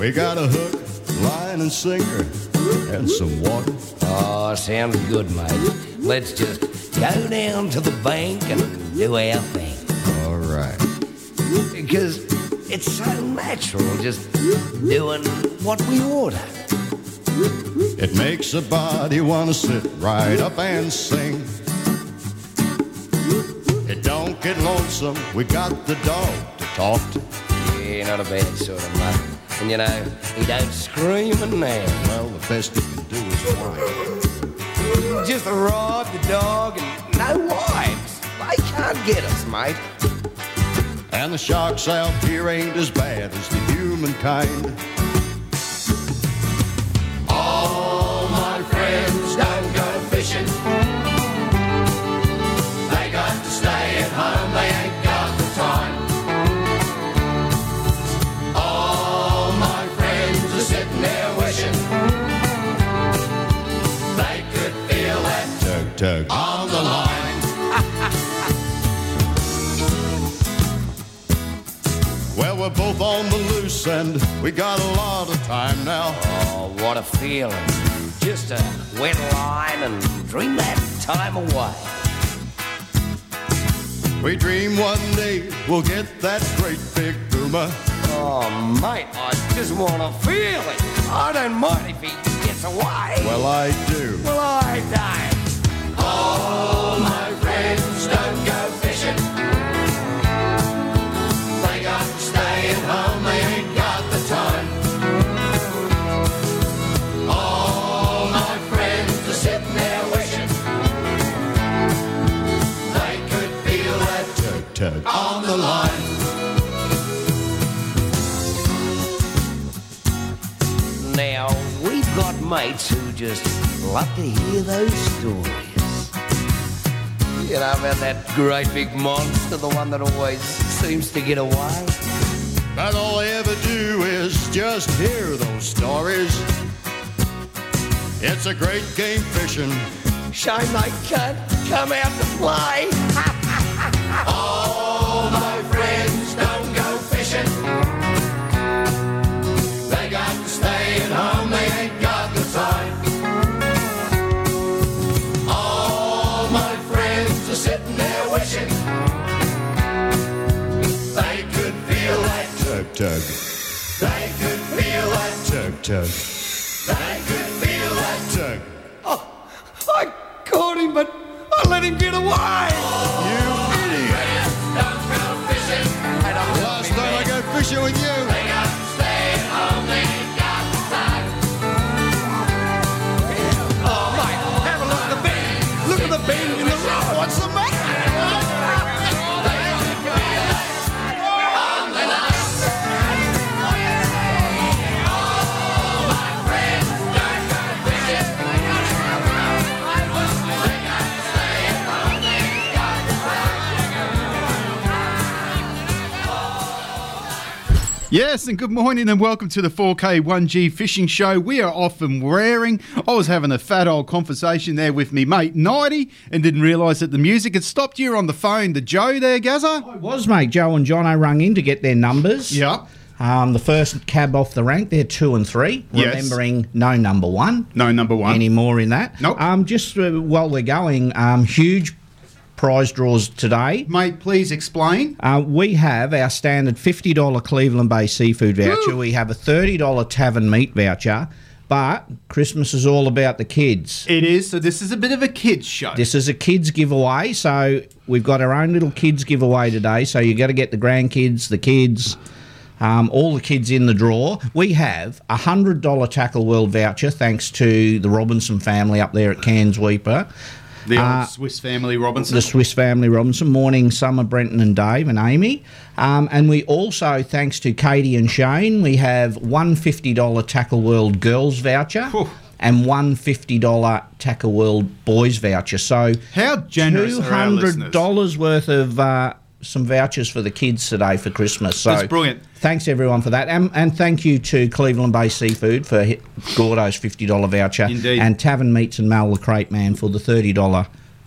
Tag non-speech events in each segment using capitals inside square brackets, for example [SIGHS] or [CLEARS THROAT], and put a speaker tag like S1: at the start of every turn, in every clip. S1: We got a hook, line, and sinker, and some water.
S2: Oh, sounds good, mate. Let's just go down to the bank and do our thing.
S1: All right.
S2: Because it's so natural just doing what we order.
S1: It makes a body want to sit right up and sing. It don't get lonesome. We got the dog to talk to.
S2: Yeah, not a bad sort of mate. And you know, he don't scream and now.
S1: Well, the best you can do is whine.
S2: Just rob the dog and no wives. They can't get us, mate.
S1: And the sharks out here ain't as bad as the humankind. All my friends don't go fishing. They got to stay at home. They ain't got the time. All my friends are sitting there wishing they could feel that tug tug on the line. Well, we're both on the loose and we got a lot of time now.
S2: Oh, what a feeling. Just a wet line and dream that time away.
S1: We dream one day we'll get that great big boomer.
S2: Oh, mate, I just want to feel it. I don't mind if he gets away. Well,
S1: Well, I do.
S2: I don't.
S1: Tug, tug.
S2: Now, we've got mates who just love to hear those stories. You know about that great big monster, the one that always seems to get away?
S1: But all I ever do is just hear those stories. It's a great game fishing.
S2: Shame they can't come out to play.
S1: Tug, tug. They could feel that. Tug, tug. They could feel that. Tug.
S2: I caught him, but I let him get away.
S1: You idiot. Last night I go fishing with you.
S2: Oh, mate, have a look at the bend. Look at the bend in the road. What's the matter?
S3: Yes, and good morning and welcome to the 4K 1G Fishing Show. We are off and raring. I was having a fat old conversation there with me mate Nighty and didn't realise that the music had stopped. You're on the phone to Joe there, Gazza.
S4: It was, mate. Joe and John, I rung in to get their numbers.
S3: Yep.
S4: Um, the first cab off the rank, they're two and three.
S3: Yes.
S4: Remembering no number one
S3: No, number one.
S4: anymore in that.
S3: Nope.
S4: Um, just uh, while we're going, um, huge prize draws today.
S3: Mate, please explain.
S4: Uh, we have our standard $50 Cleveland Bay seafood voucher. We have a $30 tavern meat voucher. But Christmas is all about the kids.
S3: It is, so this is a bit of a kids show.
S4: This is a kids giveaway, so we've got our own little kids giveaway today. So you got to get the grandkids, the kids, um, all the kids in the draw. We have a hundred dollar Tackle World voucher thanks to the Robinson family up there at Cairns Weeper,
S3: the
S4: uh,
S3: old Swiss family Robinson.
S4: the Swiss family Robinson, Morning Summer, Brenton and Dave and Amy, um, and we also thanks to Katie and Shane, we have one fifty dollar Tackle World girls voucher.
S3: Whew.
S4: And one fifty dollar Tackle World boys voucher. So
S3: How generous
S4: two
S3: are our
S4: hundred
S3: listeners?
S4: dollars worth of uh, some vouchers for the kids today for Christmas. So
S3: That's brilliant.
S4: Thanks everyone for that, and, and thank you to Cleveland Bay Seafood for hit Gordo's fifty dollar voucher,
S3: Indeed.
S4: and Tavern Meats and Mal the Crate Man for the thirty dollar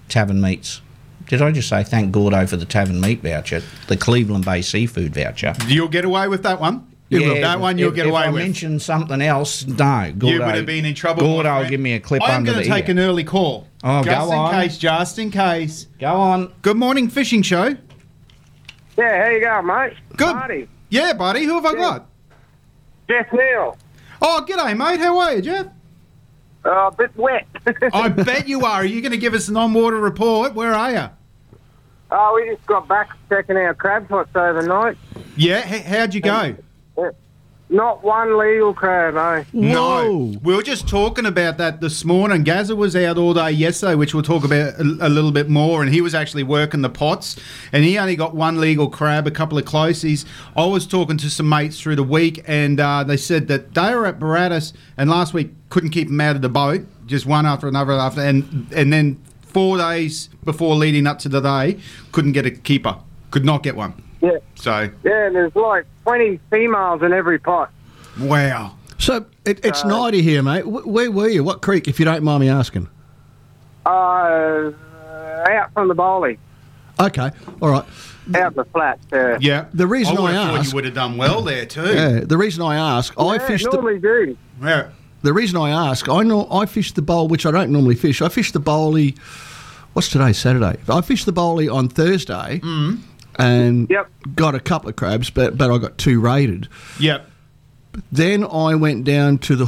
S4: Tavern Meats. Did I just say thank Gordo for the Tavern Meat voucher, the Cleveland Bay Seafood voucher?
S3: You'll get away with that one. You will. That one you'll
S4: if,
S3: get
S4: if
S3: away
S4: I
S3: with.
S4: mention something else, no. Gordo,
S3: you would have been in trouble. my
S4: Gordo,
S3: friend.
S4: give me a clip
S3: I'm
S4: under
S3: gonna
S4: the
S3: take
S4: ear.
S3: an early call.
S4: Oh,
S3: just
S4: go
S3: in
S4: on.
S3: case. Just in case.
S4: Go on.
S3: Good morning, fishing show.
S5: Yeah, how you going, mate?
S3: Good.
S5: Marty,
S3: Yeah, buddy. Who have I got?
S5: Jeff Neal.
S3: Oh, g'day, mate. How are you, Jeff?
S5: Uh, a bit wet. [LAUGHS]
S3: I bet you are. Are you going to give us an on-water report? Where are you?
S5: oh, we just got back checking our crab pots overnight.
S3: Yeah. H- how'd you go?
S5: Not one legal crab, eh?
S3: No. We were just talking about that this morning. Gazza was out all day yesterday, which we'll talk about a, a little bit more. And he was actually working the pots, and he only got one legal crab, a couple of closies. I was talking to some mates through the week, and uh, they said that they were at Baratus, and last week couldn't keep them out of the boat, just one after another after, and and then four days before leading up to the day, couldn't get a keeper, could not get one.
S5: Yeah.
S3: So
S5: Yeah, there's like 20 females in every pot.
S3: wow.
S6: So it,
S5: Uh,
S6: it's nighty here, mate. Wh- Where were you? What creek, if you don't mind me asking?
S5: Uh, out from the bowling,
S6: Okay, all right.
S5: out the flats. Uh,
S3: Yeah.
S6: The reason I
S3: would've thought
S6: ask-
S3: you would have done well there too.
S6: Yeah, the reason I ask, I
S5: Yeah,
S6: fished. The,
S5: normally do.
S3: yeah.
S6: the reason I ask, I know I fished the bowl, which I don't normally fish. I fished the bowly. What's today? Saturday. I fished the bowly on Thursday,
S3: Mm.
S6: and
S5: Yep.
S6: got a couple of crabs, but but I got two rated.
S3: Yep.
S6: Then I went down to the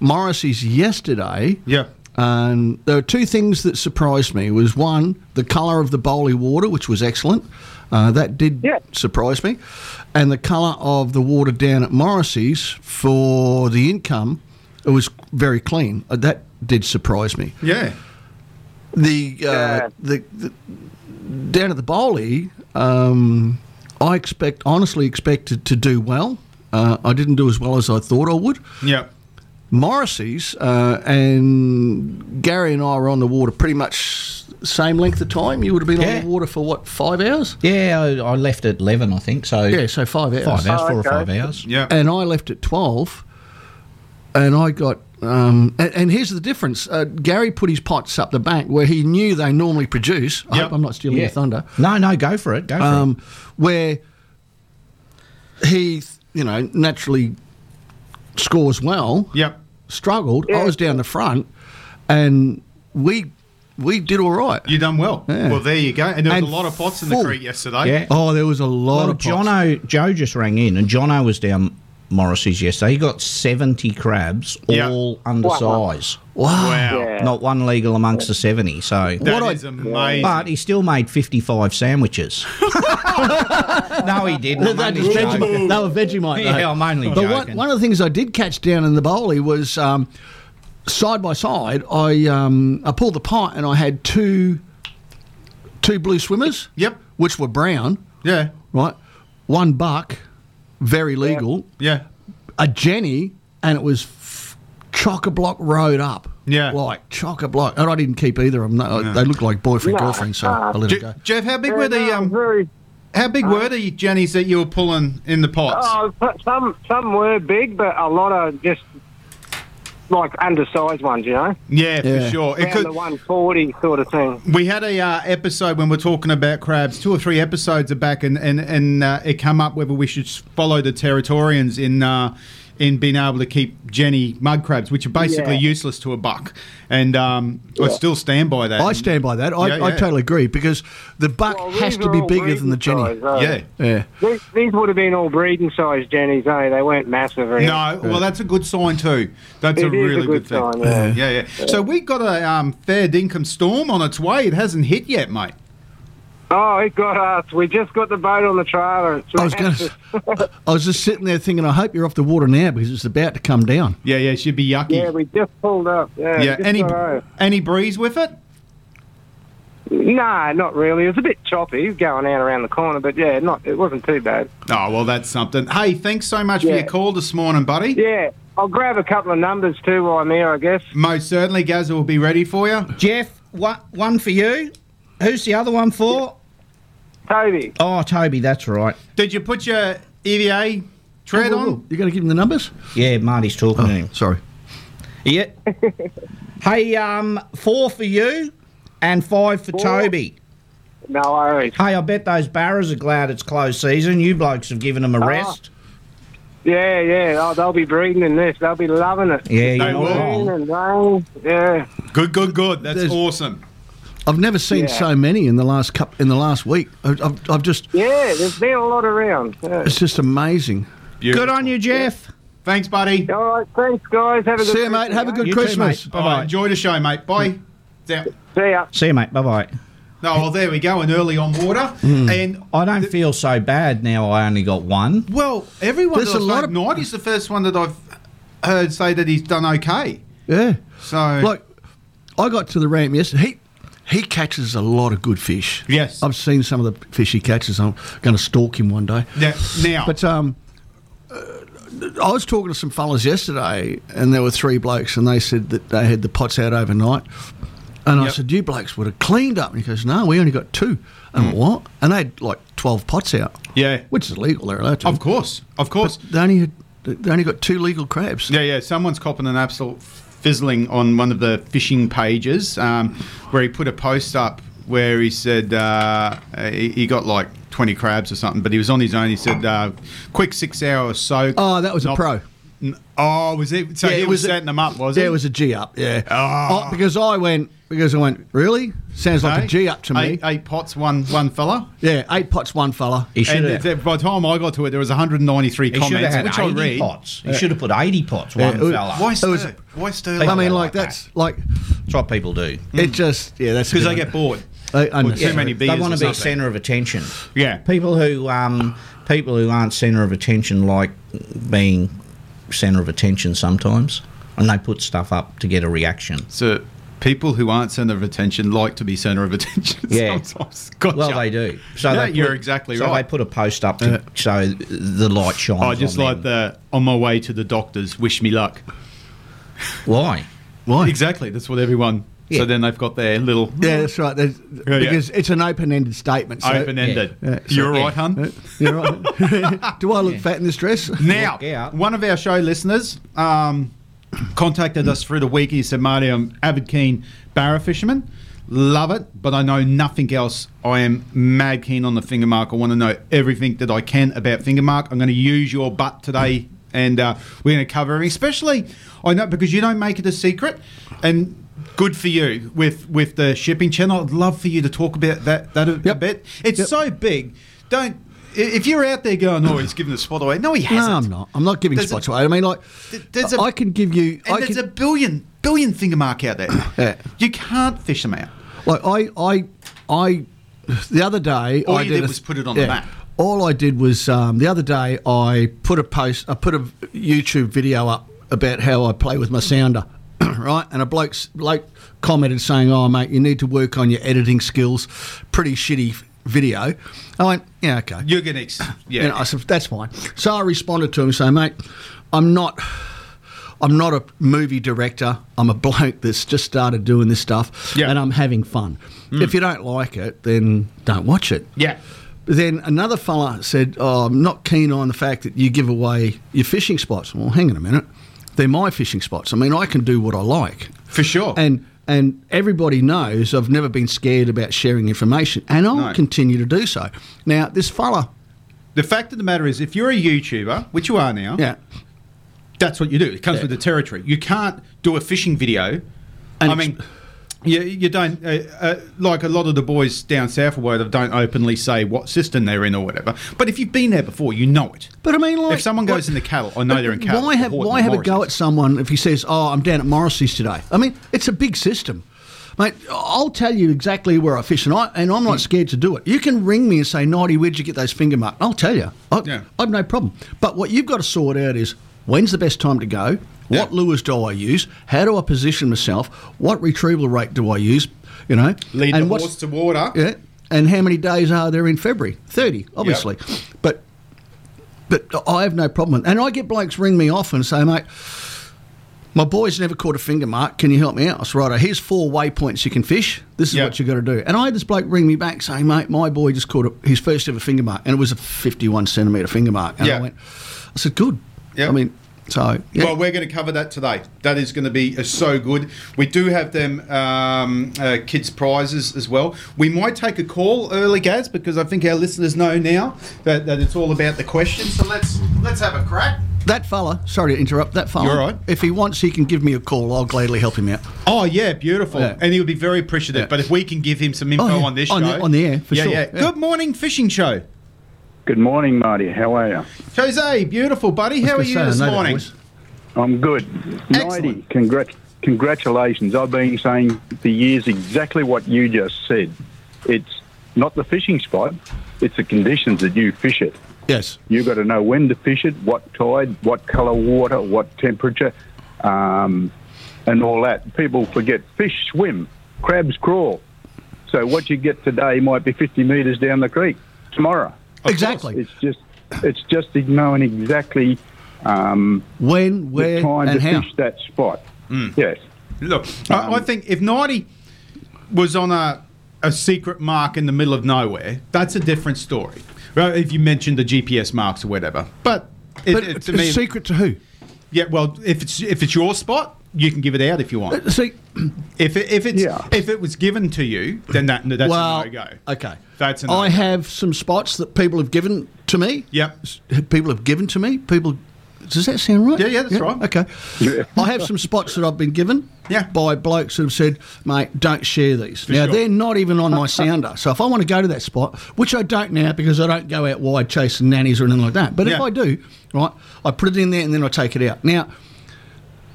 S6: Morrissey's yesterday.
S3: Yeah.
S6: And there were two things that surprised me. Was one the colour of the bowly water, which was excellent. Uh, that did
S5: Yeah.
S6: surprise me, and the colour of the water down at Morrissey's for the income, it was very clean. Uh, That did surprise me.
S3: Yeah.
S6: The uh,
S5: Yeah.
S6: the, the down at the bowly, um, I expect honestly expected to do well. Uh, I didn't do as well as I thought I would.
S3: Yeah.
S6: Morrissey's, uh, and Gary and I were on the water pretty much same length of time. You would have been on
S4: Yeah.
S6: the water for what five hours?
S4: Yeah, I, I left at eleven, I think. So
S6: Yeah, so five hours.
S4: five hours,
S5: Oh,
S4: four or
S5: okay.
S4: five hours.
S3: Yeah.
S6: And I left at twelve, and I got. Um, and, and here's the difference: uh, Gary put his pots up the bank where he knew they normally produce. I
S3: Yep.
S6: hope I'm not stealing
S4: Yeah.
S6: your thunder.
S4: No, no, go for it. Go for
S6: um, where he, you know, naturally scores well.
S3: Yep.
S6: struggled. I
S5: Yeah.
S6: was down the front, and we we did all right.
S3: You done well.
S6: Yeah.
S3: Well, there you go. And there was
S6: And
S3: a lot of pots in the
S6: full. [LAUGHS]
S3: creek yesterday.
S4: it. Yeah.
S6: Oh, there was a lot
S4: Well,
S6: of pots.
S4: Jono, Joe just rang in, and Jono was down Morrissey's yesterday. He got 70 crabs,
S3: Yeah.
S4: all undersize.
S6: Wow.
S3: Wow.
S5: Yeah.
S4: Not one legal amongst the 70. So.
S3: That
S6: What I-
S3: is amazing.
S4: But he still made
S6: [LAUGHS]
S4: 55 sandwiches. no, he didn't. I'm
S6: That
S4: only
S6: was Vegemite.
S4: joking.
S6: That was Vegemite.
S4: Yeah,
S6: mate.
S4: I'm only
S6: But one,
S4: joking.
S6: one of the things I did catch down in the bowley was um, side by side. I um, I pulled the pot and I had two two blue swimmers.
S3: Yep.
S6: Which were brown.
S3: yeah.
S6: Right. One buck, very legal.
S3: Yeah.
S6: a Jenny, and it was f- chock a block road up.
S3: Yeah.
S6: like chock a block. And I didn't keep either of them. No, They looked like boyfriend
S5: No.
S6: girlfriend, so I let
S3: Je-
S6: it go.
S3: Jeff, how big were the
S5: Uh, Yeah, no,
S3: um?
S5: very, uh,
S3: How big were the jennies that you were pulling in the pots?
S5: oh, but some some were big, but a lot of just like undersized ones, you know,
S3: yeah, for
S6: yeah.
S3: sure. It
S5: around
S3: could.
S5: the 140 sort of thing.
S3: We had a uh, episode when we're talking about crabs, two or three episodes are back, and and and uh, it come up whether we should s- follow the Territorians in. Uh, in being able to keep Jenny mud crabs, which are basically
S5: Yeah.
S3: useless to a buck, and um, I still stand by that.
S6: I stand by that. I,
S3: Yeah,
S6: I
S3: yeah.
S6: totally agree because the buck
S5: Well,
S6: has
S5: these
S6: to
S5: are
S6: be
S5: all
S6: bigger than the
S5: breeding
S6: Jenny.
S5: size, though.
S3: Yeah,
S6: Yeah.
S5: These, these would have been all breeding size jennies, eh? They weren't massive. Or anything.
S3: No, well, that's a good sign too. That's
S5: It
S3: a
S5: is a
S3: really
S5: good
S3: thing.
S5: sign, yeah.
S3: yeah, yeah. So we got a um, fair dinkum storm on its way. It hasn't hit yet, mate.
S5: Oh, it got us. We just got the boat on the trailer. It's
S6: I was going to. I was just sitting there thinking, I hope you're off the water now because it's about to come down.
S3: Yeah, yeah. It should be yucky.
S5: Yeah, we just pulled up. Yeah,
S3: yeah.
S5: just
S3: Any
S5: got over.
S3: any breeze with it?
S5: Nah, not really. It was a bit choppy going out around the corner, but yeah, not. It wasn't too bad.
S3: Oh well, that's something. Hey, thanks so much for
S5: Yeah.
S3: your call this morning, buddy.
S5: Yeah, I'll grab a couple of numbers too while I'm here, I guess.
S3: Most certainly, Gazza will be ready for you.
S4: Jeff, one, one for you. Who's the other one for?
S5: Toby,
S4: Oh, Toby, that's right.
S3: Did you put your EVA E tread
S6: Oh,
S3: on?
S6: You're going to give him the numbers?
S4: Yeah, Marty's talking to him.
S6: Oh, Sorry.
S4: Yeah. [LAUGHS] hey, um, four for you and five for Toby.
S5: no worries. Ah.
S4: Hey, I bet those barras are glad it's closed season. You blokes have given them a rest.
S5: Yeah, yeah. Oh, they'll be breeding in this. They'll be loving it.
S4: Yeah, you
S3: They
S4: know
S3: will.
S5: Rain
S4: what?
S5: and rain. Yeah.
S3: Good, good, good. That's
S6: There's-
S3: awesome.
S6: I've never seen
S5: Yeah.
S6: so many in the last cup in the last week. I- I've, I've just
S5: Yeah, there's been a lot around. Yeah.
S6: it's just amazing.
S3: Beautiful.
S4: Good on you, Jeff.
S3: Thanks, buddy.
S5: All right, thanks, guys. Have a good
S6: See you, mate.
S5: Christmas,
S6: Have a
S5: eh?
S6: good
S4: You too,
S6: Christmas.
S4: mate.
S3: All
S4: Bye-bye.
S3: right, enjoy the show, mate. Bye. It's out.
S5: See ya.
S4: See you, mate. Bye bye.
S3: No, well, there we go. An early on water,
S6: Hmm.
S3: and
S4: I don't feel so bad now. I only got one.
S3: well, everyone.
S6: There's
S3: that
S6: a
S3: I've
S6: lot
S3: spoken-
S6: of-
S3: Knighty's the first one that I've heard say that he's done okay.
S6: Yeah.
S3: So,
S6: Like I got to the ramp yesterday. He he catches a lot of good fish.
S3: Yes.
S6: I've seen some of the fish he catches. I'm going to stalk him one day.
S3: now, now
S6: But um, uh, I was talking to some fellas yesterday, and there were three blokes, and they said that they had the pots out overnight. And I
S3: Yep.
S6: said, "You blokes would have cleaned up." And he goes, "No, we only got two. And what? And they had like twelve pots out.
S3: Hmm. Yeah. Oh,
S6: which is illegal. They're allowed to.
S3: of course, of course.
S6: They only had, they only got two legal crabs.
S3: Yeah, yeah. Someone's copping an absolute fizzling on one of the fishing pages um, where he put a post up where he said uh, he, he got like 20 crabs or something, but he was on his own. He said, uh, quick six hour or so.
S6: Oh, that was a pro.
S3: N- Oh, was it? So
S6: Yeah,
S3: he
S6: it
S3: was,
S6: was a-
S3: setting them up, was
S6: There
S3: he?
S6: was a G up, yeah.
S3: Ah.
S6: Oh, because I went, because I went. Really? Sounds like a G up to me.
S3: Eight, eight pots, one one fella.
S6: Yeah, eight pots, one fella.
S4: He
S3: And
S4: should have.
S3: th- by the time I got to it, there was 193
S4: He should have
S3: comments,
S4: had
S3: which I
S4: eighty
S3: read.
S4: pots. He should have put eighty pots. One
S6: Yeah, it was-
S4: fella.
S3: Why
S6: It was
S3: stir?
S6: a-
S3: Why stir?
S4: People
S6: I mean,
S4: don't
S6: like
S4: like
S6: that's like
S4: That's what people do.
S6: it just yeah, that's a
S3: Mm. Because
S6: bit
S3: they
S6: of-
S3: get bored.
S6: They-
S3: Or
S6: unnecessary.
S3: too many beers.
S4: they want
S3: or
S4: to be
S3: something.
S4: centre of attention.
S3: Yeah.
S4: People who um, people who aren't centre of attention like being centre of attention sometimes, and they put stuff up to get a reaction.
S3: So people who aren't centre of attention like to be centre of attention
S4: Yeah.
S3: sometimes. [LAUGHS] Gotcha.
S4: Well, they do. So
S3: Yeah,
S4: they put-
S3: you're exactly
S4: so
S3: right.
S4: they put a post up to, Uh, so the light shines.
S3: I just
S4: on
S3: like
S4: them.
S3: the on my way to the doctors, wish me luck.
S4: Why?
S6: why?
S3: Exactly. That's what everyone.
S4: Yeah.
S3: So then they've got their little
S6: Yeah, that's right. There's,
S3: Yeah, yeah.
S6: because it's an open-ended statement. So
S3: open ended.
S6: Yeah. Yeah, so-
S3: You're
S4: yeah.
S3: right, hun.
S6: Uh, you're right. [LAUGHS] Do I look fat in this dress?
S3: Now,
S4: Walk out.
S3: one of our show listeners um, contacted us through the week. He said, Marty, I'm avid keen barra fisherman. Love it, but I know nothing else. I am mad keen on the finger mark. I want to know everything that I can about finger mark. I'm going to use your butt today, and uh, we're going to cover everything. Especially, I know because you don't make it a secret, and good for you with with the shipping channel. I'd love for you to talk about that that a, a
S6: Yep.
S3: bit. It's
S6: Yep.
S3: so big. Don't i- if you're out there going, oh, he's giving the spot away. No, he
S6: No,
S3: hasn't.
S6: I'm not. I'm not giving
S3: There's
S6: spots
S3: a-
S6: away. I mean, like,
S3: Th- there's a-
S6: I can give you.
S3: And
S6: I
S3: there's
S6: can,
S3: a billion billion finger mark out there.
S6: [COUGHS] Yeah.
S3: You can't fish them out.
S6: Like I, I, I, the other day,
S3: All
S6: I
S3: you did was put it on the map.
S6: All I did was um, the other day I put a post, I put a YouTube video up about how I play with my sounder, [COUGHS] right? And a bloke's bloke commented saying, "Oh mate, you need to work on your editing skills. Pretty shitty video." I went, "Yeah, okay."
S3: You're gonna ex- yeah.
S6: And I said, that's fine. So I responded to him saying, mate, I'm not. I'm not a movie director. I'm a [LAUGHS] bloke that's just started doing this stuff,
S3: Yeah. Mm.
S6: and I'm having fun. If you don't like it, then don't watch it.
S3: yeah.
S6: Then another fella said, oh, "I'm not keen on the fact that you give away your fishing spots." Well, hang on a minute. They're my fishing spots. I mean, I can do what I like.
S3: For sure.
S6: And and everybody knows I've never been scared about sharing information, and I'll
S3: No.
S6: continue to do so. Now, this fella,
S3: the fact of the matter is if you're a YouTuber, which you are now,
S6: yeah,
S3: that's what you do. It comes
S6: Yeah.
S3: with the territory. You can't do a fishing video.
S6: And
S3: I mean, you, you don't, uh, uh, like a lot of the boys down south or whatever, don't openly say what system they're in or whatever. But if you've been there before, you know it.
S6: But I mean, like,
S3: If someone goes in the cattle, I know they're in cattle,
S6: Why
S3: or
S6: have
S3: Horton
S6: why
S3: or
S6: have a go
S3: Morrison's.
S6: at someone if he says, "Oh, I'm down at Morrissey's today"? I mean, it's a big system, mate. I'll tell you exactly where I fish, and I and I'm not scared to do it. You can ring me and say, "Naughty, where'd you get those finger marks?" I'll tell you. I,
S3: Yeah.
S6: I've no problem. But what you've got to sort out is when's the best time to go. What
S3: Yeah.
S6: lures do I use? How do I position myself? What retrieval rate do I use? You know,
S3: Lead the
S6: what's-
S3: horse to water.
S6: Yeah, and how many days are there in February? Thirty, obviously. But but I have no problem. with- And I get blokes ring me off and say, mate, my boy's never caught a finger mark. Can you help me out? I said, right, here's four waypoints you can fish. This is
S3: Yeah.
S6: what you got to do. And I had this bloke ring me back saying, mate, my boy just caught a, his first ever finger mark, and it was a 51 centimetre finger mark. And
S3: Yeah.
S6: I went, I said, good.
S3: Yeah.
S6: I mean, so yeah.
S3: Well, we're going to cover that today. That is going to be uh, so good. We do have them um, uh, kids' prizes as well. We might take a call early, Gaz, because I think our listeners know now that, that it's all about the questions. So let's let's have a crack.
S6: That fella, sorry to interrupt, that fella.
S3: You all right?
S6: If he wants, he can give me a call. I'll gladly help him out.
S3: Oh yeah, beautiful.
S6: Yeah.
S3: And he would be very appreciative.
S6: Yeah.
S3: But if we can give him some info
S6: Oh, yeah.
S3: on this
S6: On
S3: show,
S6: the- on the air, for
S3: yeah,
S6: sure.
S3: yeah.
S6: Yeah.
S3: Good morning, fishing show.
S7: Good morning, Marty. How are you?
S3: Jose, beautiful buddy. How are
S6: Just
S3: you
S6: say I
S3: this
S6: know that
S3: morning?
S6: voice.
S7: I'm good. Nighty,
S3: Excellent.
S7: congrat- congratulations. I've been saying for years exactly what you just said. It's not the fishing spot, it's the conditions that you fish it.
S6: Yes.
S7: You've got to know when to fish it, what tide, what colour water, what temperature, um, and all that. People forget fish swim, crabs crawl. So what you get today might be 50 metres down the creek tomorrow.
S6: Exactly.
S7: It's just, it's just knowing exactly um,
S6: When,
S7: the
S6: where,
S7: time
S6: and
S7: to
S6: how.
S7: fish that spot. Yes.
S3: Look, I, I think if Nighty was on a a secret mark in the middle of nowhere, that's a different story. Right? If you mentioned the GPS marks or whatever, but, it,
S6: But
S3: it-
S6: it's
S3: to me,
S6: a secret to who?
S3: yeah. Well, if it's if it's your spot, you can give it out if you want.
S6: Uh, See,
S3: If it, if it's
S7: Yeah.
S3: if it was given to you, then that that's
S6: well,
S3: a no go.
S6: okay.
S3: That's a
S6: I
S3: no-go.
S6: have some spots that people have given to me.
S3: Yep.
S6: S- People have given to me. People. Does that sound right?
S3: Yeah, yeah, that's right.
S6: Okay. I have some spots that I've been given
S3: Yeah.
S6: by blokes who have said, mate, don't share these. now,
S3: sure.
S6: they're not even on my sounder. So if I want to go to that spot, which I don't now because I don't go out wide chasing nannies or anything like that, but if
S3: Yeah.
S6: I do, right, I put it in there and then I take it out. Now, [CLEARS THROAT]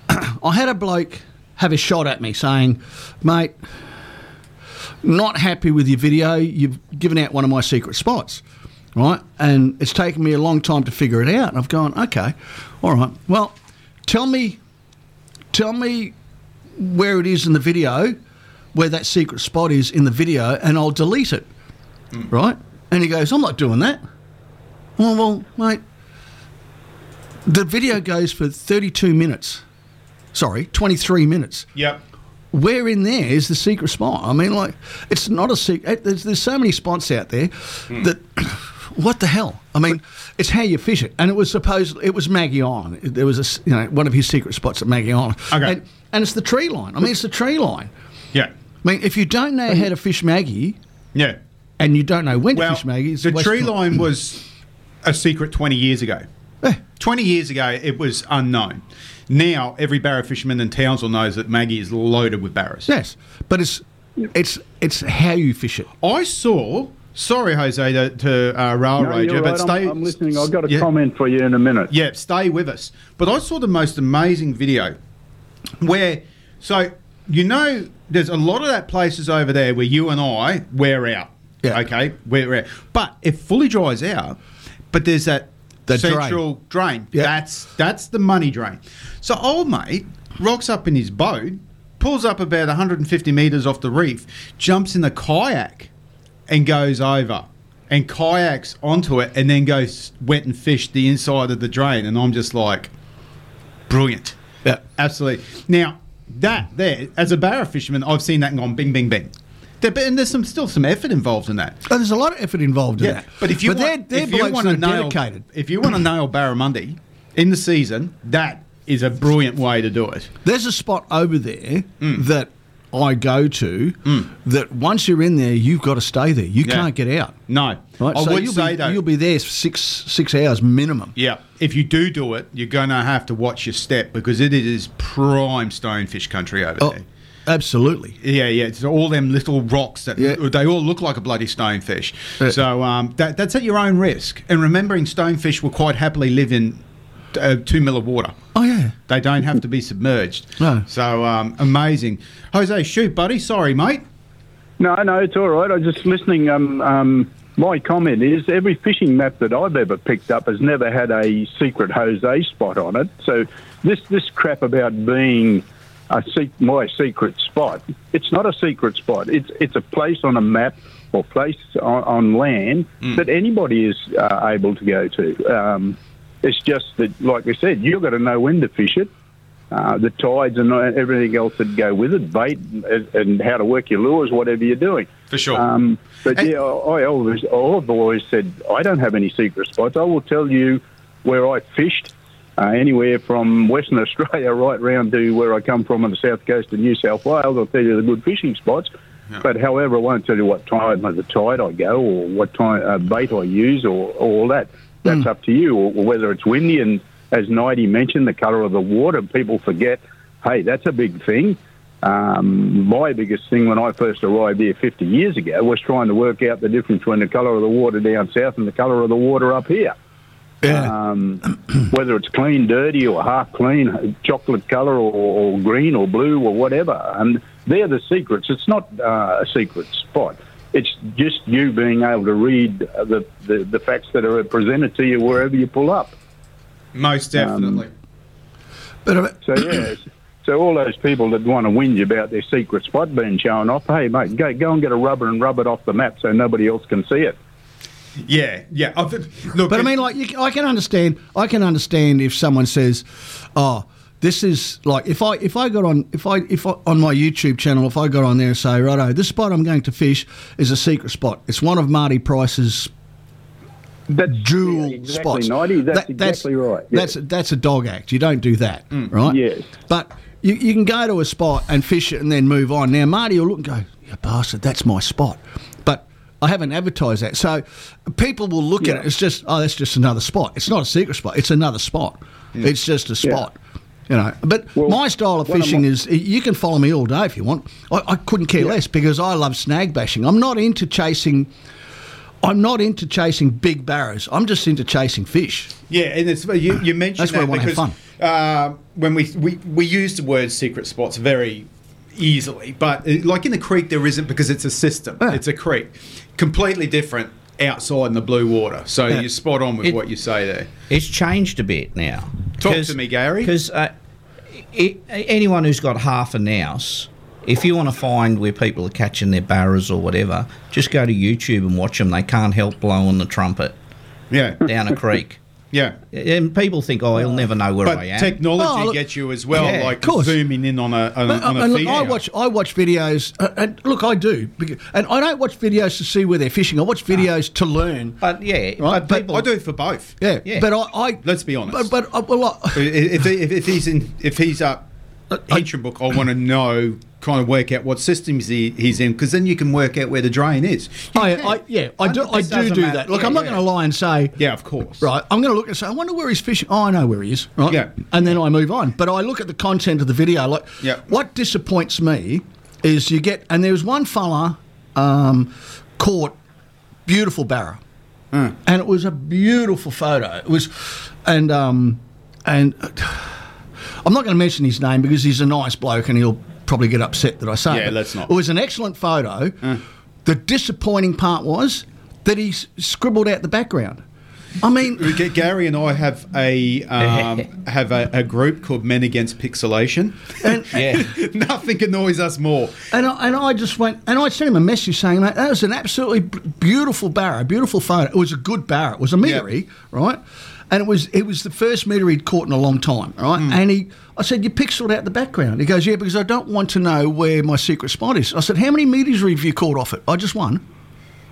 S6: I had a bloke have a shot at me saying, mate, not happy with your video. You've given out one of my secret spots, right? And it's taken me a long time to figure it out. And I've gone, okay, all right. Well, tell me, tell me where it is in the video, where that secret spot is in the video, and I'll delete it, right? And he goes, I'm not doing that. Well, well, mate, the video goes for 32 minutes. Sorry, 23 minutes
S3: Yep.
S6: where in there is the secret spot? I mean, like, it's not a secret. There's, there's so many spots out there
S3: Hmm.
S6: that, [CLEARS THROAT] what the hell? I mean, it's how you fish it. And it was supposed, it was Maggie Island. There was a, s- you know, one of his secret spots at Maggie Island.
S3: Okay.
S6: And, and it's the tree line. I mean, it's the tree line.
S3: Yeah.
S6: I mean, if you don't know how to fish Maggie
S3: Yeah.
S6: and you don't know when
S3: Well,
S6: to fish Maggie, it's a
S3: the
S6: waste
S3: tree
S6: of time.
S3: line was a secret 20 years ago. 20 years ago, it was unknown. Now, every barrow fisherman in Townsville knows that Maggie is loaded with barrows.
S6: Yes. But it's, it's, it's how you fish it.
S3: I saw, sorry, Jose, to, to uh,
S7: No,
S3: railroad
S7: you're
S3: you, but
S7: right. I'm-
S3: stay.
S7: I'm, listening. I've got a
S3: yeah.
S7: comment for you in a minute.
S3: Yeah, stay with us. But I saw the most amazing video where, so you know, there's a lot of that places over there where you and I wear out.
S6: Yeah.
S3: Okay, wear out. But it fully dries out. But there's that
S6: The drain.
S3: central drain.
S6: Yeah.
S3: That's that's the money drain. So old mate rocks up in his boat, pulls up about 150 meters off the reef, jumps in the kayak, and goes over, and kayaks onto it, and then goes wet and fish the inside of the drain. And I'm just like, brilliant,
S6: Yeah.
S3: absolutely. Now that there, as a barra fisherman, I've seen that and gone bing, bing, bing. There, but- and there's some still some effort involved in that.
S6: Oh, there's a lot of effort involved in that.
S3: But if you
S6: but
S3: want,
S6: they're,
S3: if
S6: they're
S3: you
S6: blokes
S3: want to
S6: that are
S3: nail,
S6: dedicated.
S3: if you want to nail Barramundi in the season, that is a brilliant way to do it.
S6: There's a spot over there
S3: Hmm.
S6: that I go to that once you're in there, you've got to stay there. You
S3: Yeah.
S6: can't get out.
S3: No,
S6: Right?
S3: I
S6: so
S3: would
S6: you'll
S3: say
S6: be,
S3: though,
S6: you'll be there for six six hours minimum.
S3: yeah, if you do do it, you're going to have to watch your step because it is prime stonefish country over
S6: Oh,
S3: there.
S6: absolutely.
S3: Yeah, yeah, it's all them little rocks that
S6: Yeah.
S3: they all look like a bloody stonefish.
S6: Yeah.
S3: So um, that, that's at your own risk. And remembering stonefish will quite happily live in uh, two mil of water.
S6: Oh yeah.
S3: They don't have to be submerged.
S6: No.
S3: So um, amazing. Jose, shoot, buddy. Sorry, mate.
S7: No, no, it's all right. I was just listening. Um, um, my comment is every fishing map that I've ever picked up has never had a secret Jose spot on it. So this this crap about being a se- my secret spot, it's not a secret spot. It's it's a place on a map or place on, on land that anybody is uh, able to go to. Um, it's just that, like I said, you've got to know when to fish it uh, the tides and everything else that go with it, bait and, and how to work your lures, whatever you're doing.
S3: For sure.
S7: Um, but
S3: And-
S7: yeah, I I always, I always said I don't have any secret spots. I will tell you where I fished, uh, anywhere from Western [LAUGHS] Australia right round to where I come from on the south coast of New South Wales. I'll tell you the good fishing spots. But however, I won't tell you what time of the tide I go or what time uh, bait I use or, or all that. That's up to you, or, or whether it's windy and as Nighty mentioned, the colour of the water. People forget, hey, that's a big thing. Um, my biggest thing when I first arrived here 50 years ago was trying to work out the difference between the colour of the water down south and the colour of the water up here. Um, whether it's clean, dirty, or half clean, chocolate colour, or, or green, or blue, or whatever. And they're the secrets. It's not uh, a secret spot. It's just you being able to read uh, the, the, the facts that are presented to you wherever you pull up.
S3: Most definitely.
S6: uh,
S7: So
S6: [CLEARS THROAT]
S7: yeah, so all those people that want to whinge about their secret spot being shown off, hey mate, go go and get a rubber and rub it off the map so nobody else can see it.
S3: yeah, yeah. I think- look,
S6: But I
S3: it-
S6: mean, like, you, c- I can understand. I can understand if someone says, "Oh, this is like if I if I got on if I if I, on my YouTube channel if I got on there and say, righto, this spot I'm going to fish is a secret spot. It's one of Marty Price's
S7: That's
S6: jewel
S7: yeah, exactly,
S6: spots.
S7: 90, that's
S6: That-
S7: exactly right. yeah.
S6: That's that's a dog act. You don't do that,
S3: Mm.
S6: right?
S7: Yes.
S6: But you, you can go to a spot and fish it and then move on. Now Marty will look and go, "You bastard, that's my spot," but I haven't advertised that, so people will look at it. It's just, oh, that's just another spot. It's not a secret spot. It's another spot. It's just a spot. You know, but
S7: Well,
S6: my style of
S7: one of
S6: fishing
S7: my-
S6: is you can follow me all day if you want. I, I couldn't care less because I love snag bashing. I'm not into chasing I'm not into chasing big barrows. I'm just into chasing fish.
S3: Yeah, and it's you, you mentioned
S6: That's where
S3: that
S6: I wanna have
S3: because uh, when we, we we use the word secret spots very easily, but uh, like in the creek there isn't because it's a system.
S6: Yeah.
S3: It's a creek, completely different outside in the blue water. So
S6: Yeah.
S3: you're spot on with
S4: It-
S3: what you say there.
S4: It's changed a bit now.
S3: Talk to me, Gary.
S4: Because uh, i- i- anyone who's got half an ounce, if you want to find where people are catching their barras or whatever, just go to YouTube and watch them. They can't help blowing the trumpet
S3: Yeah,
S4: down a creek.
S3: yeah.
S4: And people think, oh, he'll never know where I
S3: But
S4: am.
S3: technology
S6: Oh, look-
S3: gets you as well,
S4: Yeah,
S3: like
S6: course.
S3: zooming in on a on, a-
S6: But,
S3: on
S6: uh,
S3: a
S6: and look,
S3: feed
S6: I
S3: hour.
S6: watch I watch videos, uh, and look, I do, becau- and I don't watch videos to see where they're fishing. I watch videos to learn.
S4: but yeah,
S6: Right,
S4: but
S6: but
S4: people,
S3: I do it for both.
S6: yeah,
S4: yeah.
S6: but I, I
S3: Let's be
S6: But,
S3: honest.
S6: but I, Oh, well, I,
S3: if, if, if he's in if he's up ancient book i want to know kind of work out what systems he, he's in because then you can work out where the drain is You
S6: I,
S3: can.
S6: I yeah, I do, I
S3: This
S6: do
S3: doesn't
S6: do
S3: matter.
S6: that. Look,
S3: Yeah,
S6: I'm not
S3: yeah.
S6: going to lie and say,
S3: yeah of course
S6: Right, I'm going to look and say, I wonder where he's fishing. Oh, I know where he is, right?
S3: Yeah.
S6: And then I move on. But I look at the content of the video. Like,
S3: Yeah.
S6: what disappoints me is you get, and there was one fella um, caught beautiful barra,
S3: Hmm.
S6: and it was a beautiful photo. It was, and um, and [SIGHS] I'm not going to mention his name because he's a nice bloke and he'll probably get upset that I say. it.
S3: Yeah, let's not.
S6: It was an excellent photo. The disappointing part was that he s- scribbled out the background. I mean,
S3: We get- Gary and I have
S6: [LAUGHS]
S3: a um, have a, a group called Men Against Pixelation. [LAUGHS]
S4: yeah.
S3: Nothing annoys us more.
S6: And I, and I just went, and I sent him a message saying, mate, that was an absolutely b- beautiful barra, beautiful photo. It was a good barra. It was a meadery, right? And it was it was the first meter he'd caught in a long time, right?
S3: Hmm.
S6: And he, I said, you pixeled out the background. He goes, yeah, because I don't want to know where my secret spot is. I said, how many meters have you caught off it? I just one.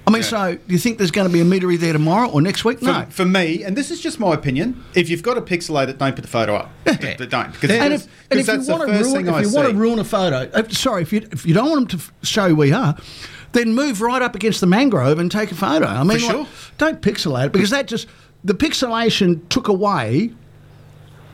S6: I mean, so do you think there's going to be a metery there tomorrow or next week?
S3: For,
S6: no.
S3: for me, and this is just my opinion. If you've got to pixelate it, don't put the photo up. D- d- don't because
S6: and
S3: that's,
S6: if, and if you,
S3: that's the
S6: want to,
S3: first
S6: ruin,
S3: thing I
S6: if you
S3: see.
S6: want to ruin a photo, if, sorry, if you, if you don't want them to f- show we are, then move right up against the mangrove and take a photo. I mean, like,
S3: sure.
S6: don't pixelate it because that just, the pixelation took away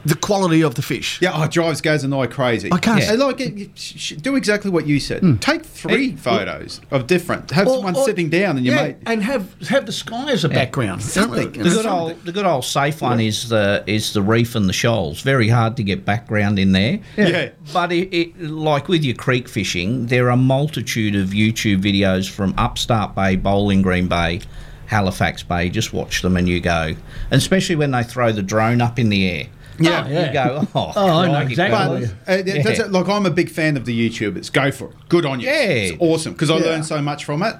S6: the quality of the fish.
S3: Yeah, oh, it drives Gaz and I crazy.
S6: I can't- Hmm.
S3: And like, it- sh- sh- do exactly what you said. Take three photos of different. Have
S6: Or-
S3: someone
S6: or-
S3: sitting down and you
S6: yeah,
S3: mate.
S6: And have, have the sky as a background.
S3: Something.
S4: The good old, the good old safe one is the is the reef and the shoals. Very hard to get background in there.
S3: Yeah.
S4: But it, it, like with your creek fishing, there are a multitude of YouTube videos from Upstart Bay, Bowling Green Bay, Halifax Bay. Just watch them and you go. And especially when they throw the drone up in the air.
S6: Yeah.
S4: You go, oh,
S6: Oh, I know
S4: crikey,
S6: exactly.
S3: But
S6: Oh,
S4: guys."
S6: yeah.
S3: uh, th- that's
S4: Yeah.
S3: it. like I'm a big fan of the YouTubers. Go for it. Good on you.
S4: Yeah.
S3: It's awesome because I learned so much from it.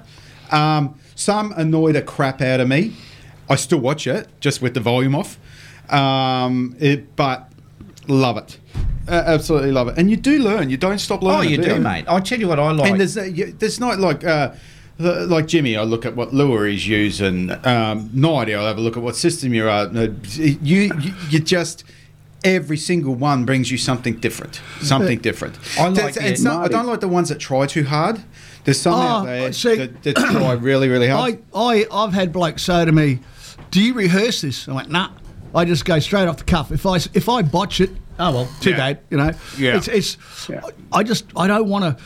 S3: Um, some annoy the crap out of me. I still watch it just with the volume off. Um, it, but love it. Uh, absolutely love it. And you do learn. You don't stop learning.
S4: Oh, you do,
S3: you?
S4: mate. I tell you what I like.
S3: And there's uh, you- there's not like uh, the- like Jimmy. I look at what lure he's using. Um, Nighty, I'll have a look at what system you're at. Uh, You you, you just. Every single one brings you something different. Something different.
S4: I like
S3: That's-
S4: the-
S3: it's not, I don't like Ah, the ones that try too hard. There's some out
S6: Oh,
S3: there
S6: see-
S3: that, that try really, really hard.
S6: I, I, I've had blokes say to me, do you rehearse this? I went, nah. I just go straight off the cuff. If I s- if I botch it, oh well, too
S3: Yeah.
S6: bad. You know,
S3: Yeah.
S6: It's, it's I just I don't want to.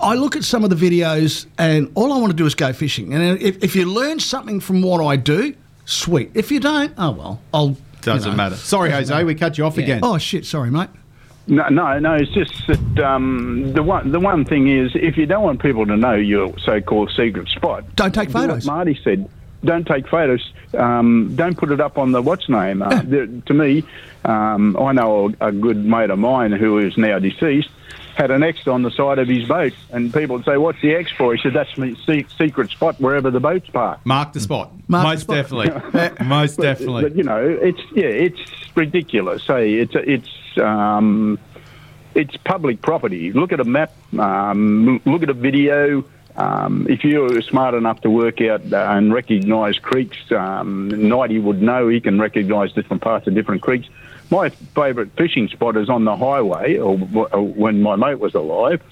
S6: I look at some of the videos, and all I want to do is go fishing. And if, if you learn something from what I do, sweet. If you don't, oh well, I'll.
S3: Doesn't
S6: you know.
S3: matter. Sorry, Jose, we cut you off again.
S6: Oh shit! Sorry, mate.
S7: No, no, no. It's just that um, the one the one thing is, if you don't want people to know your so-called secret spot,
S6: Don't take
S7: do what
S6: photos.
S7: Marty said, don't take photos. Um, don't put it up on the what's name. Uh, there, to me, um, I know a, a good mate of mine who is now deceased had an X on the side of his boat, and people would say, "What's the X for?" He said, "That's my se- secret spot wherever the boat's parked."
S3: Mark the spot.
S6: Mark the
S3: Most
S6: spot.
S3: definitely. Most
S7: [LAUGHS] But
S3: definitely.
S7: you know, it's yeah, it's ridiculous. Hey, it's it's um, it's public property. Look at a map. Um, look at a video. Um, if you're smart enough to work out uh, and recognise creeks, um, Nighty would know he can recognise different parts of different creeks. My favourite fishing spot is on the highway, or, w- or when my mate was alive,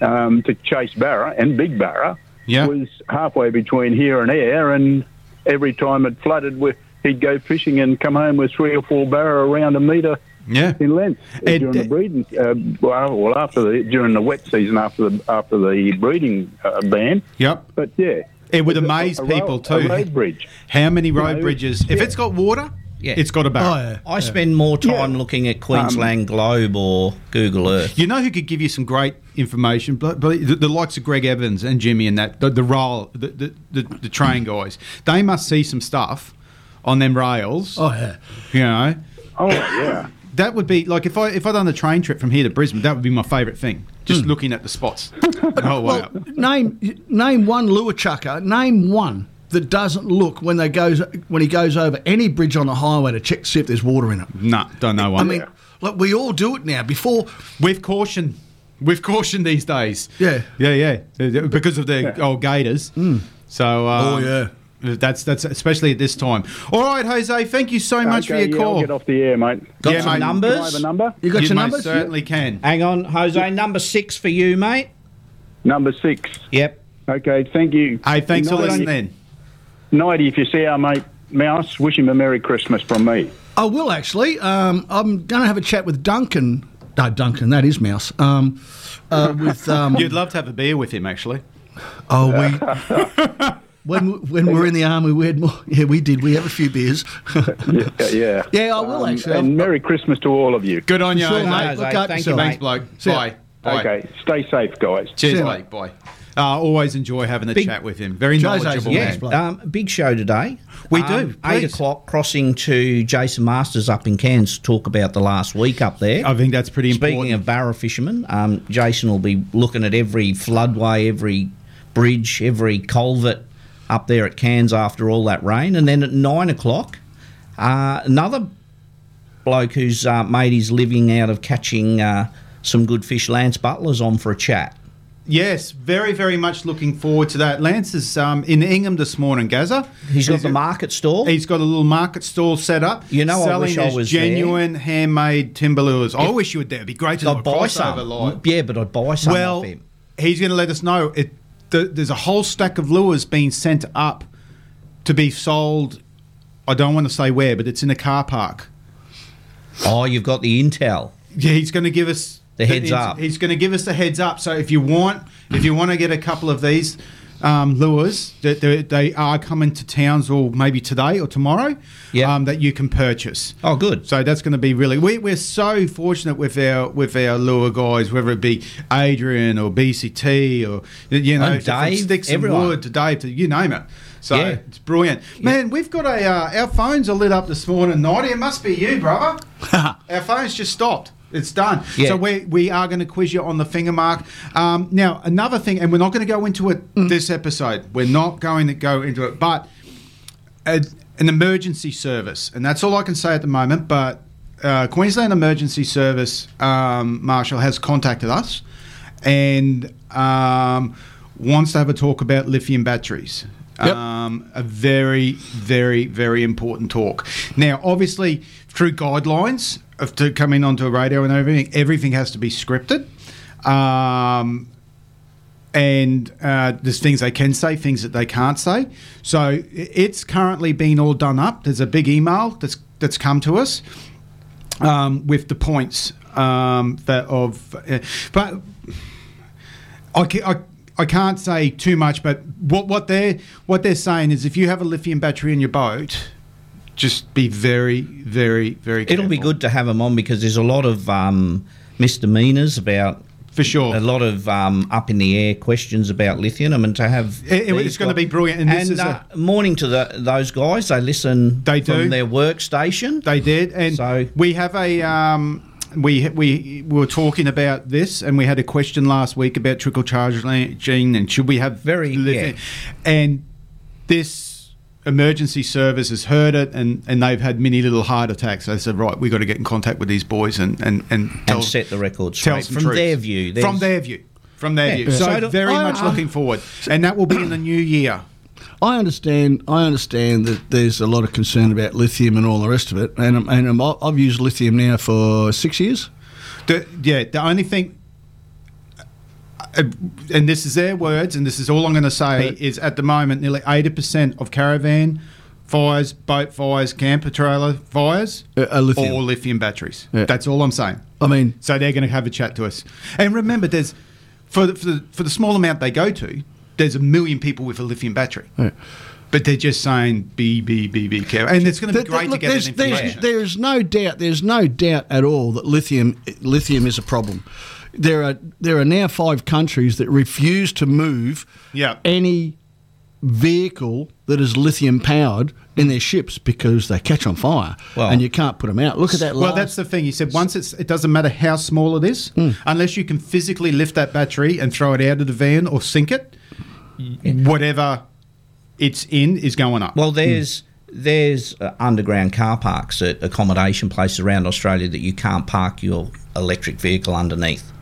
S7: um, to chase barra and big barra
S3: Yeah.
S7: was halfway between here and there, and every time it flooded, we, he'd go fishing and come home with three or four barra around a metre
S3: Yeah.
S7: in length
S3: It-
S7: during the breeding. Uh, well, well, after the during the wet season, after the after the breeding uh, ban.
S3: Yep.
S7: But yeah,
S3: It would amaze
S7: A road-
S3: people
S7: A
S3: too.
S7: road bridge.
S3: How many road
S7: know,
S3: bridges? If it's got water,
S4: Yeah.
S3: it's got a barrier.
S6: Oh, yeah.
S4: I spend more time looking at Queensland
S7: Um,
S4: Globe or Google Earth.
S3: You know who could give you some great information? But, but the, the likes of Greg Evans and Jimmy and that the, the rail, the, the, the, the train guys, they must see some stuff on them rails.
S6: Oh yeah.
S3: You know,
S7: Oh yeah.
S3: that would be like if I if I done the train trip from here to Brisbane, that would be my favourite thing.
S6: Hmm.
S3: Just looking at the spots. [LAUGHS] Oh
S6: Well,
S3: wow.
S6: name name one lure chucker. Name one that doesn't look when they goes when he goes over any bridge on the highway to check see if there's water in it.
S3: Nah, don't know one.
S6: I mean, look, we all do it now. Before
S3: with caution, with caution these days.
S6: Yeah. Mm.
S3: yeah, yeah, because of the old gators. So, um,
S6: Oh,
S3: yeah, that's that's especially at this time. All right, Jose, thank you so much for
S7: Okay,
S3: your
S7: yeah,
S3: call.
S7: I'll get off the air, mate.
S4: Got
S3: Yeah,
S4: some
S3: mate.
S7: Can I
S4: numbers?
S7: have a number?
S6: you got
S3: you
S6: your
S3: most
S6: numbers,
S3: certainly can.
S4: Hang on, Jose. Number six for you, mate.
S7: Number six.
S4: Yep.
S7: Okay, thank you.
S3: Hey, thanks for
S7: Nighty-
S3: listening.
S7: Nighty, if you see our mate Mouse, wish him a Merry Christmas from me.
S6: I will actually. Um, I'm going to have a chat with Duncan. No, Duncan, that is Mouse. Um,
S3: [LAUGHS]
S6: uh, with um,
S3: You'd love to have a beer with him, actually.
S6: oh we. [LAUGHS] When, we- when we were in the army, we had more. Yeah, we did. We have a few beers.
S3: [LAUGHS]
S6: [LAUGHS]
S7: Yeah, yeah. Um,
S6: Yeah, I will, actually.
S7: And Merry Christmas to all of you.
S3: Good on you,
S6: Sure,
S3: Jose.
S6: mate.
S4: Jose,
S6: Look out
S4: thank you,
S6: yourself.
S3: Thanks,
S4: mate.
S3: bloke.
S6: See ya.
S3: Bye. Bye.
S7: Okay, stay safe, guys.
S3: Cheers,
S6: See ya.
S3: mate. Bye. Uh, always enjoy having a
S4: Big-
S3: chat with him. Very
S6: Jose's
S3: knowledgeable
S6: a
S3: man.
S6: nice bloke.
S4: Um, big show today.
S3: We
S4: Um,
S3: do,
S4: Eight
S3: please.
S4: o'clock, crossing to Jason Masters up in Cairns to talk about the last week up there.
S3: I think that's pretty
S4: Speaking
S3: important.
S4: of barra fishermen, um, Jason will be looking at every floodway, every bridge, every culvert up there at Cairns after all that rain. And then at nine o'clock, uh, another bloke who's uh, made his living out of catching uh, some good fish, Lance Butler's on for a chat.
S3: Yes, very, very much looking forward to that. Lance is um, in Ingham this morning, Gaza.
S4: He's got the market store.
S3: He's got a little market stall set up.
S4: You know, I
S3: selling
S4: wish I
S3: his
S4: was
S3: genuine handmade timber lures. I wish you were there. It'd be great to do a
S4: I'd buy
S3: crossover
S4: some.
S3: live.
S4: Yeah, but I'd buy some
S3: well,
S4: off him.
S3: he's going to let us know. It, th- there's a whole stack of lures being sent up to be sold. I don't want to say where, but it's in a car park.
S4: Oh, you've got the intel.
S3: Yeah, he's going to give us
S4: The heads
S3: he's,
S4: up.
S3: He's going to give us the heads up. So if you want, if you want to get a couple of these um, lures, that they, they are coming to Townsville maybe today or tomorrow.
S4: Yeah.
S3: um, that you can purchase.
S4: Oh, good.
S3: So that's going to be really. We, we're so fortunate with our with our lure guys, whether it be Adrian or BCT or you know
S4: And
S3: from
S4: Dave,
S3: sticks
S4: everyone.
S3: and wood to Dave to you name it. So
S4: Yeah.
S3: it's brilliant, man. We've got a uh, our phones are lit up this morning, Nighty. It must be
S4: [LAUGHS]
S3: you, brother. our phones just stopped. It's done.
S4: Yeah.
S3: So we we are going to quiz you on the finger mark. Um, now another thing, and we're not going to go into it
S4: Mm.
S3: this episode. We're not going to go into it, but a, an emergency service, and that's all I can say at the moment. But uh, Queensland Emergency Service um, Marshal has contacted us and um, wants to have a talk about lithium batteries.
S6: Yep.
S3: Um, a very, very, very important talk. Now, obviously, through guidelines of to coming onto a radio and everything, everything has to be scripted. Um, and uh, there's things they can say, things that they can't say. So i- it's currently been all done up. There's a big email that's that's come to us um, with the points um, that of, uh, but I, ca- I, I can't say too much, but what, what they're what they're saying is if you have a lithium battery in your boat, just be very, very, very. Careful.
S4: It'll be good to have them on because there's a lot of um, misdemeanors about.
S3: For sure.
S4: A lot of um, up in the air questions about lithium, and to have
S3: It- it-
S4: these
S3: it's gonna
S4: guys-
S3: be brilliant, and this is
S4: uh, morning to the, those guys. They listen.
S3: They
S4: from
S3: do.
S4: their workstation.
S3: They did, and
S4: So-
S3: we have a um, we we we were talking about this, and we had a question last week about trickle charging and should we have
S4: Very, yeah.
S3: and this emergency service has heard it, and and they've had many little heart attacks. They said, right, we got to get in contact with these boys and and and, tell-
S4: and set the record
S3: tell
S4: straight
S3: some
S4: from
S3: truth.
S4: their view. There's-
S3: from their view. From their
S4: Yeah.
S3: view, so,
S4: So do-
S3: very
S4: I-
S3: much
S4: I-
S3: looking forward, and that will be in the new year.
S6: I understand. I understand that there's a lot of concern about lithium and all the rest of it. And I'm- and I'm- I've used lithium now for six years.
S3: The, yeah, the only thing, uh, and this is their words, and this is all I'm going to say, is at the moment nearly 80% of caravan fires, boat fires, camper trailer fires
S6: Uh, are lithium.
S3: or lithium batteries.
S6: Yeah.
S3: That's all I'm saying.
S6: I mean,
S3: So they're going to have a chat to us. And remember, there's for the, for the, for the small amount they go to, there's a million people with a lithium battery. But they're just saying, be, be, be, be careful. And it's going to be
S6: Th-
S3: great
S6: th-
S3: to
S6: look,
S3: get that
S6: there's,
S3: information.
S6: there's, there's no doubt. There's no doubt at all that lithium lithium is a problem. There are there are now five countries that refuse to move
S3: Yeah.
S6: any vehicle that is lithium powered in their ships because they catch on fire
S4: Well-
S6: and you can't put them out. Look at that.
S3: Well,
S6: last-
S3: that's the thing. You said once it's, it doesn't matter how small it is,
S4: Hmm.
S3: unless you can physically lift that battery and throw it out of the van or sink it, whatever it's in is going up. Hmm.
S4: Well, there's there's uh, underground car parks at accommodation places around Australia that you can't park your electric vehicle underneath.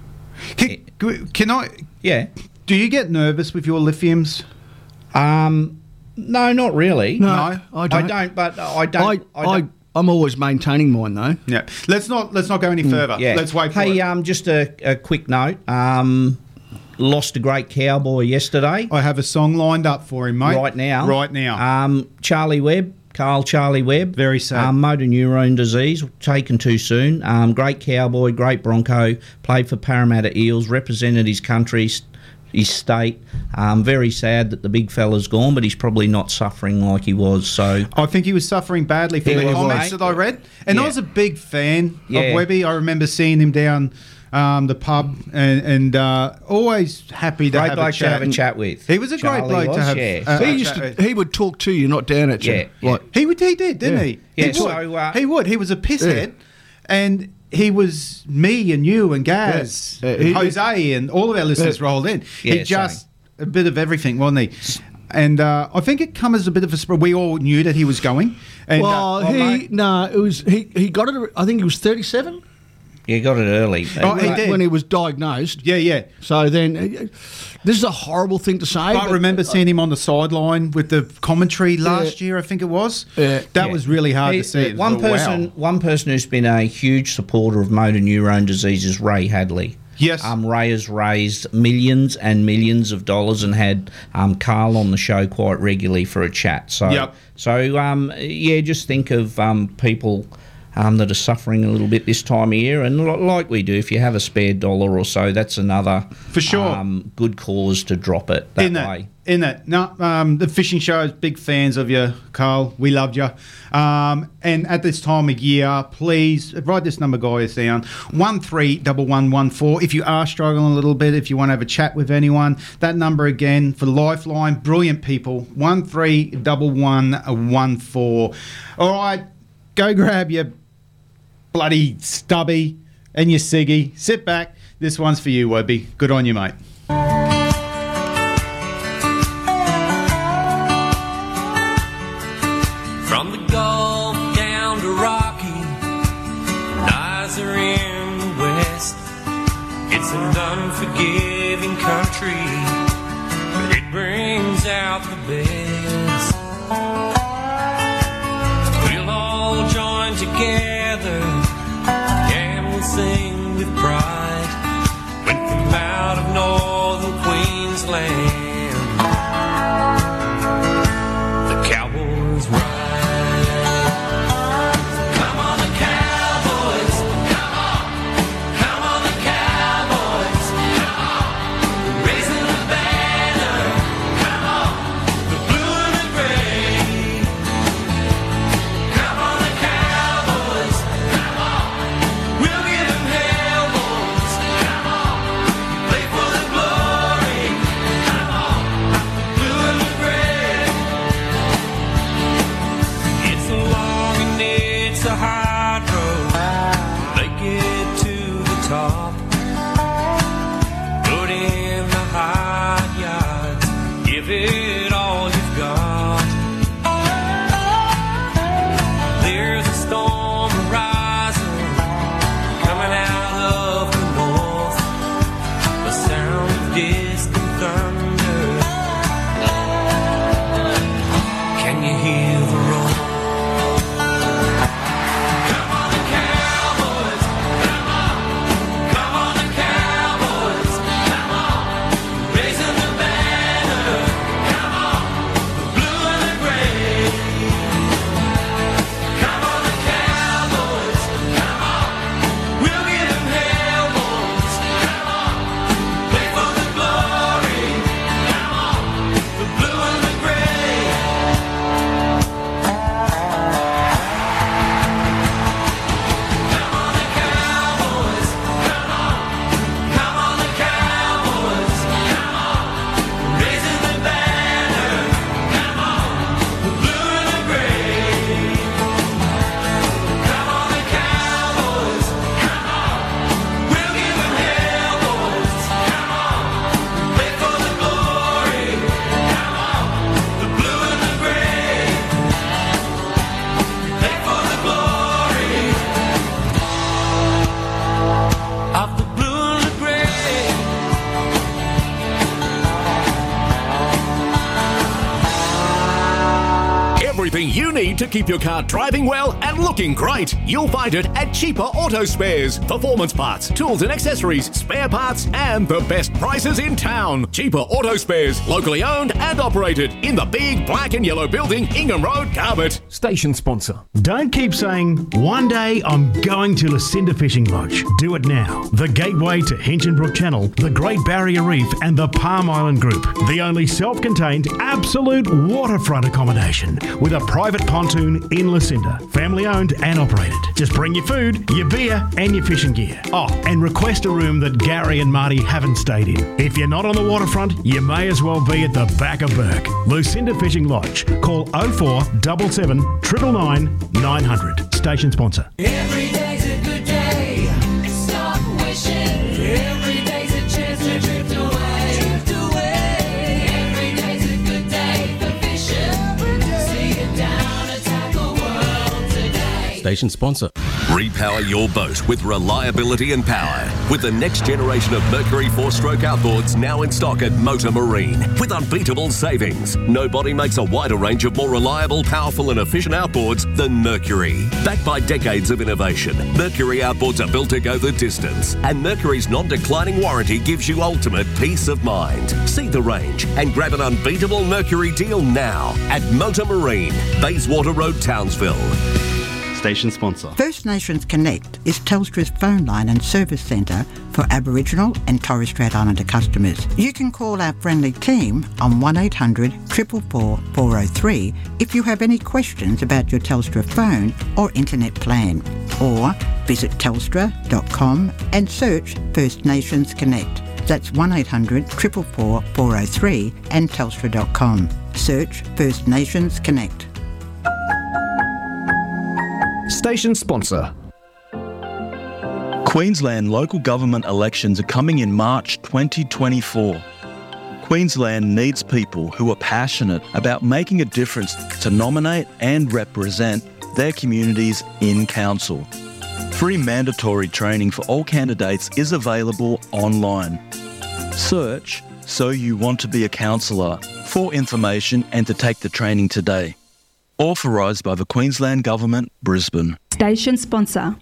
S3: can, can I?
S4: Yeah.
S3: Do you get nervous with your lithiums?
S4: Um, no, not really.
S6: No, I don't.
S4: I don't. But I
S6: I, I,
S4: don't. I, don't
S6: am always maintaining mine though.
S3: Yeah. Let's not let's not go any further.
S4: Mm, yeah.
S3: Let's wait for
S4: hey,
S3: it.
S4: um, just a, a quick note. Um, lost a great cowboy yesterday.
S3: I have a song lined up for him, mate.
S4: right now.
S3: Right now.
S4: Um, Charlie Webb, Carl Charlie Webb.
S3: Very sad.
S4: Um, motor neurone disease, taken too soon. Um, great cowboy, great Bronco, played for Parramatta Eels, represented his country, s- his state. Um, very sad that the big fella's gone, but he's probably not suffering like he was. So,
S3: I think he was suffering badly from
S4: He
S3: the
S4: was,
S3: comments
S4: mate.
S3: that I read. And I
S4: Yeah.
S3: was a big fan of
S4: Yeah.
S3: Webby. I remember seeing him down um, the pub and, and uh, always happy to,
S4: Great
S3: have,
S4: bloke
S3: a
S4: to
S3: chat.
S4: have a
S3: and-
S4: chat with.
S3: He was a great
S4: Charlie
S3: bloke to
S4: was,
S3: have.
S4: yeah.
S3: uh,
S6: He
S3: a
S6: used
S3: chat
S6: to,
S3: with.
S6: he would talk to you, not down at you.
S4: Yeah,
S6: Like,
S3: He would. He did, didn't
S6: Yeah.
S3: he?
S4: Yeah,
S3: he would.
S4: so, uh,
S3: he would. He was a pisshead, and he was me and you and Gaz,
S6: Yeah. Yeah,
S3: and
S6: he-
S3: Jose, and all of our listeners rolled in. he
S4: Yeah,
S3: just a bit of everything, wasn't he? And uh, I think it come as a bit of a surprise. We all knew that he was going. And, uh,
S6: Well, he
S4: mate.
S6: no, it was he. He got it. I think he was thirty-seven
S4: you got it early.
S3: Oh, he
S6: when-
S3: did.
S6: when he was diagnosed.
S3: yeah, yeah.
S6: So then, uh, this is a horrible thing to say.
S3: I remember seeing him on the sideline with the commentary last year. I think it was.
S6: Yeah.
S3: That
S4: Yeah.
S3: was really hard
S4: He-
S3: to see. It was
S4: uh, One
S3: like, wow.
S4: person, one person who's been a huge supporter of motor neurone disease is Ray Hadley.
S3: Yes.
S4: um, Ray has raised millions and millions of dollars and had um, Carl on the show quite regularly for a chat. So,
S3: Yep.
S4: so um, yeah, just think of um, people. Um, that are suffering a little bit this time of year, and li- like we do, if you have a spare dollar or so, that's another
S3: For sure.
S4: um, good cause to drop it that
S3: in
S4: way.
S3: It, in it. No, um, the fishing show is big fans of you, Carl. We loved you. Um, and at this time of year, please write this number, guys, down one three double one one four. If you are struggling a little bit, if you want to have a chat with anyone, that number again for Lifeline. Brilliant people. One three double one one four. All right, go grab your bloody stubby and your ciggy. Sit back. This one's for you, Webby. Good on you, mate.
S8: From the Gulf down to Rocky, and eyes are in the West. It's an unforgiving country, but it brings out the best. We'll all join together, and we'll sing with pride. When from out of northern Queensland.
S1: land. The Cowboys ride. Come on, the Cowboys. Come on. Come on, the Cowboys. Come on. Raising the banner. Come on. The blue and the gray. Come on, the Cowboys. Come on. We'll give them hell, boys. Come on. Play for the glory. Come on. Blue and the gray. It's a long and it's a hard road. Make it to the top. Put in the hard yards. Give it all you've got. There's a storm rising, coming out of the north. The sound of distant thunder. Can you hear the roar? Come on, the Cowboys! Come on! Come on, the Cowboys! Come on! Raising the banner! Come on! The blue and the gray. Come on, the Cowboys! Come on! We'll give them hell, boys! Come on! Play for the glory! Come on! The blue and the gray. Come on, the Cowboys! Come on! Come on, the Cowboys! Come on! Raising the banner! Come on! The blue and the gray. Come on, the Cowboys! Come on! We'll give 'em hell, boys! Come on! Play for the glory! Come on! The blue and the gray. Play for the glory! of the blue and the gray.
S9: Everything you need to keep your car driving well and looking great. You'll find it at Cheaper Auto Spares. Performance parts, tools and accessories, spare parts, and the best prices in town. Cheaper Auto Spares, locally owned and operated in the big black and yellow building, Ingham Road, Garbutt.
S10: Station sponsor.
S11: Don't keep saying, one day I'm going to Lucinda Fishing Lodge. Do it now. The gateway to Hinchinbrook Channel, the Great Barrier Reef, and the Palm Island Group. The only self contained, absolute waterfront accommodation with a private pontoon in Lucinda. Family owned and operated. Just bring your food, your beer, and your fishing gear. Oh, and request a room that Gary and Marty haven't stayed in. If you're not on the waterfront, you may as well be at the back of Burke. Lucinda Fishing Lodge. Call 0477 999 900. Station sponsor.
S1: Every day's a good day. Stop wishing. Every day's a chance to drift away. Drift away. Every day's a good day for fishing. See you down a tackle world today.
S12: Station sponsor. Repower your boat with reliability and power with the next generation of Mercury four stroke outboards now in stock at Motor Marine with unbeatable savings. Nobody makes a wider range of more reliable, powerful, and efficient outboards than Mercury. Backed by decades of innovation, Mercury outboards are built to go the distance, and Mercury's non declining warranty gives you ultimate peace of mind. See the range and grab an unbeatable Mercury deal now at Motor Marine, Bayswater Road, Townsville.
S13: Station sponsor.
S14: First Nations Connect is Telstra's phone line and service centre for Aboriginal and Torres Strait Islander customers. You can call our friendly team on 1800 444 403 if you have any questions about your Telstra phone or internet plan. Or visit telstra.com and search First Nations Connect. That's 1800 444 403 and telstra.com. Search First Nations Connect.
S15: Station sponsor. Queensland local government elections are coming in March 2024. Queensland needs people who are passionate about making a difference to nominate and represent their communities in council. Free mandatory training for all candidates is available online. Search So You Want to Be a Councillor for information and to take the training today. Authorised by the Queensland Government, Brisbane.
S16: Station sponsor.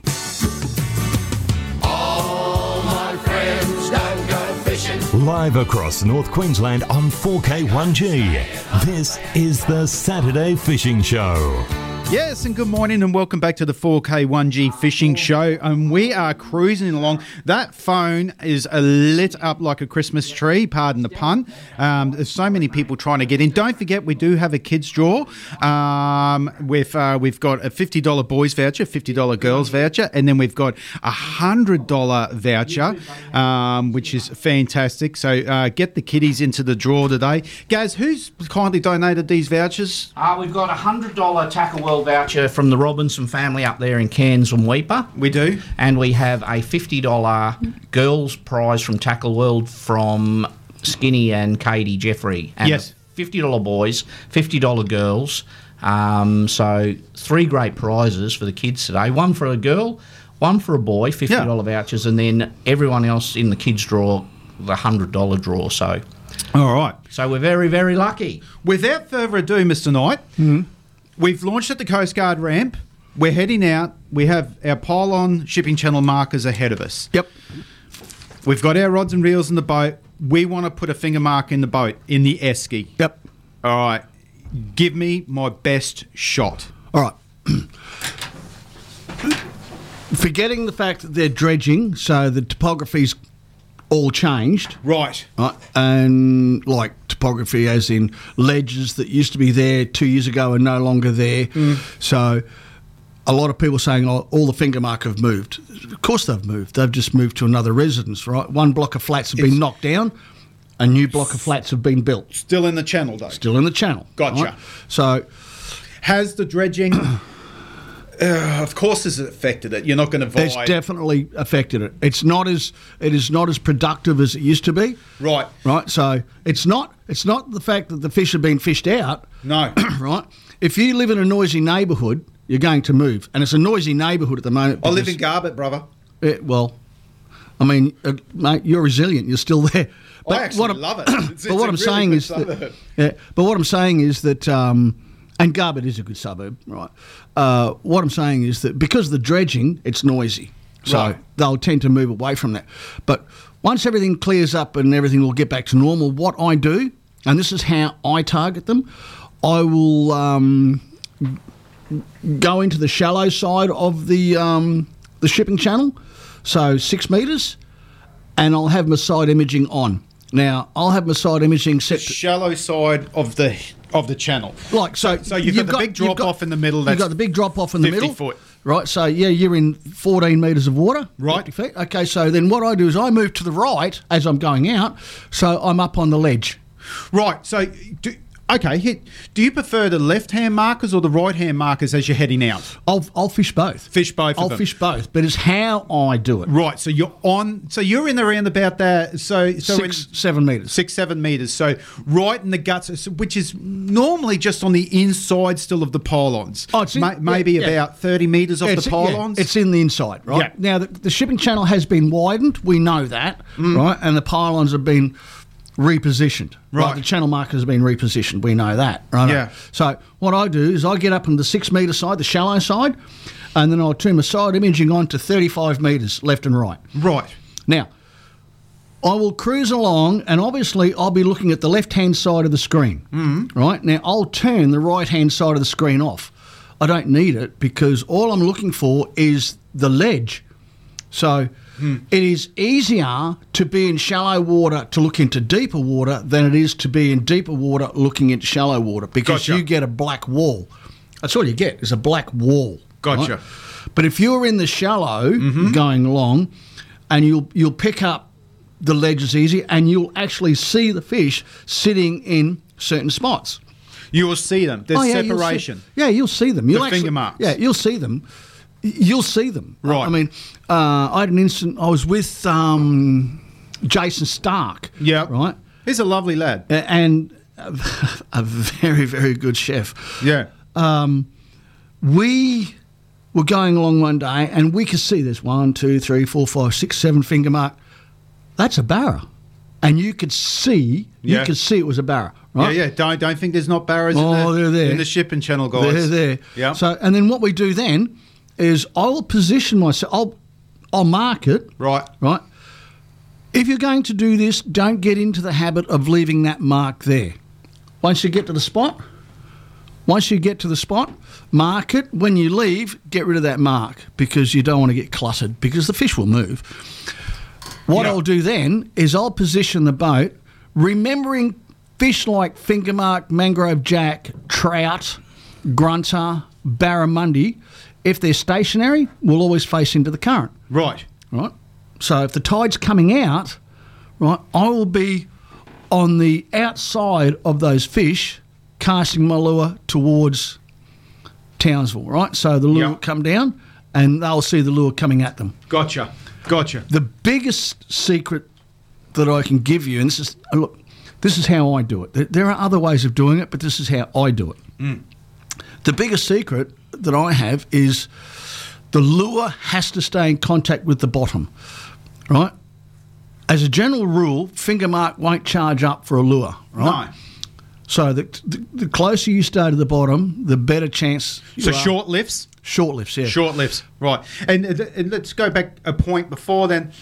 S1: All my friends don't go fishing.
S17: live across North Queensland on 4K1G. This is the Saturday Fishing Show.
S3: Yes, and good morning, and welcome back to the 4K1G Fishing Show. And we are cruising along. That phone is uh, lit up like a Christmas tree, pardon the pun. Um, there's so many people trying to get in. Don't forget, we do have a kids' draw. Um, with, uh, we've got a $50 boys voucher, $50 girls voucher, and then we've got a $100 voucher, um, which is fantastic. So uh, get the kiddies into the draw today. Guys, who's kindly donated these vouchers?
S4: Uh, we've got a hundred dollar Tackle World voucher from the Robinson family up there in Cairns and Weeper.
S3: We do,
S4: and we have a fifty dollar girls prize from Tackle World from Skinny and Katie Jeffrey. And
S3: Yes.
S4: fifty dollar boys, fifty dollar girls. Um, so three great prizes for the kids today. One for a girl, one for a boy, fifty dollar vouchers, and then everyone else in the kids draw the hundred dollar draw. So.
S3: All right.
S4: So we're very, very lucky.
S3: Without further ado, Mr. Knight,
S6: Hmm.
S3: we've launched at the Coast Guard ramp. We're heading out. We have our pylon shipping channel markers ahead of us.
S6: Yep.
S3: We've got our rods and reels in the boat. We want to put a finger mark in the boat, in the esky.
S6: Yep.
S3: All right. Give me my best shot.
S6: All right. [CLEARS THROAT] Forgetting the fact that they're dredging, so the topography's all changed.
S3: Right.
S6: Right. And like topography, as in ledges that used to be there two years ago are no longer there.
S3: Hmm.
S6: So a lot of people saying, oh, all the finger mark have moved. Of course they've moved. They've just moved to another residence, right? One block of flats have been knocked down. A new block of flats have been built.
S3: Still in the channel, though.
S6: Still in the channel.
S3: Gotcha.
S6: right? So,
S3: has the
S6: [COUGHS]
S3: dredging? uh, of course, has affected it. You're not going to
S6: It's
S3: vibe.
S6: definitely affected it. It's not as it is not as productive as it used to be.
S3: Right.
S6: Right. So it's not it's not the fact that the fish have been fished out.
S3: No.
S6: [CLEARS THROAT] right. If you live in a noisy neighbourhood, you're going to move, and it's a noisy neighbourhood at the moment.
S3: I live in
S6: because-
S3: Garbutt, brother.
S6: Yeah, well, I mean, uh, mate, you're resilient. You're still [LAUGHS] there.
S3: I actually
S6: what I'm-
S3: [CLEARS THROAT] love it. It's-
S6: but
S3: it's
S6: what
S3: a
S6: I'm
S3: really
S6: saying
S3: good
S6: is that,
S3: suburb.
S6: yeah, but what I'm saying is that, um, and Garbutt is a good suburb, right? Uh, what I'm saying is that because of the dredging, it's noisy, so
S2: Right.
S6: they'll tend to move away from that. But once everything clears up and everything will get back to normal, what I do, and this is how I target them, I will um, go into the shallow side of the um, the shipping channel, so six meters, and I'll have my side imaging on. Now I'll have my side imaging set. To,
S3: Shallow side of the of the channel.
S6: Like so,
S3: So you've, got the big
S6: you've
S3: drop off in the middle.
S6: You've
S3: That's
S6: got the big drop off in the
S3: 50
S6: middle,
S3: foot.
S6: right? So yeah, you're in 14 meters of water, right? Feet. Okay, so then what I do is I move to the right as I'm going out, so I'm up on the ledge.
S3: Right. So, do, okay. Hit. Do you prefer the left-hand markers or the right-hand markers as you're heading out?
S6: I'll I'll fish both.
S3: Fish both. of
S6: I'll
S3: them.
S6: fish both, but it's how I do it.
S3: Right. So you're on. So you're in around about there. So so
S6: Six, seven meters.
S3: Six seven meters. So right in the guts, so- which is normally just on the inside still of the pylons. Oh,
S6: it's in- yeah,
S3: maybe
S6: yeah.
S3: about thirty meters off
S6: It's-
S3: the
S6: yeah,
S3: pylons.
S6: it's in the inside, right?
S3: Yeah.
S6: Now the, the shipping channel has been widened. We know that,
S3: Mm.
S6: right? And the pylons have been repositioned. Right.
S3: Right.
S6: The channel markers have been repositioned. We know that, right?
S3: Yeah.
S6: So what I do is I get up on the six meter side, the shallow side, and then I'll turn my side imaging on to thirty five meters left and right.
S3: Right.
S6: Now. I will cruise along, and obviously, I'll be looking at the left hand side of the screen.
S3: Mm-hmm.
S6: Mm. Right now, I'll turn the right hand side of the screen off. I don't need it because all I'm looking for is the ledge. So
S3: Hmm.
S6: it is easier to be in shallow water to look into deeper water than it is to be in deeper water looking into shallow water because
S3: Gotcha.
S6: you get a black wall. That's all you get is a black wall.
S3: Gotcha.
S6: But if you're in the shallow
S3: Mm-hmm.
S6: going long, and you'll you'll pick up the ledges easy, and you'll actually see the fish sitting in certain spots.
S3: You will see them. There's
S6: Oh, yeah, you'll see-
S3: separation.
S6: yeah, you'll see them. You'll
S3: The
S6: actually,
S3: finger marks.
S6: Yeah, you'll see them. Y- You'll see them.
S3: Right.
S6: I mean, uh, I had an instant. I was with um, Jason Stark.
S3: Yeah.
S6: Right.
S3: He's a lovely lad.
S6: And a, [LAUGHS] a very, very good chef.
S3: Yeah.
S6: Um, we were going along one day and we could see this one, two, three, four, five, six, seven finger mark. That's a barra. And you could see,
S3: Yeah.
S6: you could see it was a barra, right?
S3: Yeah, yeah. Don't don't think there's not barrows
S6: Oh,
S3: in, the,
S6: they're there.
S3: in the shipping channel, guys.
S6: They're there.
S3: Yeah.
S6: So, and then what we do then is I'll position myself. I'll I'll mark it.
S3: Right.
S6: Right. If you're going to do this, don't get into the habit of leaving that mark there. Once you get to the spot, once you get to the spot, mark it. When you leave, get rid of that mark because you don't want to get cluttered because the fish will move. What I'll do then is I'll position the boat, remembering fish like fingermark, mangrove jack, trout, grunter, barramundi. If they're stationary, we'll always face into the current.
S3: Right.
S6: Right. So if the tide's coming out, right, I will be on the outside of those fish, casting my lure towards Townsville. Right. So the lure will come down, and they'll see the lure coming at them.
S3: Gotcha. Gotcha.
S6: The biggest secret that I can give you, and this is uh, look, this is how I do it. There- There are other ways of doing it, but this is how I do it. The biggest secret that I have is the lure has to stay in contact with the bottom, right? As a general rule, finger mark won't charge up for a lure, right? So the, the, the closer you stay to the bottom, the better chance. you
S3: So
S6: are.
S3: short lifts?
S6: Short lifts, yeah.
S3: Short lifts, right. And, uh, and let's go back a point before then.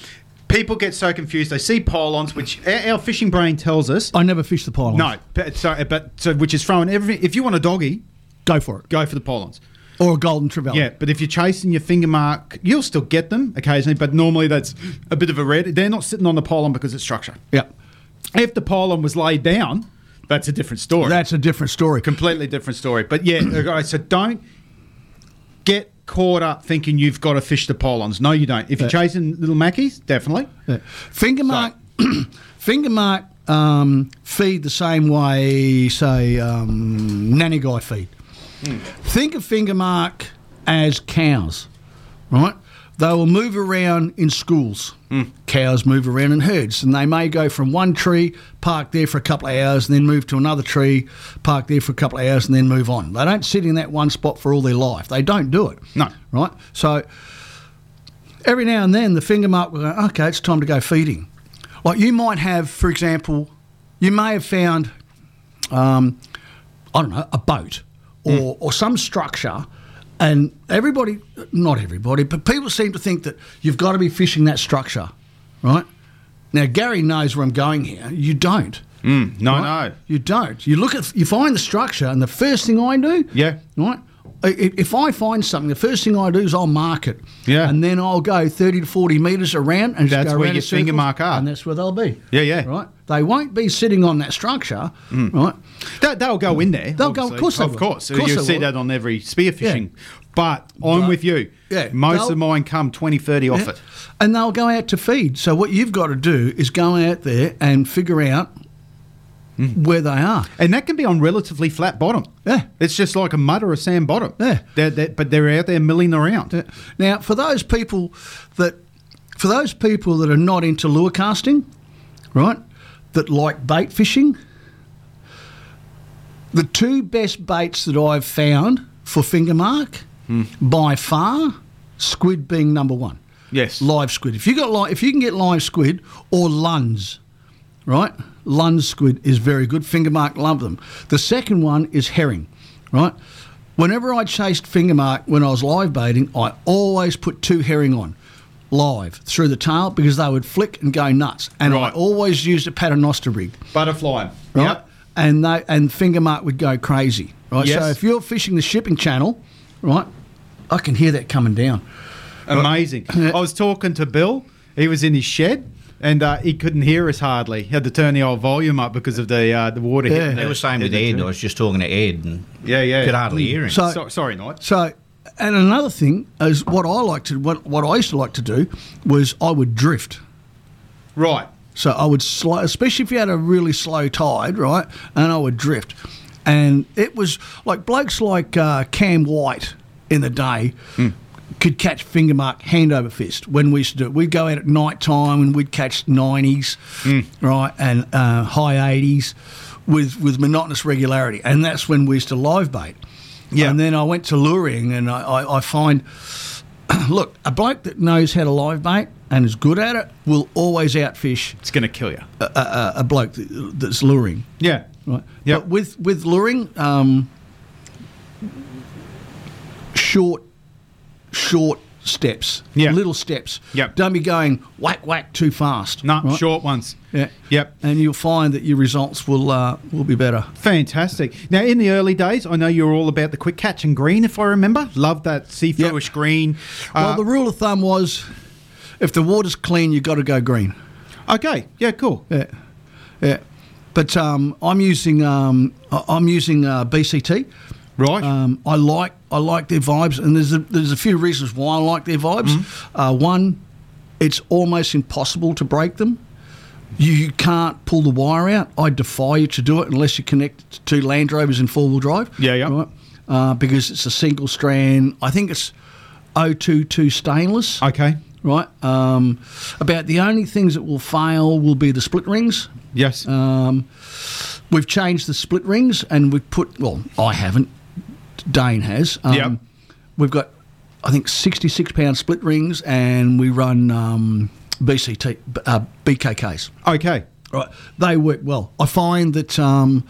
S3: People get so confused. They see pylons, which our our fishing brain tells us.
S6: I never fish the pylons.
S3: No, but, so, eh, but so which is throwing everything. If you want a doggy,
S6: go for it.
S3: Go for the pylons.
S6: Or a golden trevally.
S3: Yeah, but if you're chasing your finger mark, you'll still get them occasionally, but normally that's a bit of a red. They're not sitting on the pylon because it's structure.
S6: Yeah.
S3: If the pylon was laid down, that's a different story.
S6: That's a different story.
S3: Completely different story.
S6: [CLEARS THROAT]
S3: But yeah, okay, so don't get caught up thinking you've got to fish the pylons. No, you don't. If you're
S6: Yeah.
S3: chasing little mackies, definitely.
S6: Finger mark, [CLEARS THROAT] finger mark um, feed the same way, say, um, nanny guy feed. Think of finger mark as cows, right? They will move around in schools. Cows move around in herds, and they may go from one tree, park there for a couple of hours, and then move to another tree, park there for a couple of hours, and then move on. They don't sit in that one spot for all their life. They don't do it. No. Right? So every now and then the finger mark will go, okay, it's time to go feeding. Like you might have, for example, you may have found, um, I don't know, a boat or,
S3: Hmm.
S6: or some structure. And everybody, not everybody, but people seem to think that you've got to be fishing that structure, right? Now, Gary knows where I'm going here. You don't.
S3: Mm, no,
S6: no. You don't. You look at, you find the structure, and the first thing I do,
S3: yeah,
S6: right. I- i- If I find something, the first thing I do is I'll mark it. Yeah. And then I'll go 30 to 40 metres around and just
S3: That's
S6: go
S3: where
S6: around
S3: your
S6: in
S3: finger
S6: circles,
S3: mark are.
S6: And that's where they'll be.
S3: Yeah, yeah.
S6: Right? They won't be sitting on that structure,
S3: Mm.
S6: right?
S3: They, they'll go in there.
S6: They'll go, of
S3: obviously.
S6: course they
S3: Of
S6: will.
S3: course.
S6: Of course
S3: you
S6: they
S3: see
S6: will.
S3: that on every spearfishing. But I'm with you.
S6: Yeah.
S3: Most
S6: They'll-
S3: of mine come 20, 30 off
S6: Yeah.
S3: it.
S6: And they'll go out to feed. So what you've got to do is go out there and figure out where they are.
S3: And that can be on relatively flat bottom.
S6: Yeah.
S3: It's just like a mud or a sand bottom. Yeah. They're, they're- but they're out there milling around.
S6: Now, for those people that, for those people that are not into lure casting, right, that like bait fishing, the two best baits that I've found for finger mark, by far, squid being number one.
S3: Yes.
S6: Live squid. If you got li- if you can get live squid or luns, right? Lund squid is very good. Finger mark, love them. The second one is herring, right? Whenever I chased finger mark when I was live baiting, I always put two herring on live through the tail because they would flick and go nuts. And I always used a paternoster rig,
S3: Butterfly.
S6: right? And they and finger mark would go crazy, right? So
S3: Yes.
S6: if you're fishing the shipping channel, right, I can hear that coming down. Uh,
S3: Amazing. I was talking to Bill. He was in his shed. And uh, he couldn't hear us hardly. He had to turn the old volume up because of the uh, the water. hitting
S4: It
S3: the-
S4: was same with
S3: hitting
S4: Ed.
S3: the-
S4: I was just talking to Ed and
S3: Yeah, yeah.
S4: could hardly hear him.
S3: So, sorry, Knight.
S6: So, and another thing is what I like to what, what I used to like to do was I would drift.
S3: Right.
S6: So I would slow, especially if you had a really slow tide, right? And I would drift, and it was like blokes like uh, Cam White in the day. Could catch finger mark hand over fist when we used to do it. We'd go out at night time and we'd catch 90s,
S3: Mm.
S6: right, and uh, high 80s with, with monotonous regularity. And that's when we used to live bait. Yeah. And then I went to luring, and I, I, I find, [CLEARS THROAT] look, a bloke that knows how to live bait and is good at it will always outfish.
S3: It's going to kill you.
S6: A, a, a- a bloke that, that's luring,
S3: Yeah.
S6: right? But with with luring, um, short, short steps. Yeah. Little steps. Yep. Don't be going whack whack too fast.
S3: No, short ones.
S6: Yeah.
S3: Yep.
S6: And you'll find that your results will uh, will be better.
S3: Fantastic. Now, in the early days, I know you were all about the quick catch and green, if I remember. Love that seafoodish green. Uh,
S6: well, the rule of thumb was if the water's clean, you've got to go green.
S3: Okay. Yeah. Cool.
S6: Yeah. Yeah. But um, I'm using um, I- I'm using uh, BCT.
S3: Right.
S6: Um, I like I like their vibes, and there's a, there's a few reasons why I like their vibes.
S3: Mm-hmm.
S6: Uh, one, it's almost impossible to break them. You, you can't pull the wire out. I defy you to do it unless you connect to Land Rovers in four wheel drive.
S3: Yeah, yeah.
S6: Right? Uh, because it's a single strand. I think it's 022 stainless.
S3: Okay.
S6: Right. Um, about the only things that will fail will be the split rings.
S3: Yes.
S6: Um, we've changed the split rings and we've put, well, I haven't. Dane has. Um,
S3: Yep.
S6: We've got, I think, 66 pound split rings and we run um, BCT, b- uh, BKKs.
S3: Okay.
S6: Right. They work well. I find that um,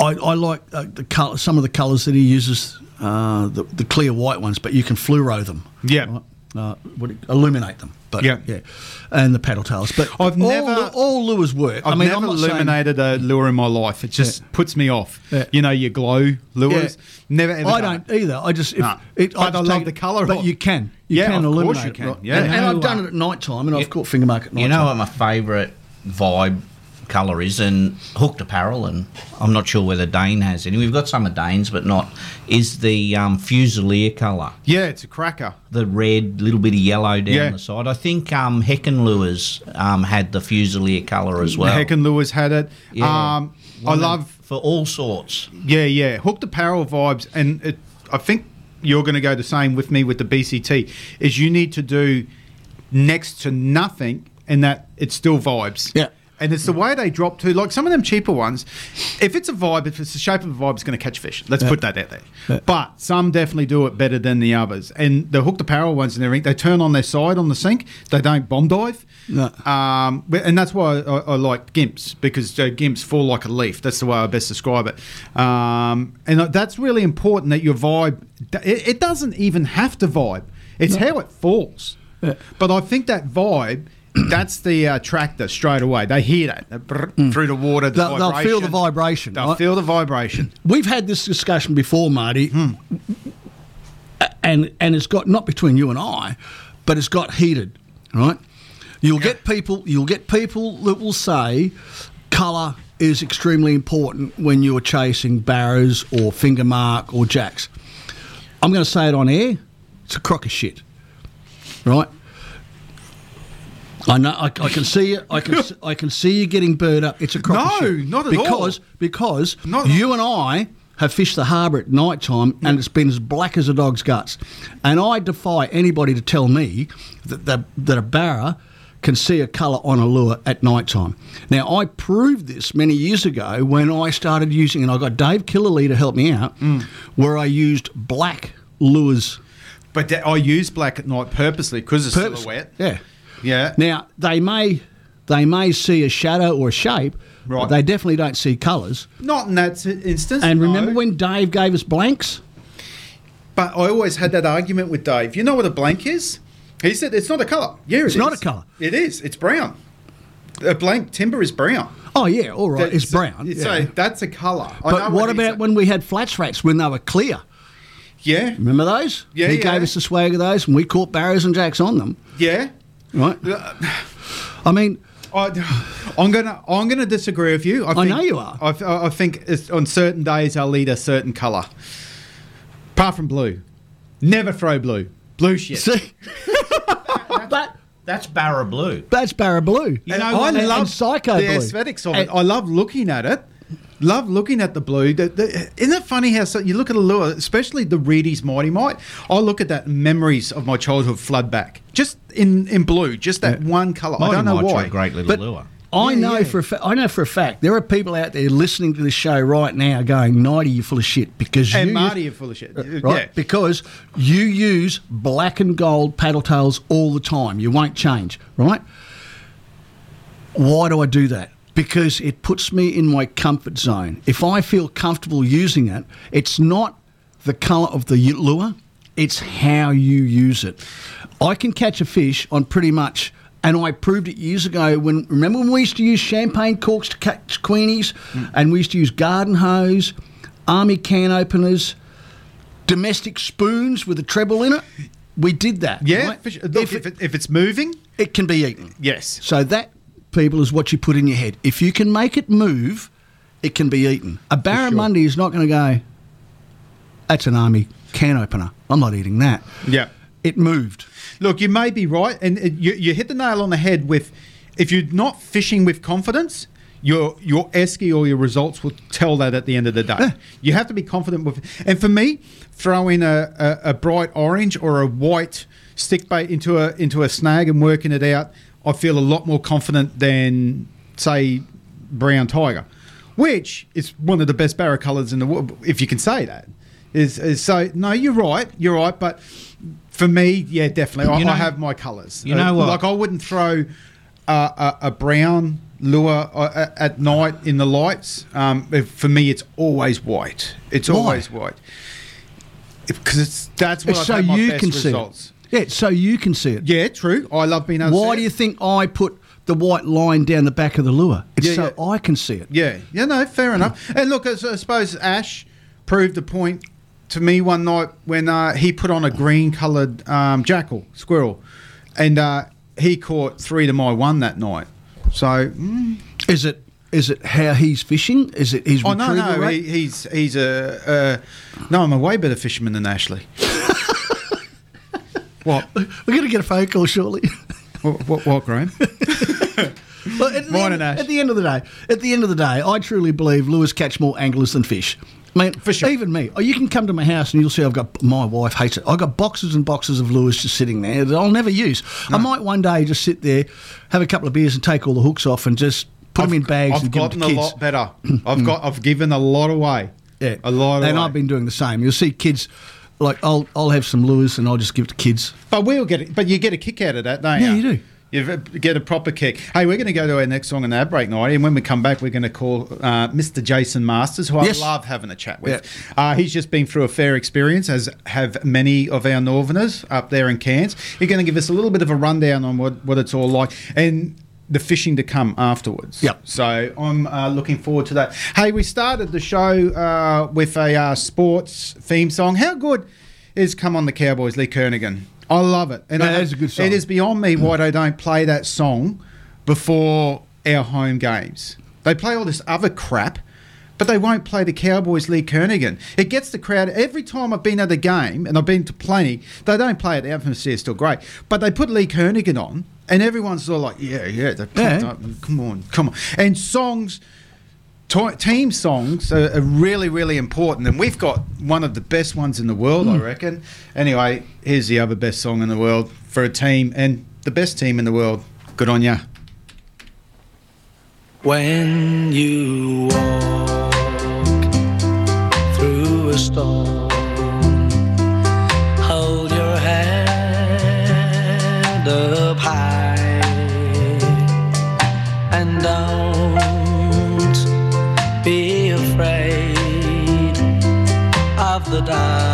S6: I, I like uh, the color, some of the colours that he uses, uh, the, the clear white ones, but you can fluoro them.
S3: Yeah.
S6: Uh, what do you- illuminate them. But yeah. yeah. And the paddle tails. But
S3: I've
S6: all
S3: never-
S6: lu- all lures work.
S3: I've
S6: I mean,
S3: never
S6: I'm not saying-
S3: illuminated a lure in my life. It just puts me off. You know, your glow lures. Never ever.
S6: I
S3: done it.
S6: don't either. I just if,
S3: No.
S6: it,
S3: But I
S6: just
S3: love
S6: take-
S3: the colour
S6: But
S3: of-
S6: you can, you
S3: Yeah,
S6: can
S3: of course
S6: illuminate.
S3: you can,
S6: right?
S3: yeah.
S6: and, and
S3: You
S6: I've done it at night time, and I've caught finger mark at night.
S4: You know what
S6: time.
S4: my favourite vibe colour is, and hooked apparel, and I'm not sure whether Dane has any. We've got some of Dane's, but not. Is the um, Fusilier colour,
S3: Yeah, it's a cracker.
S4: the red, little bit of yellow down
S3: Yeah.
S4: the side. I think um, Hecken Lures um, had the Fusilier colour as well.
S3: Heck and Lewis had it.
S4: Yeah.
S3: Um, I
S4: One of-
S3: love
S4: for all sorts.
S3: Yeah, yeah, hooked apparel vibes, and it, I think you're going to go the same with me with the BCT. Is you need to do next to nothing, and that it still vibes. Yeah. And it's the way they drop to, like some of them cheaper ones. If it's a vibe, if it's the shape of a vibe, it's going to catch fish. Let's
S6: Yeah.
S3: put that out there. But some definitely do it better than the others. And the hooked apparel ones in their ink, they turn on their side on the sink. They don't bomb dive. Um, but- and that's why I, I like gimps because uh, gimps fall like a leaf. That's the way I best describe it. Um, and uh, that's really important that your vibe. It, it doesn't even have to vibe. It's how it falls. But I think that vibe. [CLEARS THROAT] That's the uh, tractor straight away. They hear that, that brrr, through the water. The
S6: They'll- Mm. they'll feel the vibration.
S3: They'll feel the vibration.
S6: We've had this discussion before, Marty,
S3: Hmm.
S6: A- and and it's got not between you and I, but it's got heated, right? You'll get people. You'll get people that will say, "Color is extremely important when you're chasing barrows or finger mark or jacks." I'm going to say it on air. It's a crock of shit, right? I know. I, I can see it.
S3: [LAUGHS]
S6: I can. s- I can see you getting burnt up. It's a crock
S3: No,
S6: of shit.
S3: not at all.
S6: because, Because you and I have fished the harbour at night time, and it's been as black as a dog's guts. And I defy anybody to tell me that the, that a barra can see a colour on a lure at night time. Now I proved this many years ago when I started using, and I got Dave Killerly to help me out,
S3: Mm.
S6: where I used black lures.
S3: But that- I use black at night purposely because it's
S6: Purpose-
S3: silhouette.
S6: Yeah.
S3: Yeah.
S6: Now they may they may see a shadow or a shape, right. but they definitely don't see colours.
S3: Not in that si- instance.
S6: And
S3: no.
S6: remember when Dave gave us blanks?
S3: But I always had that argument with Dave. You know what a blank is? He said it's not a colour. Yeah, it
S6: It's not
S3: is.
S6: a colour.
S3: It is. It's brown. A blank timber is brown.
S6: Oh yeah, all right,
S3: That's-
S6: it's brown.
S3: So
S6: yeah.
S3: that's a colour. I know
S6: But what
S3: it is.
S6: about when we had flats rats when they were clear?
S3: Yeah.
S6: Remember those?
S3: Yeah,
S6: He
S3: yeah.
S6: gave us the swag of those, and we caught barrows and jacks on them.
S3: Yeah.
S6: Right. I mean,
S3: I, I'm gonna I'm gonna disagree with you. I, think,
S6: know you are.
S3: I, I- I think it's, on certain days I'll lead a certain colour, apart from blue. Never throw blue. Blue shit.
S6: See?
S4: But that's Barra Blue.
S6: That's Barra Blue.
S3: You know,
S6: I love psycho
S3: the
S6: blue.
S3: aesthetics of it. I love looking at it. Love looking at the blue. The, the, isn't it funny how so you look at a lure, especially the Reedy's Mighty Might? I look at that memories of my childhood flood back, just in, in blue, just that one colour. I don't know why. But
S6: I
S3: Yeah,
S6: know
S3: yeah.
S6: for a fa- I know for a fact there are people out there listening to this show right now going, "Nighty, you're full of shit," because
S3: And
S6: you Uh,
S3: Marty, you're full of shit.
S6: right?
S3: Yeah.
S6: Because you use black and gold paddle tails all the time. You won't change, right? Why do I do that? Because it puts me in my comfort zone. If I feel comfortable using it, it's not the colour of the y- lure, it's how you use it. I can catch a fish on pretty much, and I proved it years ago when, remember when we used to use champagne corks to catch queenies, and we used to use garden hose, army can openers, domestic spoons with a treble in it? We did that.
S3: Yeah,
S6: right?
S3: for sure. Look, if, it, if it's moving,
S6: it can be eaten.
S3: Yes.
S6: So that, people, is what you put in your head. If you can make it move, it can be eaten. A barramundi is not going to go, that's an army can opener. I'm not eating that.
S3: Yeah.
S6: It moved.
S3: Look, you may be right, and it- you, you hit the nail on the head with if you're not fishing with confidence, your your esky or your results will tell that at the end of the day. you have to be confident with. And for me, throw in a, a, a bright orange or a white stick bait into a into a snag and working it out, I feel a lot more confident than say brown tiger, which is one of the best barra colours in the world, if you can say that. Is, is so no, you're right, you're right, but for me, yeah, definitely, I,
S11: You know-
S3: I have my colours.
S11: you know
S3: Uh,
S11: what?
S3: Like I wouldn't throw uh, a, a brown lure uh, a- at night in the lights. Um, if- for me, it's always white. It's
S6: Why?
S3: always white because it's that's where
S6: It's
S3: I've
S6: so
S3: had my
S6: you
S3: best
S6: can see
S3: results.
S6: it. Yeah, it's so you can see it.
S3: Yeah, true. I love being able to
S6: Why
S3: see
S6: do you think I put the white line down the back of the lure? It's
S3: Yeah,
S6: so I can see it.
S3: Yeah, yeah, no, fair enough. And look, I s- I suppose Ash proved a point to me one night when uh, he put on a green-coloured um, jackal squirrel, and uh, he caught three to my one that night. So, mm.
S6: is it is it how he's fishing? Is it his
S3: Oh no,
S6: retrieval
S3: no, he,
S6: rate?
S3: he's he's a uh, no. I'm a way better fisherman than
S6: [LAUGHS]
S3: Ashley. what?
S6: We're going to get a phone call shortly.
S3: What, what, what Graham?
S6: Well, at, the end, at the end of the day, at the end of the day, I truly believe lures catch more anglers than fish. I mean, even me. Oh, you can come to my house and you'll see I've got my wife hates it. I've got boxes and boxes of lures just sitting there that I'll never use. I might one day just sit there, have a couple of beers, and take all the hooks off and just put them in bags
S3: I've
S6: and give them
S3: gotten
S6: to
S3: a
S6: kids. [CLEARS THROAT]
S3: lot better. I've got I've given a lot away.
S6: Yeah,
S3: a lot.
S6: and
S3: away.
S6: I've been doing the same. You'll see kids like I'll I'll have some lures and I'll just give it to kids.
S3: But we'll get it. But you get a kick out of that, don't
S6: Yeah,
S3: you?
S6: you do.
S3: You get a proper kick. Hey, we're going to go to our next song in our break night, and when we come back, we're going to call uh, Mr. Jason Masters, who
S6: Yes.
S3: I love having a chat with. Uh, he's just been through a fair experience, as have many of our Northerners up there in Cairns. He's going to give us a little bit of a rundown on what, what it's all like and the fishing to come afterwards. Yep. So I'm uh, looking forward to that. Hey, we started the show uh, with a uh, sports theme song. How good is Come On the Cowboys, Lee Kernigan? I love it.
S6: Yeah,
S3: I-
S6: that is a good song.
S3: It is beyond me why they don't play that song before our home games. They play all this other crap, but they won't play the Cowboys Lee Kernigan. It gets the crowd every time I've been at a game, and I've been to plenty. They don't play it. The atmosphere is still great, but they put Lee Kernigan on, and everyone's all like, "Yeah, yeah, they
S6: Yeah.
S3: come on, come on." And songs. Ti- team songs are, are really, really important, and we've got one of the best ones in the world, I reckon. Anyway, here's the other best song in the world for a team, and the best team in the world. Good on ya.
S1: When you walk through a storm, hold your head up high and don't be afraid of the dark.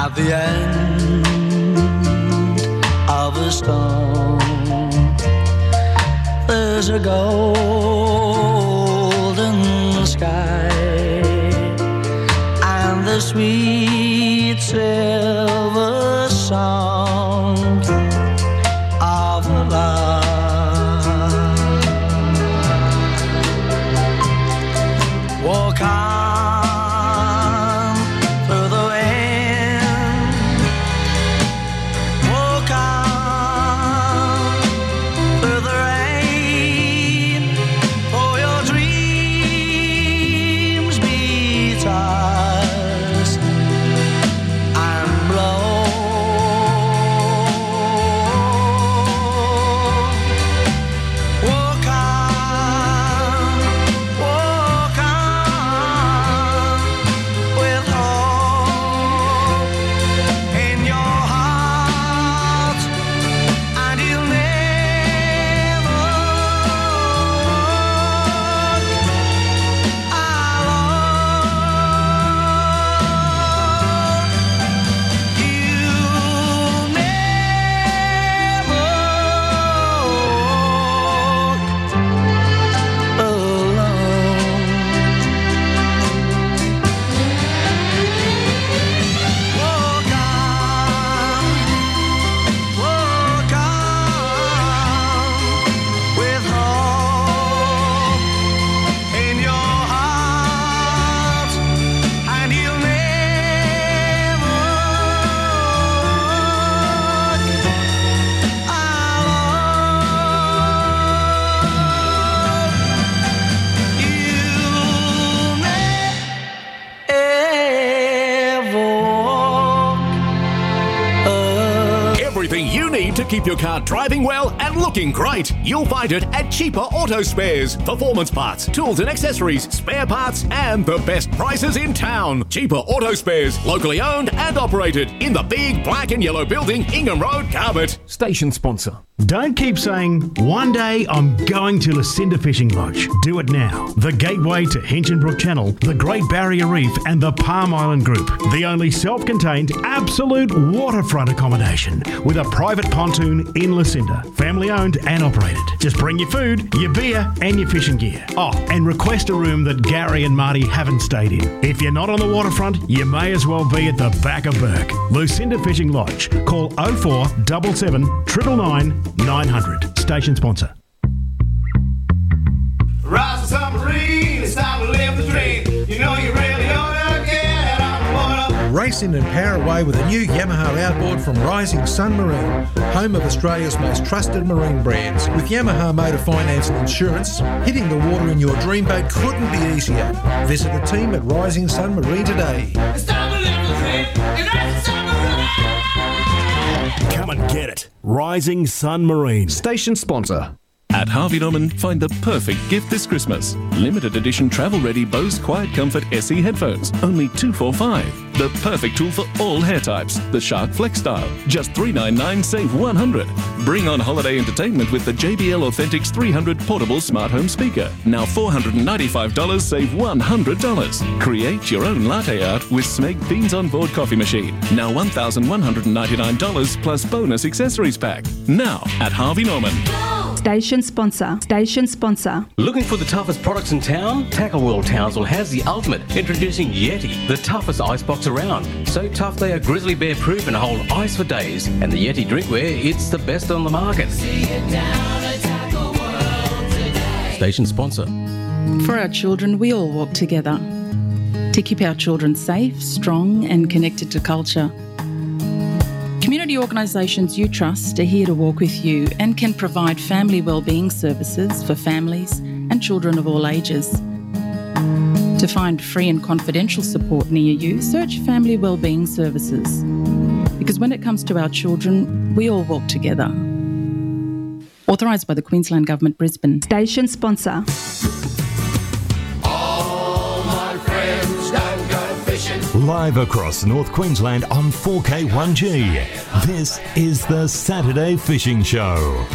S1: At the end of a storm. There's a golden sky and the sweet silver song of love. Walk on through the wind walk on through the rain for your dreams be tossed and blown
S9: keep your car driving well and looking great. You'll find it at cheaper auto spares, performance parts, tools and accessories, spare parts, and the best prices in town. Cheaper auto spares, locally owned and operated in the big black and yellow building, Ingham Road, Carbet.
S11: Station sponsor. Don't keep saying, one day I'm going to Lucinda Fishing Lodge. Do it now. The gateway to Hinchinbrook Channel, the Great Barrier Reef, and the Palm Island Group. The only self contained, absolute waterfront accommodation with a private pontoon in Lucinda. Family owned and operated. Just bring your food, your beer, and your fishing gear. Oh, and request a room that Gary and Marty haven't stayed in. If you're not on the waterfront, you may as well be at the back of Burke. Lucinda Fishing Lodge. Call 0477 999 900. Station sponsor.
S1: Rise and submarine, it's time to live the dream. You know you really ought to get out on the water.
S18: Race in and power away with a new Yamaha outboard from Rising Sun Marine, home of Australia's most trusted marine brands. With Yamaha Motor Finance and Insurance, hitting the water in your dream boat couldn't be easier. Visit the team at Rising Sun Marine today.
S1: It's time to live the dream, and that's submarine.
S19: Come and get it. Rising Sun Marine. Station sponsor.
S20: At Harvey Norman, find the perfect gift this Christmas. Limited edition travel ready Bose Quiet Comfort SE headphones, only 245. The perfect tool for all hair types. The Shark Flex style, just 399 save 100. Bring on holiday entertainment with the JBL Authentics 300 portable smart home speaker. Now $495 save $100. Create your own latte art with Smeg Beans on board coffee machine. Now $1,199 plus bonus accessories pack. Now at Harvey Norman.
S21: Station sponsor. Station sponsor.
S22: Looking for the toughest products in town? Tackle World Townsville has the ultimate. Introducing Yeti, the toughest icebox around. So tough they are grizzly bear proof and hold ice for days. And the Yeti drinkware, it's the best on the market. Station sponsor.
S16: For our children, we all walk together to keep our children safe, strong, and connected to culture. Community organisations you trust are here to walk with you and can provide family wellbeing services for families and children of all ages. To find free and confidential support near you, search Family Wellbeing Services. Because when it comes to our children, we all walk together. Authorised by the Queensland Government, Brisbane.
S21: Station sponsor.
S1: All my friends done gone fishing.
S17: Live across North Queensland on 4K1G. This is the Saturday Fishing Show.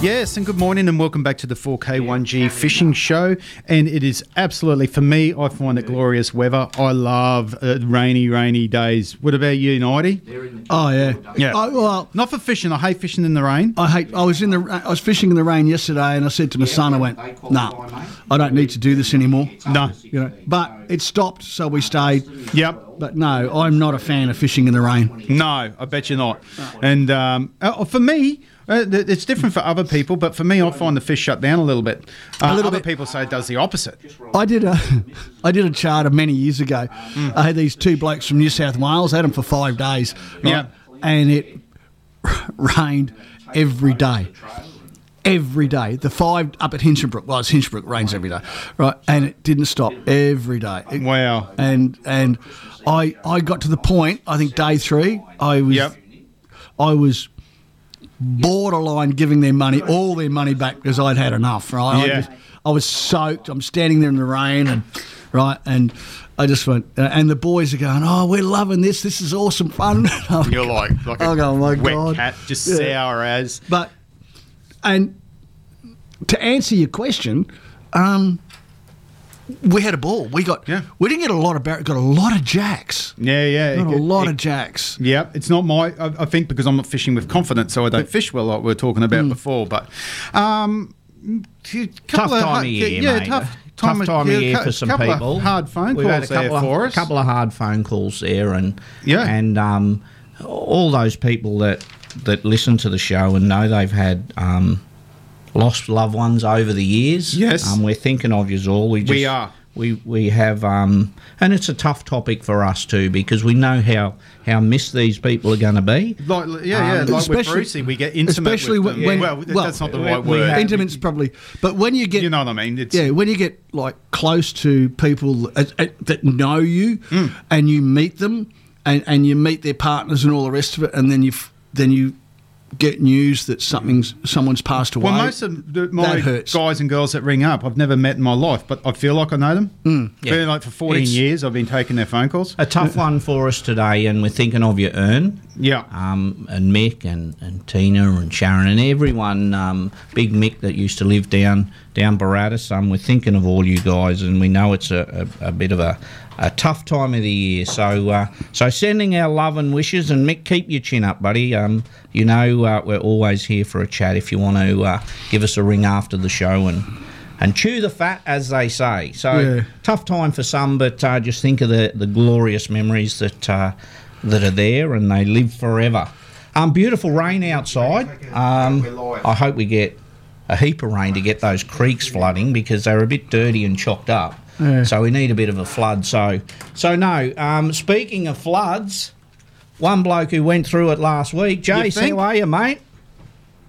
S3: Yes, and good morning, and welcome back to the 4K1G Fishing Show. And it is absolutely for me. I find it glorious weather. I love uh, rainy, rainy days. What about you, Nighty?
S6: Oh yeah,
S3: yeah.
S6: I, well,
S3: not for fishing. I hate fishing in the rain.
S6: I hate. I was in the. I was fishing in the rain yesterday, and I said to my son, I went, "No, nah, I don't need to do this anymore."
S3: No,
S6: you know. But it stopped, so we stayed.
S3: Yep.
S6: But no, I'm not a fan of fishing in the rain.
S3: No, I bet you're not. And um, uh, for me, uh, th- it's different for other people, but for me, I find the fish shut down a little bit. Uh,
S6: A little
S3: other people say it does the opposite.
S6: I did a, [LAUGHS] I did a charter many years ago.
S3: Mm.
S6: I had these two blokes from New South Wales. I had them for five days.
S3: Yeah.
S6: and it [LAUGHS] rained every day. Every day, the five up at Hinchinbrook. Well, it's Hinchinbrook rains every day, right? And it didn't stop every day. It-
S3: wow!
S6: And and I I got to the point. I think day three, I was I was borderline giving their money, all their money back because I'd had enough, right?
S3: Yeah.
S6: I, just, I was soaked. I'm standing there in the rain and, right? And I just went, uh, and the boys are going, oh, we're loving this. This is awesome fun. [LAUGHS]
S3: You're like, like
S6: I'll
S3: a
S6: go, "Oh my
S3: wet
S6: God."
S3: cat, just
S6: Yeah.
S3: sour as.
S6: But and to answer your question, um, we had a ball. We got we didn't get a lot of bar- got a lot of jacks.
S3: Yeah, yeah.
S6: Got a
S3: It-
S6: lot
S3: it-
S6: of jacks.
S3: Yeah, it's not my. I, I think because I'm not fishing with confidence, so I don't fish well, like we were talking about before. But um,
S4: Hmm.
S3: t-
S4: Tough
S3: couple of
S4: time
S3: hard-
S4: of year,
S3: yeah,
S4: mate.
S3: tough
S4: Tough
S3: time, of-
S4: time of
S3: yeah,
S4: year
S3: cou-
S4: for some
S3: couple of
S4: people.
S3: hard phone
S4: We've had a
S3: calls there
S4: couple of,
S3: for us.
S4: couple of hard phone calls there, and yeah, and um, all those people that that listen to the show and know they've had um, lost loved ones over the years.
S3: Yes.
S4: um, we're thinking of you all. We, just,
S3: We are.
S4: We, we have um, and it's a tough topic for us too because we know how how missed these people are going to be.
S3: Like, yeah, yeah.
S6: Um,
S3: like with
S6: especially-
S3: Brucey, we get intimate.
S6: especially
S3: with
S6: when,
S3: them.
S6: when-
S3: well, that's not the right
S6: we-
S3: word.
S6: Intimate's probably, but when you get, you know
S3: what I mean. It's,
S6: yeah, when you get like close to people that, uh, that know you,
S3: Mm.
S6: and you meet them, and, and you meet their partners and all the rest of it, and then you f- then you get news that something's someone's passed away.
S3: Well, most of the, my
S6: that hurts.
S3: guys and girls that ring up, I've never met in my life, but I feel like I know them. Mm,
S4: Hmm, yeah.
S3: Been like for 14
S4: It's-
S3: years, I've been taking their phone calls.
S4: A tough one for us today, and we're thinking of you, Ern.
S3: Yeah.
S4: Um, and Mick and, and Tina and Sharon and everyone, um, Big Mick that used to live down down Baratus. Um, we're thinking of all you guys, and we know it's a, a, a bit of a, a tough time of the year. So uh, so sending our love and wishes, and Mick, keep your chin up, buddy. Um, you know uh, we're always here for a chat. If you want to uh, give us a ring after the show and. And chew the fat, as they say. So
S6: Yeah.
S4: tough time for some, but uh, just think of the, the glorious memories that uh, that are there, and they live forever. Um, beautiful rain outside. Um, I hope we get a heap of rain to get those creeks flooding because they're a bit dirty and chocked up.
S6: Yeah.
S4: So we need a bit of a flood. So so no. Um, speaking of floods, one bloke who went through it last week, Jace,
S23: think?
S4: how are you, mate?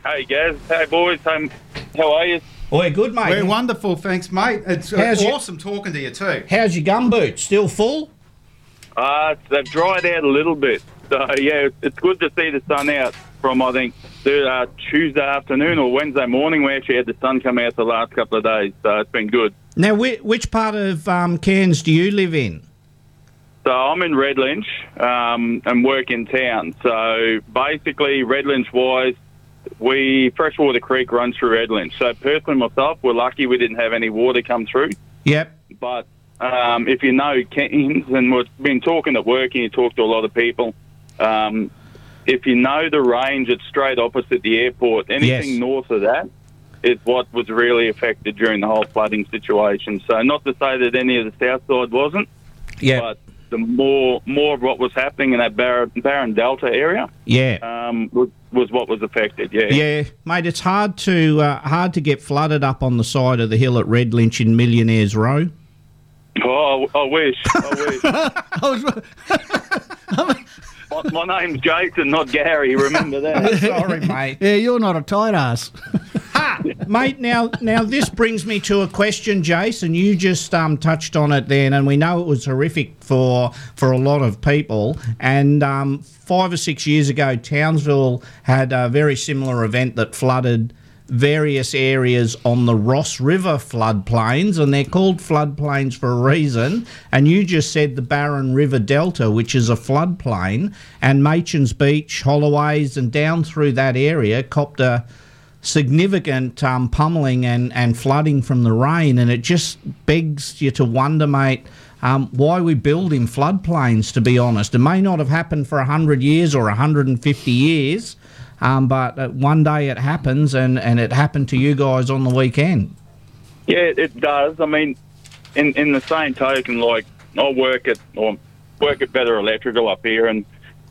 S23: Hey, guys. Hey, boys. Um, how are you?
S4: We're good, mate.
S3: We're wonderful, thanks, mate. It's uh,
S23: How's your-
S3: awesome talking to you too.
S4: How's your gum boot? Still full?
S23: Uh, they've dried out a little bit. So, yeah, it's- it's good to see the sun out from, I think, the, uh, Tuesday afternoon or Wednesday morning. We actually had the sun come out the last couple of days, so it's been good.
S4: Now, whi which part of um, Cairns do you live in?
S23: So I'm in Red Lynch um, and work in town. So basically, Red Lynch wise, we freshwater creek runs through Red Lynch. So personally, myself, we're lucky we didn't have any water come through.
S4: Yep.
S23: But um, if you know Cairns, and we've been talking at work, and you talk to a lot of people, um, if you know the range, it's straight opposite the airport. Anything
S24: Yes.
S23: north of that is what was really affected during the whole flooding situation. So not to say that any of the south side wasn't.
S4: Yeah.
S23: But the more more of what was happening in that Bar- Barron Delta area.
S4: Yeah.
S23: Um, was, was what was affected. Yeah.
S4: Yeah, mate, it's hard to uh, hard to get flooded up on the side of the hill at Red Lynch in Millionaires Row.
S23: Oh, I, I wish. I wish. my, my name's Jason, not Gary. Remember that.
S4: mate.
S6: [LAUGHS] yeah, you're not a tight ass.
S4: Mate, now now this brings me to a question, Jason. You just um, touched on it then, and we know it was horrific for for a lot of people. And um, five or six years ago, Townsville had a very similar event that flooded various areas on the Ross River floodplains, and they're called floodplains for a reason. And you just said the Barron River Delta, which is a floodplain, and Machin's Beach, Holloway's, and down through that area, copped a significant um, pummeling and, and flooding from the rain, and it just begs you to wonder, mate, um, why we build in floodplains, to be honest. It may not have happened for 100 years or 150 years, um, but uh, one day it happens, and, and it happened to you guys on the weekend.
S23: Yeah, it does. I mean, in in the same token, like I work at or work at Better Electrical up here and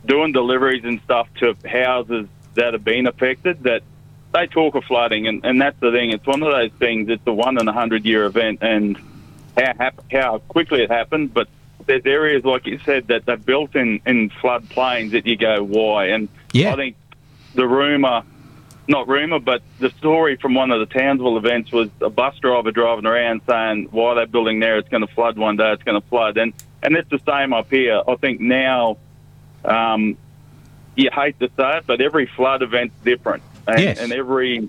S23: doing deliveries and stuff to houses that have been affected. That they talk of flooding, and and that's the thing. It's one of those things. It's a one in a hundred year event, and how hap- how quickly it happened, but. There's areas like you said that they're built in in floodplains that you go why, and I think the rumor not rumor, but the story from one of the Townsville events was a bus driver driving around saying, "Why are they building there? It's going to flood one day. It's going to flood." And and it's the same up here. I think now, um, you hate to say it, but every flood event's different. And,
S15: Yes.
S23: and every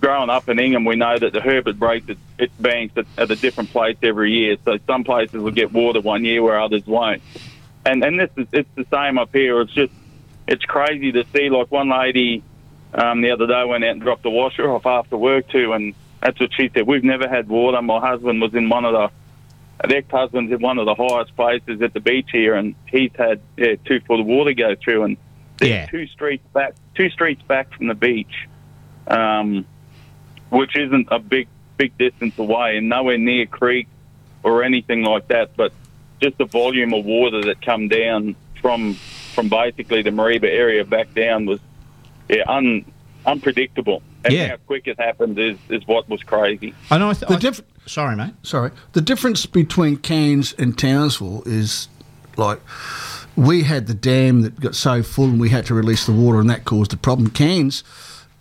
S23: growing up in Ingham, we know that the Herbert breaks its, its banks at, at a different place every year. So some places will get water one year where others won't. And and this is it's the same up here. It's just it's crazy to see like one lady um, the other day went out and dropped the washer off after work too, and that's what she said. We've never had water. My husband was in one of the an ex-husband's in one of the highest places at the beach here, and he's had yeah, two foot of water go through, and there's two streets back, two streets back from the beach, um, which isn't a big big distance away, and nowhere near creek or anything like that, but just the volume of water that come down from from basically the Mariba area back down was yeah un, unpredictable. And
S4: Yeah.
S23: how quick it happened is, is what was crazy.
S4: And I th-
S6: The diff-
S4: Sorry, mate.
S6: Sorry. The difference between Cairns and Townsville is like we had the dam that got so full and we had to release the water and that caused the problem. Cairns,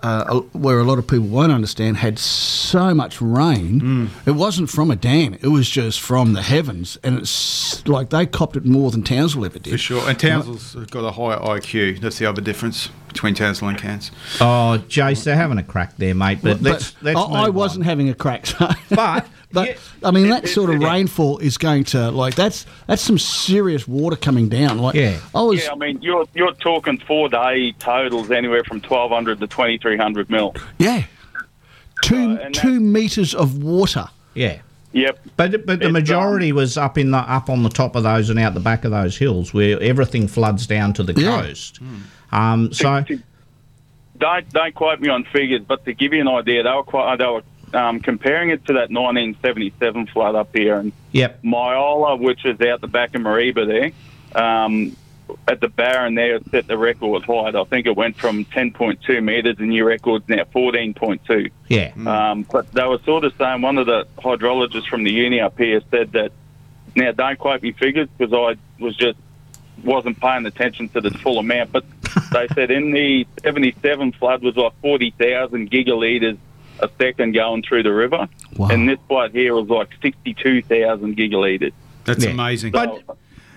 S6: uh, a- where a lot of people won't understand, had so much rain. It wasn't from a dam; it was just from the heavens, and it's like they copped it more than Townsville ever did.
S3: For sure. And Townsville's got a higher IQ. That's the other difference between Townsville and Cairns.
S4: Oh, Jace, they're having a crack there, mate. But,
S6: Well,
S4: let's let's
S6: I, I
S4: move
S6: wasn't having a crack, so.
S4: but
S6: [LAUGHS] but I mean that sort of rainfall is going to like that's that's some serious water coming down. Like oh, I was
S23: yeah, I mean, you're you're talking four day totals anywhere from twelve hundred to twenty three hundred mil.
S6: yeah, two two meters of water.
S4: Yeah.
S23: Yep.
S4: But but the majority was up in the up on the top of those and out the back of those hills where everything floods down to the
S23: Yeah.
S4: coast. Um, so
S23: Don't don't quote me on figures, but to give you an idea, they were quite, they were um, comparing it to that nineteen seventy seven flood up here, and
S4: yep.
S23: Myola, which is out the back of Mariba there, um, at the Barron there, it set the record height. I think it went from 10.2 metres, and new record's now 14.2.
S4: Yeah.
S23: Um, but they were sort of saying, one of the hydrologists from the uni up here said that, now don't quote me figures because I was just wasn't paying attention to the full amount, but they said in the 77 flood was like 40,000 gigalitres a second going through the river. And this flood here was like 62,000 gigalitres.
S3: That's
S4: Yeah.
S3: amazing.
S4: But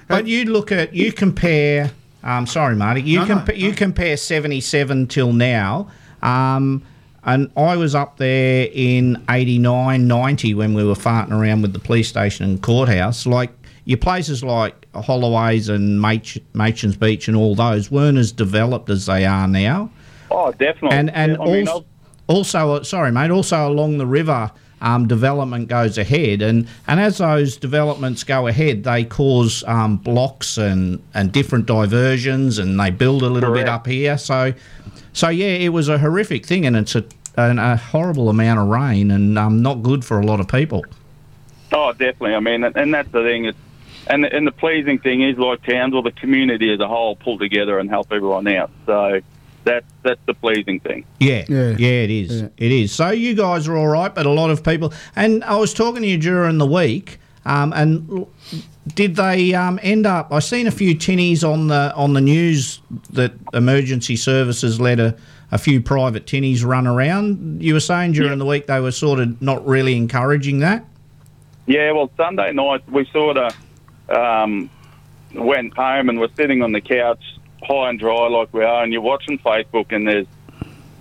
S4: but you look at you compare. Um, sorry, Marty. You
S3: No, no,
S4: compa- you compare seventy seven till now. Um, and I was up there in 89, 90 when we were farting around with the police station and courthouse. Like your places like Holloway's and Mach- Machin's Beach and all those weren't as developed as they are now.
S23: Oh, definitely.
S4: And and
S23: I mean,
S4: also, also, uh, sorry, mate. Also along the river, um, development goes ahead, and and as those developments go ahead, they cause um, blocks and and different diversions, and they build a little bit up here. So, so yeah, it was a horrific thing, and it's a an, a horrible amount of rain, and um, not good for a lot of people.
S23: Oh, definitely. I mean, and that's the thing. It's, and and the pleasing thing is, like Townsville, the community as a whole pull together and help everyone out. So that's that's the pleasing thing.
S4: Yeah, yeah, it is. It is. So you guys are all right, but a lot of people. And I was talking to you during the week, um, and l- did they um, end up? I seen a few tinnies on the on the news that emergency services let a, a few private tinnies run around. You were saying during the week they were sort of not really encouraging that.
S23: Yeah, well, Sunday night we sort of um, went home and were sitting on the couch, high and dry like we are, and you're watching Facebook, and there's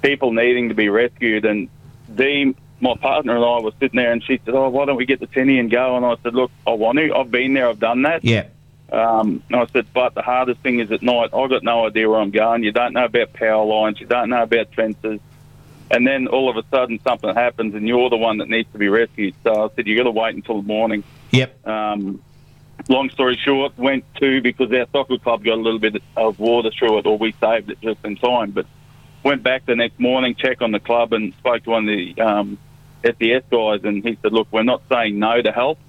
S23: people needing to be rescued. And Dee, my partner, and I were sitting there, and she said, "Oh, why don't we get the tinny and go?" And I said, "Look, I want to. I've been there. I've done that."
S4: Yeah.
S23: Um, and I said, but the hardest thing is at night. I've got no idea where I'm going. You don't know about power lines. You don't know about fences. And then all of a sudden something happens and you're the one that needs to be rescued. So I said, you got to wait until the morning.
S4: Yep.
S23: Um, long story short, went to, because our soccer club got a little bit of water through it or we saved it just in time. But went back the next morning, checked on the club and spoke to one of the um, SES guys and he said, look, we're not saying no to help.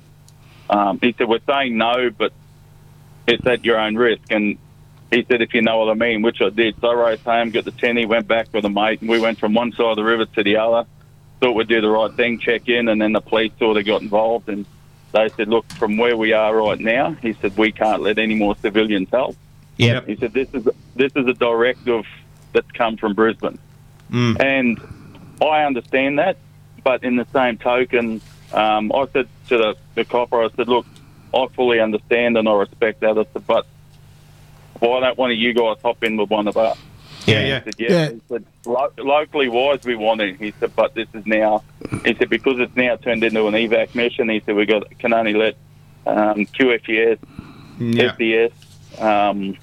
S23: Um, he said, we're saying no, but it's at your own risk. And he said, if you know what I mean, which I did. So I raced home, got the tinny, went back with a mate, and we went from one side of the river to the other. Thought we'd do the right thing, check in, and then the police sort of got involved and they said, look, from where we are right now, he said, we can't let any more civilians help.
S4: Yeah.
S23: He said, this is this is a directive that's come from Brisbane.
S1: Mm.
S23: And I understand that, but in the same token, um, I said to the, the copper, I said, look, I fully understand and I respect that. I said, but why don't one of you guys hop in with one of us?
S4: Yeah,
S23: He said, yeah. He said, Lo- locally wise, we want it. He said, but this is now, he said, because it's now turned into an evac mission, he said, we got can only let um, QFES,
S3: Yeah.
S23: FDS, E um,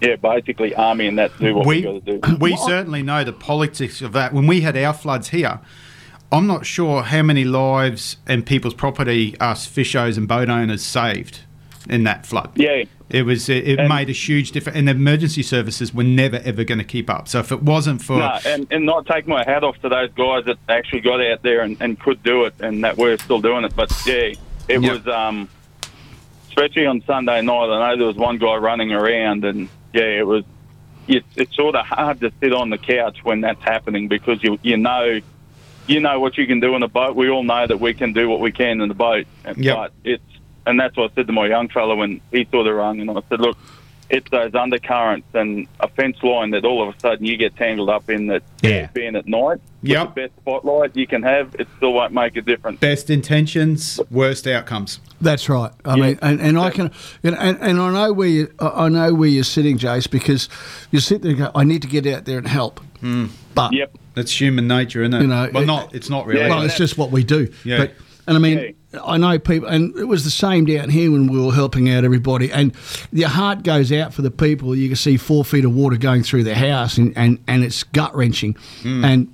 S23: yeah, basically Army and that do what we, got to do.
S3: [CLEARS THROAT] we certainly know the politics of that. When we had our floods here, I'm not sure how many lives and people's property us fishers and boat owners saved in that flood.
S23: Yeah.
S3: It was it, it
S23: And-
S3: made a huge difference and the emergency services were never ever going to keep up. So if it wasn't for
S23: No, and, and not take my hat off to those guys that actually got out there and, and could do it and that were still doing it. But yeah, it was um especially on Sunday night, I know there was one guy running around and yeah, it was it's, it's sort of hard to sit on the couch when that's happening because you you know you know what you can do in a boat. We all know that we can do what we can in the boat. And-
S3: Yep.
S23: But it's and that's what I said to my young fella when he saw the rung and I said, Look, it's those undercurrents and a fence line that all of a sudden you get tangled up in that
S3: Yeah.
S23: being at night. with
S3: Yep.
S23: The best spotlight you can have, it still won't make a difference.
S3: Best intentions, worst outcomes.
S6: That's right. I
S3: Yeah.
S6: mean, and, and I can, you know, and, and I know where you, I I know where you're sitting, Jace, because you sit there and go, I need to get out there and help. But
S23: yep,
S3: Hmm. that's human nature, isn't it?
S6: You know,
S3: well,
S6: it-
S3: not it's not really.
S6: Well, it's just what we do.
S3: Yeah.
S6: But and I mean, I know people, and it was the same down here when we were helping out everybody. And your heart goes out for the people. You can see four feet of water going through their house, and and, and it's gut wrenching.
S3: Hmm.
S25: Mm.
S6: And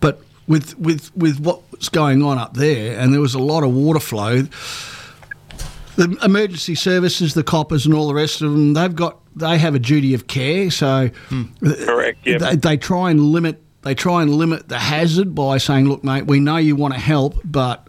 S6: but with with with what's going on up there, and there was a lot of water flow. The emergency services, the coppers, and all the rest of them, they've got they have a duty of care. So
S23: Hmm. correct. Yeah.
S6: they, they try and limit they try and limit the hazard by saying, "Look, mate, we know you want to help, but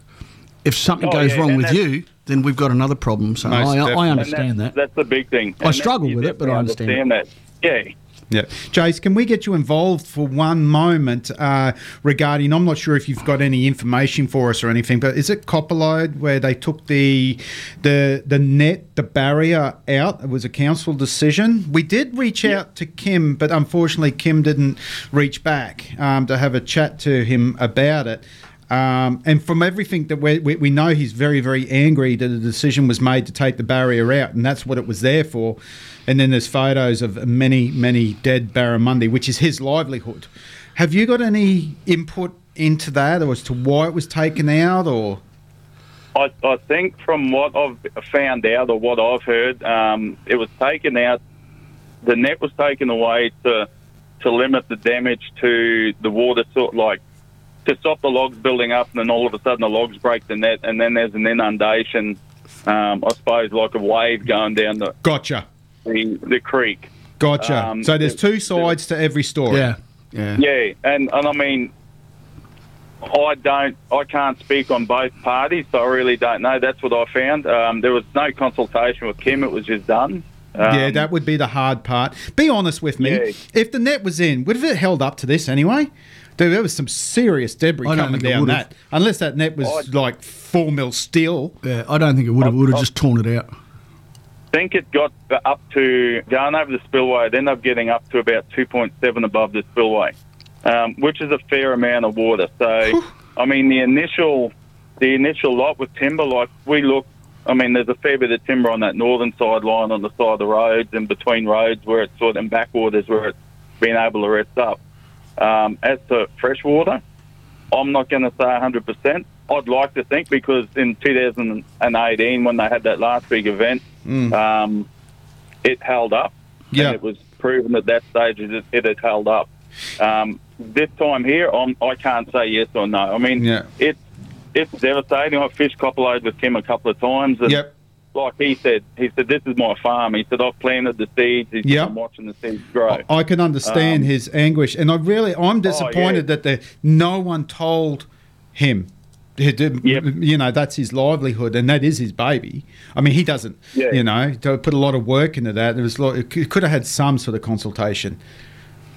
S6: if something
S23: Oh,
S6: goes
S23: yeah,
S6: wrong
S23: and
S6: with
S23: that's-
S6: you, then we've got another problem." So I, I understand
S23: And
S6: that.
S23: that's, That's the big thing.
S6: I struggle
S23: you
S6: with it, but I
S23: definitely that. Yeah.
S3: Yeah. Jace, can we get you involved for one moment uh, regarding? I'm not sure if you've got any information for us or anything, but is it Copperload where they took the the the net, the barrier out? It was a council decision. We did reach out to Kim, but unfortunately, Kim didn't reach back um, to have a chat to him about it. Um, and from everything that we, we, we know, he's very, very angry that a decision was made to take the barrier out, and that's what it was there for. And then there's photos of many, many dead barramundi, which is his livelihood. Have you got any input into that, or as to why it was taken out, or
S23: I, I think from what I've found out or what I've heard, um, it was taken out. The net was taken away to to limit the damage to the water, sort like to stop the logs building up, and then all of a sudden the logs break the net, and then there's an inundation. Um, I suppose like a wave going down the
S3: gotcha
S23: the, the creek.
S3: gotcha?
S23: Um,
S3: so there's two sides to every story.
S23: Yeah.
S3: yeah,
S23: Yeah, and, and I mean, I don't, I can't speak on both parties, so I really don't know. That's what I found. Um, there was no consultation with Kim; it was just done. Um,
S3: yeah, that would be the hard part. Be honest with me.
S23: Yeah.
S3: If the net was in, would have it held up to this anyway? Dude, there was some serious debris
S6: I don't
S3: coming
S6: think it
S3: down
S6: would've.
S3: that. Unless that net was like four mil steel.
S6: Yeah, I don't think it would have would
S23: Oh,
S6: have just torn it out.
S23: think it got up to going over the spillway. It ended up getting up to about 2.7 above the spillway, um, which is a fair amount of water. So, I mean, the initial the initial lot with timber, like we look, I mean, there's a fair bit of timber on that northern side line on the side of the roads and between roads where it's sort of in backwaters where it's been able to rest up. Um, as to fresh water, I'm not going to say 100%. I'd like to think because in 2018, when they had that last big event, um, it held up.
S3: Yeah.
S23: And it was proven at that stage it, it had held up. Um, this time here, I'm, I can't say yes or no. I mean,
S3: Yeah.
S23: it's it's devastating. I fished Copperload with Tim a couple of times. And
S3: Yep.
S23: Like he said, he said, this is my farm. He said, I've planted the seeds. He said,
S3: Yep.
S23: I'm watching the seeds grow.
S3: I can understand
S23: Um,
S3: his anguish, and I really,
S6: oh,
S3: I'm disappointed that the, no one told him. He did- You know, that's his livelihood, and that is his baby. I mean, he doesn't,
S23: Yeah.
S3: you know, to put a lot of work into that. It was like, it could have had some sort of consultation.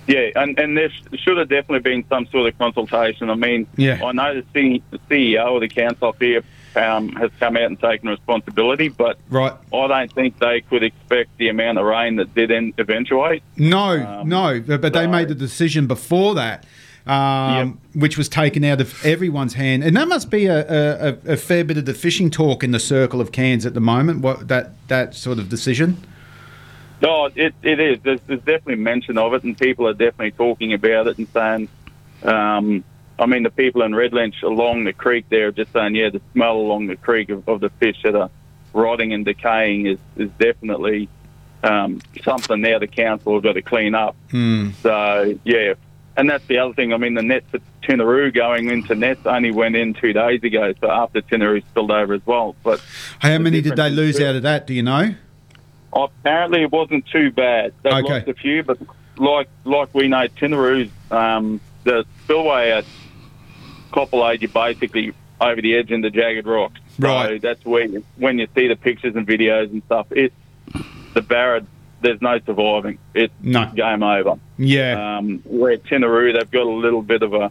S23: Yeah, and, and there sh- should have definitely been some sort of consultation. I mean,
S3: Yeah.
S23: I know the, C- the CEO of the council up here um, has come out and taken responsibility, but
S3: Right.
S23: I don't think they could expect the amount of rain that did in- eventuate.
S3: No,
S23: Um,
S3: no, but but they made the decision before that, um, which was taken out of everyone's hand, and that must be a, a, a fair bit of the fishing talk in the circle of Cairns at the moment. What that that sort of decision?
S23: No, it, it is. There's, there's definitely mention of it, and people are definitely talking about it and saying, um, I mean, the people in Red Lynch along the creek there are just saying, yeah, the smell along the creek of, of the fish that are rotting and decaying is, is definitely um, something now the council have got to clean up.
S24: Hmm.
S23: So, yeah. And that's the other thing. I mean, the net for Tinaroo going into nets only went in two days ago, so after Tinaroo spilled over as well. But
S3: How many did they lose out of that? Do you know?
S23: Apparently, it wasn't too bad. They
S3: Okay.
S23: lost a few, but like like we know, Tinaroo's um, the spillway at Coppelade, you're basically over the edge into jagged rocks.
S3: Right.
S23: So that's where you, when you see the pictures and videos and stuff, it's the Barra. There's no surviving. It's
S3: No.
S23: game over.
S3: Yeah.
S23: Um, where Uh, Tinaroo, they've got a little bit of a.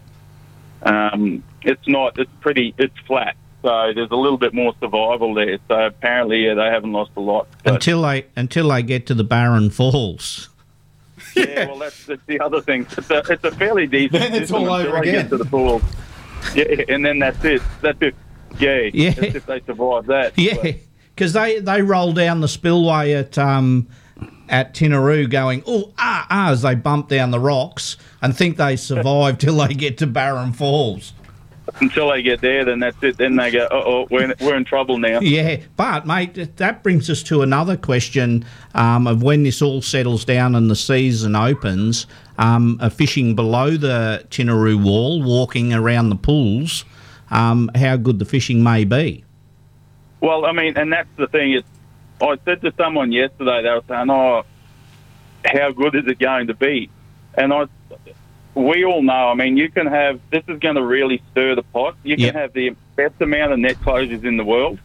S23: Um, it's not. It's pretty. It's flat. so there's a little bit more survival there. So apparently, yeah, they haven't lost a lot.
S4: until they until they get to the Barren Falls.
S23: Yeah, well, that's, that's the other thing. It's a, it's a fairly decent.
S3: Then it's
S23: system
S3: all
S23: until
S3: over
S23: they get
S3: again.
S23: to the pool. Yeah, and then that's it. That's if yeah,
S4: Yeah.
S23: That's if they survive that.
S4: Yeah, because they they roll down the spillway at um at Tinaroo, going oh ah ah as they bump down the rocks and think they survive till they get to Barren Falls.
S23: Until they get there, then that's it. Then they go, uh oh, we're in, we're in trouble now.
S4: Yeah, but mate, th- that brings us to another question um, of when this all settles down and the season opens. Um, are fishing below the Tinaroo wall, walking around the pools, um, how good the fishing may be.
S23: Well, I mean, and that's the thing. It's, I said to someone yesterday, they were saying, "Oh, how good is it going to be?" And I, we all know. I mean, you can have this is going to really stir the pot. You
S4: Yep.
S23: can have the best amount of net closures in the world,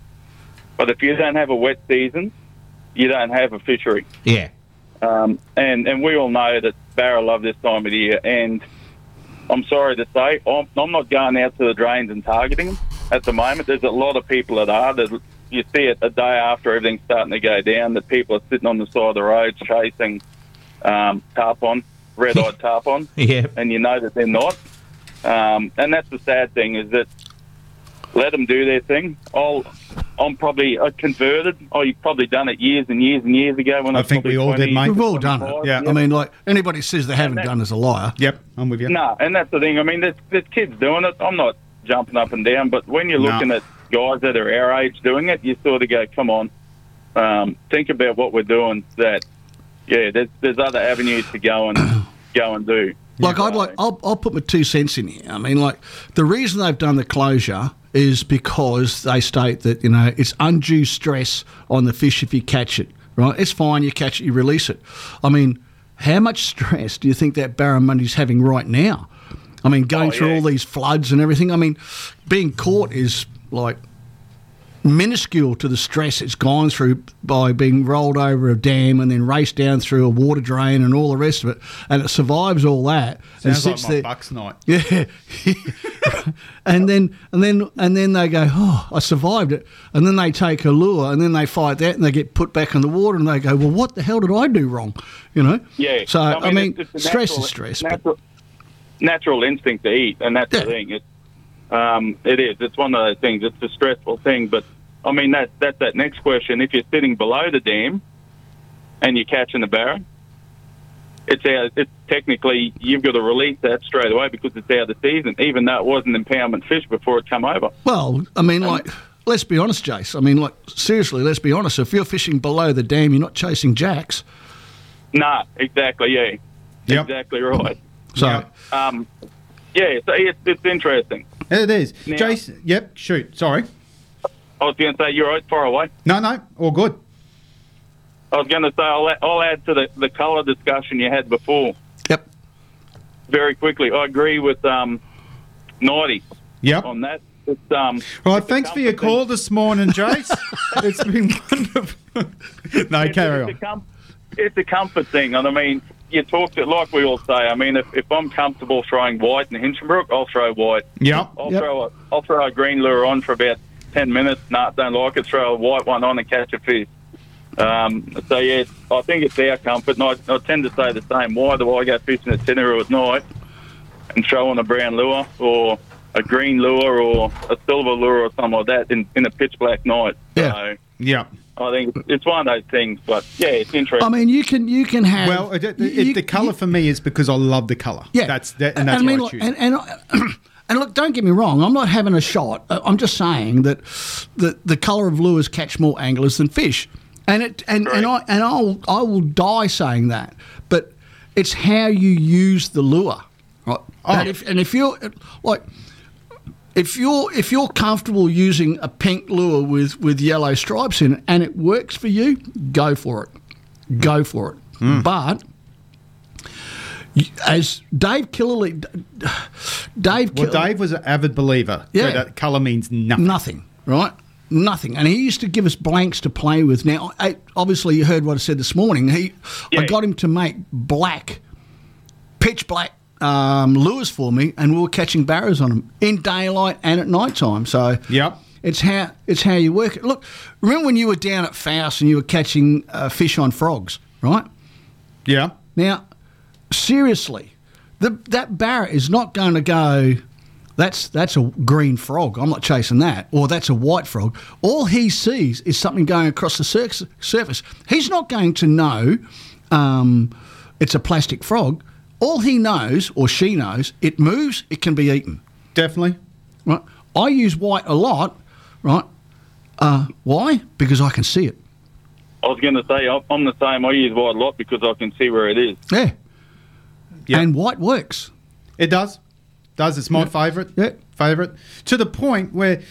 S23: but if you don't have a wet season, you don't have a fishery.
S4: Yeah.
S23: Um, and and we all know that barra love this time of year. And I'm sorry to say, I'm, I'm not going out to the drains and targeting them at the moment. There's a lot of people that are. That you see it a day after everything's starting to go down. That people are sitting on the side of the road chasing um, tarpon, red-eyed tarpon.
S4: Yeah.
S23: And you know that they're not. Um, and that's the sad thing is that let them do their thing. I'll, I'm probably I converted. Oh, you've probably done it years and years and years ago when I, was probably 20,
S6: We've all done it.
S23: 25,
S6: Yeah. I mean, like anybody says they haven't done is a liar.
S3: Yep, I'm with
S23: No, and that's the thing. I mean, there's, there's kids doing it. I'm not jumping up and down, but when you're
S6: No.
S23: looking at guys that are our age doing it, you sort of go, come on, um, think about what we're doing. That, yeah, there's, there's other avenues to go and go and do.
S6: Like I'd like, I'll, I'll put my two cents in here. I mean, like the reason they've done the closure is because they state that you know it's undue stress on the fish if you catch it. Right? It's fine. You catch it, you release it. I mean, how much stress do you think that Barramundi Monday's having right now? I mean, going
S23: Oh,
S6: through all these floods and everything. I mean, being caught is like minuscule to the stress it's gone through by being rolled over a dam and then raced down through a water drain and all the rest of it, and it survives all that and
S3: Sounds like my
S6: there.
S3: Bucks night.
S6: [LAUGHS] Yeah, and then and then and then they go, oh, I survived it, and then they take a lure and then they fight that and they get put back in the water and they go, well, what the hell did I do wrong? You know?
S23: Yeah.
S6: So I mean,
S23: it's just a
S6: stress
S23: natural-
S6: is stress. but-
S23: Natural, natural instinct to eat, and that's the thing. It's, um, it is. It's one of those things. It's a stressful thing, but I mean that that's that next question. If you're sitting below the dam and you're catching the barra, it's out. It's technically you've got to release that straight away because it's out of the season, even though it was an impoundment fish before it come over.
S6: Well, I mean, like, let's be honest, Jace. I mean, like, seriously, let's be honest. If you're fishing below the dam, you're not chasing jacks.
S23: Nah, exactly. Yeah,
S6: Yep.
S23: exactly right.
S6: So,
S23: Um, yeah, so it's, it's interesting.
S3: It is.
S23: Now-
S3: Jason, yep, shoot, sorry.
S23: I was going to say you're right, far away.
S3: No, no, all good.
S23: I was going to say, I'll, I'll add to the, the colour discussion you had before.
S6: Yep.
S23: Very quickly, I agree with um, Naughty.
S3: Yep.
S23: On that, it's, um,
S3: Right, thanks for your call this morning,
S23: [LAUGHS]
S3: Jace. it's been wonderful. [LAUGHS] no, carry on.
S23: it's a, com- it's a comfort thing, and I mean, you talked it like we all say. I mean, if, if I'm comfortable throwing white in Hinchinbrook, I'll throw white.
S3: Yep.
S23: I'll throw a, I'll throw a green lure on for about ten minutes. Nah, don't like it. Throw a white one on and catch a fish. Um, so yeah, I think it's our comfort, and I, I tend to say the same. Why do I go fishing at Tenero at night and throw on a brown lure or a green lure or a silver lure or something like that in, in a pitch black night? So
S3: Yeah.
S23: I think it's one of those things, but yeah, it's interesting.
S6: I mean, you can you can have
S3: Well, it, it, it- the colour for me is because I love the colour.
S6: Yeah.
S3: That's that, and that's
S6: I mean,
S3: why
S6: look,
S3: I choose.
S6: and, and, I- [CLEARS THROAT] and look, don't get me wrong. I'm not having a shot. I- I'm just saying that the the color of lures catch more anglers than fish, and it and, and I and I'll I will die saying that. But it's how you use the lure, right?
S3: Oh.
S6: And if and if you're like. If you're if you're comfortable using a pink lure with, with yellow stripes in it and it works for you, go for it, go for it.
S3: Hmm.
S6: But as Dave Killerly, Dave.
S3: Well, Dave was an avid believer.
S6: Yeah.
S3: So that colour means nothing.
S6: Nothing, right? Nothing. And he used to give us blanks to play with. Now, I, obviously, you heard what I said this morning. He, I got him to make black, pitch black um, lures for me, and we were catching barrows on them in daylight and at night time. So,
S3: Yep.
S6: It's how it's how you work it. Look, remember when you were down at Faust and you were catching uh, fish on frogs, right?
S3: Yeah.
S6: Now, seriously, the, that barra is not going to go. That's that's a green frog. I'm not chasing that. Or that's a white frog. All he sees is something going across the sur- surface. He's not going to know um, it's a plastic frog. All he knows, or she knows, it moves. It can be eaten.
S3: Definitely.
S6: Right. I use white a lot. Right. Uh, why? Because I can see it.
S23: I was going to say I'm I'm the same. I use white a lot because I can see where it is.
S6: Yeah. And white works.
S3: It does. Does. It's my favourite. Yeah. Favourite. To the point where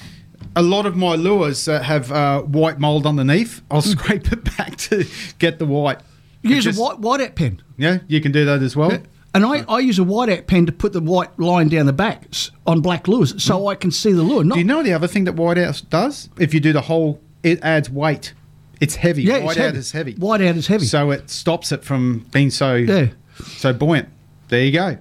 S3: a lot of my lures that have uh, white mould underneath, I'll [LAUGHS] scrape it back to get the white.
S6: Use a white, white out pen.
S3: Yeah, you can do that as well.
S6: And I, I use a white out pen to put the white line down the back s- on black lures so I can see the lure. Not
S3: Do you know the other thing that whiteout does? If you do the whole, it adds weight. It's heavy.
S6: Yeah,
S3: whiteout
S6: it's heavy.
S3: is heavy.
S6: Whiteout is heavy.
S3: So it stops it from being so so buoyant. There you go.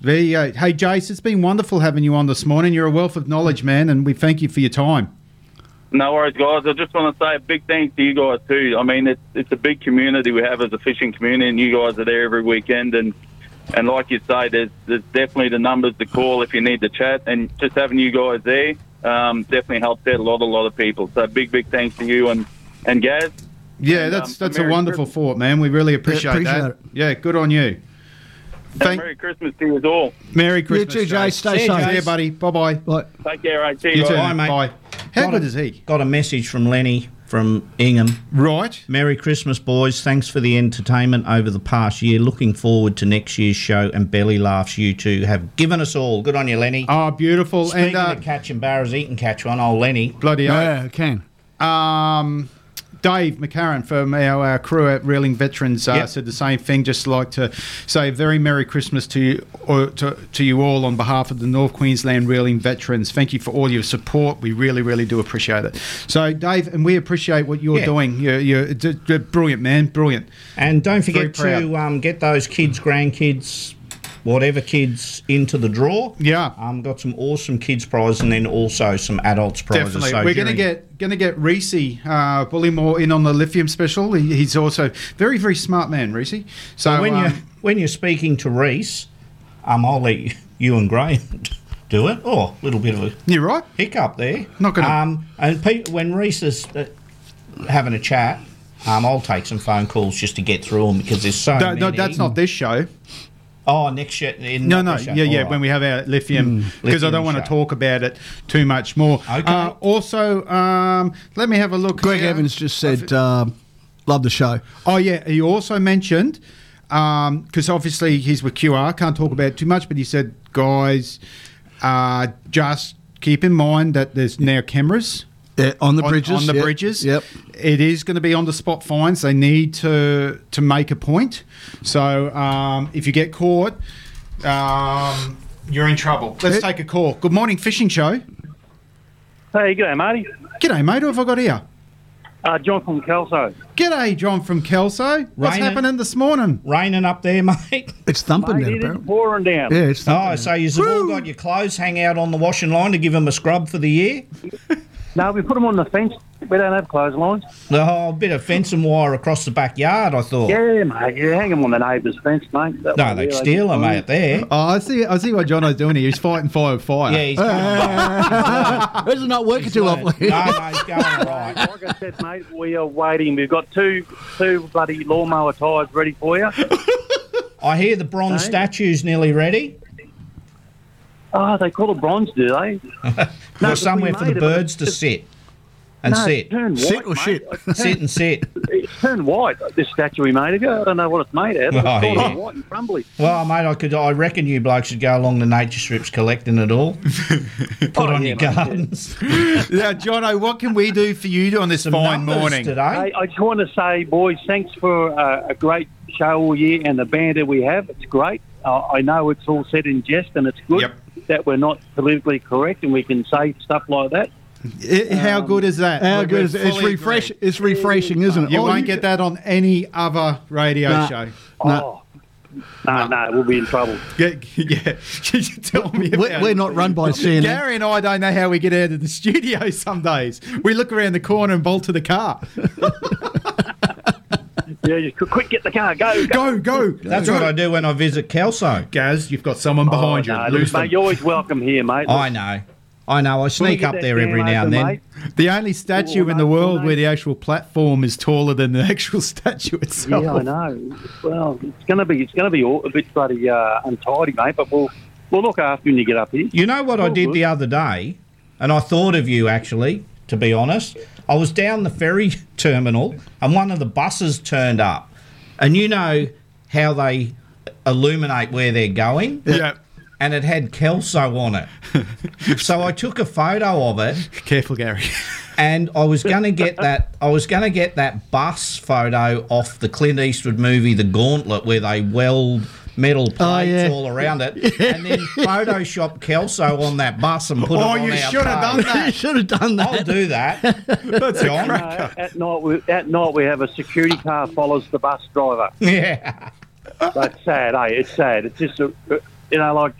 S3: There you go. Hey, Jace, it's been wonderful having you on this morning. You're a wealth of knowledge, man, and we thank you for your time.
S23: No worries, guys. I just want to say a big thanks to you guys too. I mean, it's it's a big community we have as a fishing community, and you guys are there every weekend. And and like you say, there's there's definitely the numbers to call if you need to chat, and just having you guys there um, definitely helps out a lot a lot of people. So big big thanks to you and and Gaz.
S3: Yeah,
S23: And,
S3: that's
S23: um,
S3: that's a
S23: Merry
S3: wonderful thought, man. We really appreciate,
S6: appreciate
S3: that.
S6: it.
S3: Yeah, good on you.
S23: Christmas. And Merry Christmas to you all.
S3: Merry Christmas.
S6: too, Jace. Stay
S3: See
S6: safe.
S3: you, buddy. Bye bye.
S23: Take care, right? See
S4: You too.
S23: guys.
S4: Bye, mate. Bye.
S3: How
S4: Got
S3: good
S4: a-
S3: is he?
S4: Got a message from Lenny from Ingham.
S3: Right.
S4: Merry Christmas, boys. Thanks for the entertainment over the past year. Looking forward to next year's show and belly laughs you two have given us all. Good on you, Lenny.
S3: Oh, beautiful.
S4: Speaking
S3: and uh,
S4: of catching barras, eat and catch one. Old Lenny.
S3: Bloody oath.
S4: Yeah,
S6: can.
S3: Um, Dave McCarran from our, our crew at Reeling Veterans uh,
S4: Yep.
S3: said the same thing. Just like to say a very Merry Christmas to you, or to, to you all on behalf of the North Queensland Reeling Veterans. Thank you for all your support. We really, really do appreciate it. So, Dave, and we appreciate what you're
S4: Yeah.
S3: doing. You're, you're d- d- brilliant, man. Brilliant.
S4: And don't
S3: Very
S4: forget
S3: proud.
S4: to um, get those kids, grandkids, whatever kids into the draw.
S3: Yeah.
S4: Um, got some awesome kids prizes and then also some adults prizes.
S3: Definitely,
S4: So
S3: we're going to
S4: during-
S3: get going to get Reese uh, Bullymore in on the lithium special. He, he's also very very smart man, Reese. So
S4: when
S3: um,
S4: you when you're speaking to Reese, um, I'll let you, you and Graham [LAUGHS] do it. Oh, a little bit of a
S3: you're right
S4: hiccup there.
S3: Not gonna-
S4: Um, and Pete, when Reese is uh, having a chat, um, I'll take some phone calls just to get through them because there's so
S3: No,
S4: many.
S3: no, that's not this show.
S4: Oh, next year. In
S3: No,
S4: that Oh.
S3: no,
S4: show.
S3: yeah, yeah.
S4: All
S3: When
S4: right.
S3: we have our lithium,
S4: Mm,
S3: because I
S4: lithium
S3: don't want to
S4: show.
S3: talk about it too much more. Okay. Uh, also, um, let me have a look.
S6: Greg
S3: here.
S6: Evans just said, um "Love the show."
S3: Oh yeah, he also mentioned because obviously he's with QR, can't talk about it too much, but he said, guys, uh, just keep in mind that there's now cameras.
S6: Yeah, on the bridges,
S3: on the
S6: yep,
S3: bridges.
S6: yep.
S3: it is going to be on the spot fines. They need to to make a point. So um, if you get caught, um, you're in trouble. Let's take a call. Good morning, fishing show.
S25: Hey, g'day, Marty.
S3: G'day, mate. Who have I got here?
S25: Uh, John from Kelso.
S3: G'day, John from Kelso. What's
S25: Raining.
S3: happening this morning?
S4: Raining up there, mate.
S6: It's thumping
S25: Mate, it is pouring down.
S4: oh, so you've all got your clothes hang out on the washing line to give them a scrub for the year?
S25: [LAUGHS] No, we put them on the fence. We don't have clotheslines.
S4: The whole bit of fencing wire across the backyard, I thought.
S25: Yeah, mate. You hang them on the neighbour's fence, mate. That
S4: No,
S25: way
S4: they'd
S25: there,
S4: steal
S25: can
S4: them, mate, there.
S3: Oh, I see. I see what Jono's doing here. He's fighting fire with fire. Uh,
S4: Yeah,
S6: [LAUGHS]
S4: he's
S6: This is not working too lovely.
S25: Like I said, mate, we are waiting. We've got two two bloody lawnmower tyres ready for you.
S4: I hear the bronze statue's nearly ready.
S25: Oh, they call it bronze, do
S4: [LAUGHS]
S25: they?
S4: Or
S25: but
S4: somewhere
S25: we
S4: for the
S25: made 'em.
S4: birds to sit and
S25: No,
S4: sit.
S25: turn white, Sit or mate. shit?
S4: sit and sit.
S25: It's turned white, this statue we made of you. I don't know what it's made out of.
S4: Oh,
S25: it's
S4: yeah.
S25: yeah. white and crumbly.
S4: Well, mate, I could. I reckon you blokes should go along the nature strips collecting it
S25: [LAUGHS]
S4: all. Put on your gardens.
S3: yeah, Jono, what can we do for you on this fine morning?
S25: Hey, I just want to say, boys, thanks for uh, a great show all year and the banter we have. It's great. Uh, I know it's all said in jest and it's good that we're not politically correct and we can say stuff like that. Um,
S3: how good is that?
S6: Um, How
S3: We- we
S6: good is it? It's
S3: fully
S6: refresh.
S3: agree.
S6: It's refreshing, isn't it?
S3: You
S6: All
S3: won't get that on any other radio
S25: Oh.
S6: Nah.
S3: show. [LAUGHS]
S6: Nah.
S25: No, no, we'll be in trouble.
S3: Yeah, [LAUGHS] yeah. you should tell me
S6: We're-
S3: about
S6: we're
S3: it,
S6: not
S3: please.
S6: run
S3: [LAUGHS]
S6: by CNN.
S3: Gary and I don't know how we get out of the [LAUGHS] studio some days. We look around the corner and bolt to the car.
S25: [LAUGHS] yeah, you could quick get the car. Go,
S3: go, go.
S4: That's what I do when I visit Kelso.
S3: Gaz, you've got someone behind
S25: Oh,
S3: you.
S25: no,
S3: Lose
S25: look, mate,
S3: them.
S25: you're always welcome here, mate.
S4: I know. I know. I sneak
S3: get
S4: up
S3: that
S4: there every
S3: can
S4: now and
S3: open,
S4: then.
S3: mate? The only statue in the world where the actual platform is taller than the [LAUGHS] actual statue itself.
S25: Yeah, I know. Well, it's going to be it's going to be all, a bit bloody uh, untidy, mate. But we'll we'll look after you when you get up here.
S4: You know what I
S25: All
S4: did
S25: good.
S4: the other day, and I thought of you actually. To be honest, I was down the ferry [LAUGHS] terminal, and one of the buses turned up, and you know how they illuminate where they're going.
S3: Yeah.
S4: And it had Kelso on
S3: [LAUGHS]
S4: it, so I took a photo of it.
S3: Careful, Gary.
S4: And I was going to get that. I was going to get that bus photo off the Clint Eastwood movie, The Gauntlet, where they weld
S3: Oh,
S4: metal plates
S6: yeah.
S4: all around it, and [LAUGHS] then Photoshop Kelso on that bus and put it
S6: Oh,
S4: on
S6: you
S4: our
S6: should have
S4: page.
S6: done that. You should have done that.
S4: I'll do that.
S3: That's
S4: John.
S25: No, at night, we, at night we have a security car follows the bus driver.
S4: Yeah,
S25: that's sad. eh? it's sad. It's just a, you know like.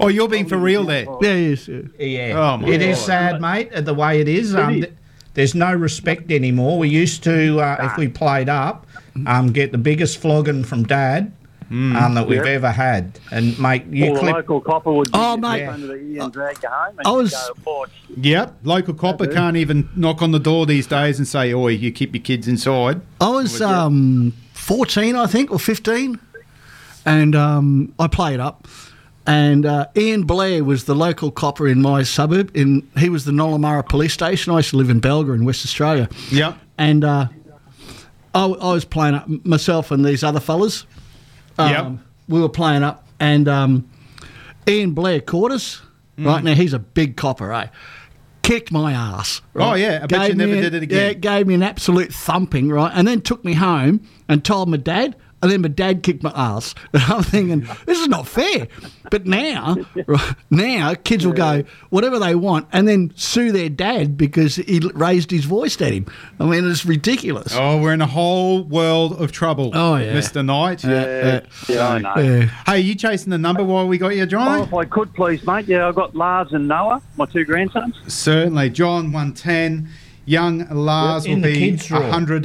S3: Oh, you're being for real there.
S6: Yeah, yes,
S4: Yeah.
S3: Oh my
S4: it is
S3: God.
S4: sad, mate, uh, the way it is.
S3: It
S4: Um,
S3: is.
S4: th- there's no respect anymore. We used to, uh, if we played up, um, get the biggest flogging from dad um, that we've
S25: Yep.
S4: ever had. And mate, you
S25: or the
S4: clip.
S25: local copper would
S4: Oh,
S25: just
S4: mate.
S25: under the ear and drag you home. And
S4: I
S25: you
S4: was-
S25: go, "Boy,
S3: Yep, local copper
S25: do.
S3: can't even knock on the door these days and say, "Oi, you keep your kids inside."
S6: I was um, 14, I think, or 15, and um, I played up. And uh, Ian Blair was the local copper in my suburb. In he was the Nolamara police station. I used to live in Belga in West Australia.
S3: Yeah.
S6: And uh, I, I was playing up myself and these other fellas. Um,
S3: Yep.
S6: We were playing up, and um, Ian Blair caught us. Right now, he's a big copper, eh? Kicked my ass. right?
S3: Oh, yeah, I bet you
S6: Gave me
S3: never
S6: a-
S3: did it again.
S6: yeah, gave me an absolute thumping, right? And then took me home and told my dad, and then my dad kicked my ass. [LAUGHS] And I'm thinking, this is not fair. But now, [LAUGHS] right, now kids will go whatever they want and then sue their dad because he l- raised his voice at him. I mean, it's ridiculous.
S3: Oh, we're in a whole world of trouble.
S6: Oh, yeah.
S3: Mr. Knight. Uh,
S4: uh,
S6: Yeah, Oh, yeah. Yeah, I know. Yeah.
S3: Hey, are you chasing the number while we got you, John?
S25: Oh, if I could, please, mate. Yeah, I've got Lars and Noah, my two grandsons.
S3: Certainly, John one ten. Young Lars
S25: In
S3: will
S25: the
S3: be
S25: kids' drawer.
S3: hundred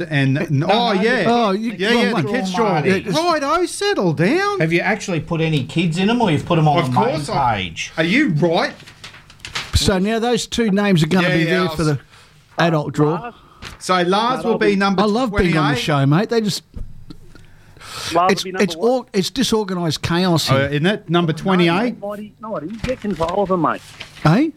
S4: [LAUGHS]
S3: and
S4: No,
S3: oh
S4: no,
S3: yeah,
S4: the-
S3: oh
S4: the
S3: yeah, yeah, the
S4: kids'
S3: kids'
S4: drawer,
S3: drawer.
S4: Marty.
S3: Right, oh, settle down.
S4: Have you actually put any kids in them, or you've put them on
S3: Of
S4: the
S3: course
S4: main
S3: I-
S4: page?
S3: Are you right?
S6: So now those two names are going to
S3: Yeah,
S6: be
S3: yeah,
S6: there
S3: I'll
S6: for the adult draw.
S3: So Lars will be number.
S6: I love being on the
S3: 28.
S6: show, mate. They just.
S25: Lars
S6: It's
S25: will be number
S6: it's, all, it's disorganised chaos
S3: Oh,
S6: here.
S3: isn't it number twenty-eight?
S25: Mighty, mighty. Get control of them, mate. [LAUGHS]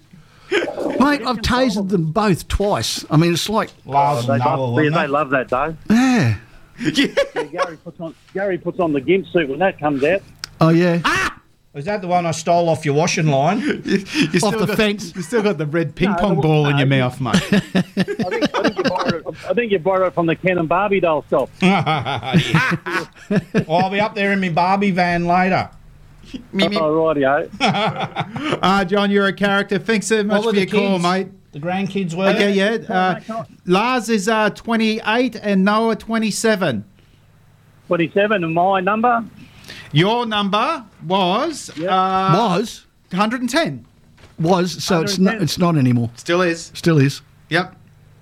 S6: Eh? Mate, I've tasered them both twice. I mean, it's like.
S25: Oh, they, love, yeah, they love
S3: [LAUGHS]
S25: that, though.
S6: Yeah.
S25: Yeah, Gary, puts on, Gary puts on the gimp suit when that comes out.
S6: Oh, yeah.
S4: Was Ah! that the one I stole off your washing line?
S3: still got- You still got the red ping pong ball in your mouth, mate.
S4: [LAUGHS]
S25: I think you borrow it from the Ken and Barbie doll
S3: [LAUGHS]
S25: shop.
S4: Yeah. well, I'll be up there in my Barbie van
S3: [LAUGHS]
S4: later.
S6: [LAUGHS]
S25: All righty,
S3: Ah, John, you're a character. Thanks so much
S4: were
S3: for your
S4: the
S3: call,
S4: kids?
S3: mate.
S4: The grandkids were.
S3: Okay, yeah. Uh, Lars is uh, 28 and Noah 27.
S25: 27, and my number?
S3: Your number was. Uh,
S6: was?
S3: 110.
S6: Was, so it's not, it's not anymore.
S3: Still is.
S6: Still is.
S3: Yep.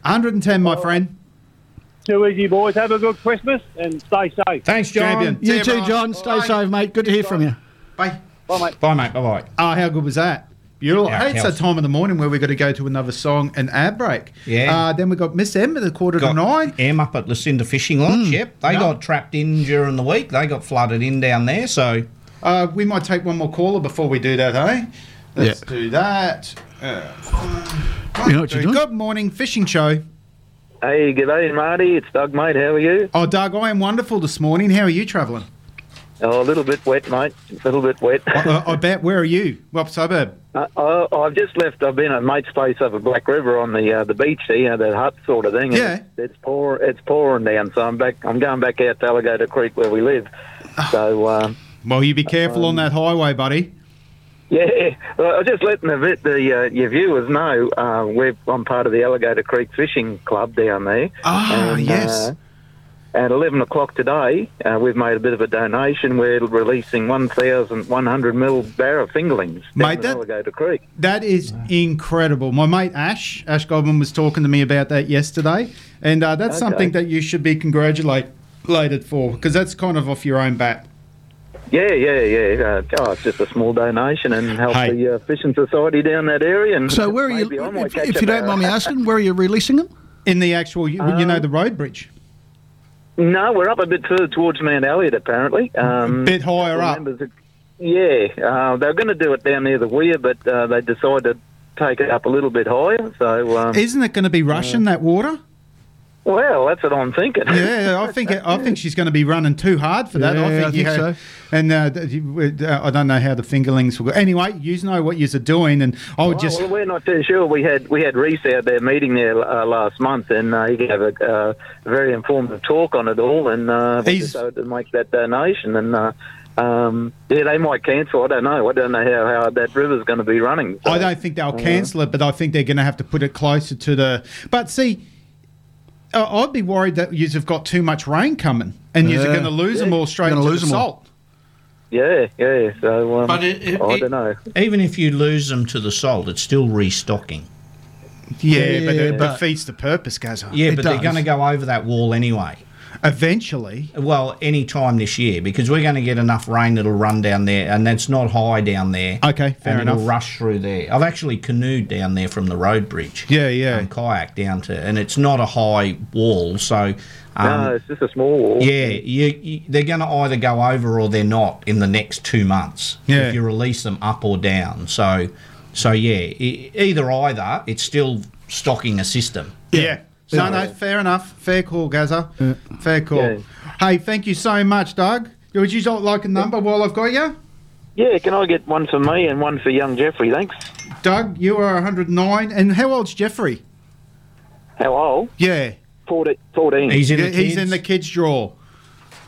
S3: 110, my friend.
S25: Too easy, boys. Have a good Christmas and stay safe.
S4: Thanks,
S3: Champion. See
S6: You too,
S3: bro.
S6: John. Stay safe, mate. Good to hear from you.
S3: Bye.
S25: Bye, mate.
S4: Bye, mate. Bye bye.
S3: Oh, how good was that? Beautiful.
S4: Yeah,
S3: hey, it's that
S4: helps.
S3: time of the morning where we've got to go to another song and ad break.
S4: Yeah.
S3: Uh, then we got Miss M at the quarter to
S4: Got
S3: nine. Mm.
S4: Em up at Lucinda Fishing Lodge. Yep. They got trapped in during the week. They got flooded in down there. So
S3: Uh, we might take one more caller before we do that, eh? Let's
S6: [SIGHS]
S3: do that. Uh,
S6: You know what you're doing?
S3: Good morning, fishing show.
S5: Hey, g'day, Marty. It's Doug, mate. How are you?
S3: Oh, Doug, I am wonderful this morning. How are
S6: [LAUGHS]
S3: you travelling?
S5: Oh, a little bit wet, mate. A little bit wet.
S3: I, I bet. Where are you? What suburb?
S5: [LAUGHS] Uh, I, I've just left. I've been at mate's place up at Black River on the uh, the beach there, you know, that hut sort of thing. and
S3: Yeah.
S5: It's, it's pour. It's pouring down. So I'm back. I'm going back out to Alligator Creek where we live.
S3: Ah.
S5: So. Um,
S3: Well, you be careful on that highway, buddy.
S5: yeah, well, I'm just letting the vi- the uh, your viewers know uh, we're I'm part of the Alligator Creek Fishing Club down there.
S3: Ah,
S5: And,
S3: yes.
S5: uh, At 11 o'clock today, uh, we've made a bit of a donation. We're releasing 1,100 mil barra fingerlings
S3: Mate,
S5: down the Alligator Creek.
S3: That is incredible. My mate Ash, Ash Goldman, was talking to me about that yesterday, and uh, that's
S5: Okay.
S3: something that you should be congratulated for because that's kind of off your own bat.
S5: Yeah, yeah, yeah. Uh, oh, it's just a small donation and help
S3: Hey.
S5: the uh, fishing society down that area. And
S6: So where are you?
S5: maybe I might
S6: If,
S5: catch
S6: if
S5: a
S6: you don't
S5: barra.
S6: mind me asking, where are you releasing them?
S3: In the actual, you, you know, the road bridge.
S5: No, we're up a bit further towards Mount Elliot, apparently. Um,
S3: bit higher
S5: up. yeah, uh, they were going to do it down near the weir, but uh, they decided to take it up a little bit higher. So, um,
S3: Isn't it going to be Russian that water?
S5: well, that's what I'm thinking.
S3: Yeah, I think I think she's going to be running too hard for that.
S5: Yeah,
S3: I think,
S5: I
S3: you
S5: think
S3: have-
S5: so.
S3: And uh, th- you- uh, I don't know how the fingerlings will go. Anyway, you know what you're doing, and I would
S5: [LAUGHS] Well,
S3: just
S5: well, we're not too sure. We had we had Reese out there meeting there uh, last month, and uh, he gave a uh, very informative talk on it all, and uh, we decided to make that donation. And uh, um, yeah, they might cancel. I don't know. I don't know how hard that river's going to be running.
S3: I don't think they'll
S5: Yeah.
S3: cancel it, but I think they're going to have to put it closer to the. But see, I- I'd be worried that you've got too much rain coming, and you're
S5: Yeah.
S3: going to lose them all straight
S5: Gonna
S3: to
S5: lose
S3: the
S5: 'em all.
S3: salt.
S5: Yeah, yeah. So, um,
S4: But it- it-
S5: I
S4: it-
S5: don't know.
S4: Even if you lose them to the salt, it's still restocking.
S3: Yeah, but it defeats the purpose, Gazza.
S4: Yeah, but they're going to go over that wall anyway.
S3: Eventually.
S4: Well, any time this year because we're going to get enough rain that'll run down there, and that's not high down there.
S3: Okay, Uh, fair
S4: and it'll
S3: enough.
S4: rush through there. I've actually canoed down there from the road bridge.
S3: Yeah, yeah.
S4: And kayak down to, and it's not a high wall, so. Um,
S5: no, it's just a small wall.
S4: Yeah, you, you, they're going to either go over or they're not in the next two months.
S5: Yeah.
S4: If you release them up or down, so so yeah, e- either either, it's still stocking a system.
S3: Yeah. No, no, fair enough. Fair call, Gazza. Fair call. Hey, thank you so much, Doug. Would you like a number while I've got you?
S5: Yeah, can I get one for me and one for young Jeffrey? Thanks.
S3: Doug, you are 109. And how old's Jeffrey?
S5: How old?
S3: Yeah.
S5: 40, 14.
S3: Yeah, he's in the kids' drawer.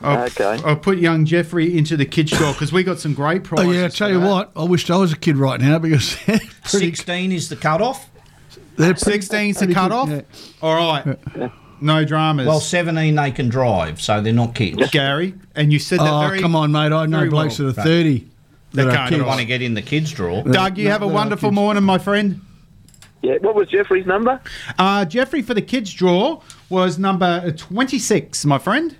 S3: I'll,
S6: Okay.
S3: I'll put young Jeffrey into the kids' drawer because we got some great
S6: Oh
S3: prizes.
S6: yeah, I tell you what, I wished I was a kid right now because [LAUGHS] they're pretty,
S4: [LAUGHS] Sixteen is the cutoff.
S6: they're pretty-
S3: 16's the
S6: pretty good,
S3: cut off.
S6: yeah.
S3: All right. No dramas.
S4: Well, seventeen they can drive, so they're not kids.
S3: Gary, and you said that
S6: Oh,
S3: very
S6: come on, mate! I know
S3: very
S6: blokes
S3: well.
S6: that are thirty.
S4: They
S6: that are
S4: can't
S6: kids.
S4: want to get in the kids draw.
S3: Doug, you have a wonderful morning, my friend.
S5: Yeah, what was Jeffrey's number?
S3: Uh, Jeffrey for the kids' draw was number 26, my friend.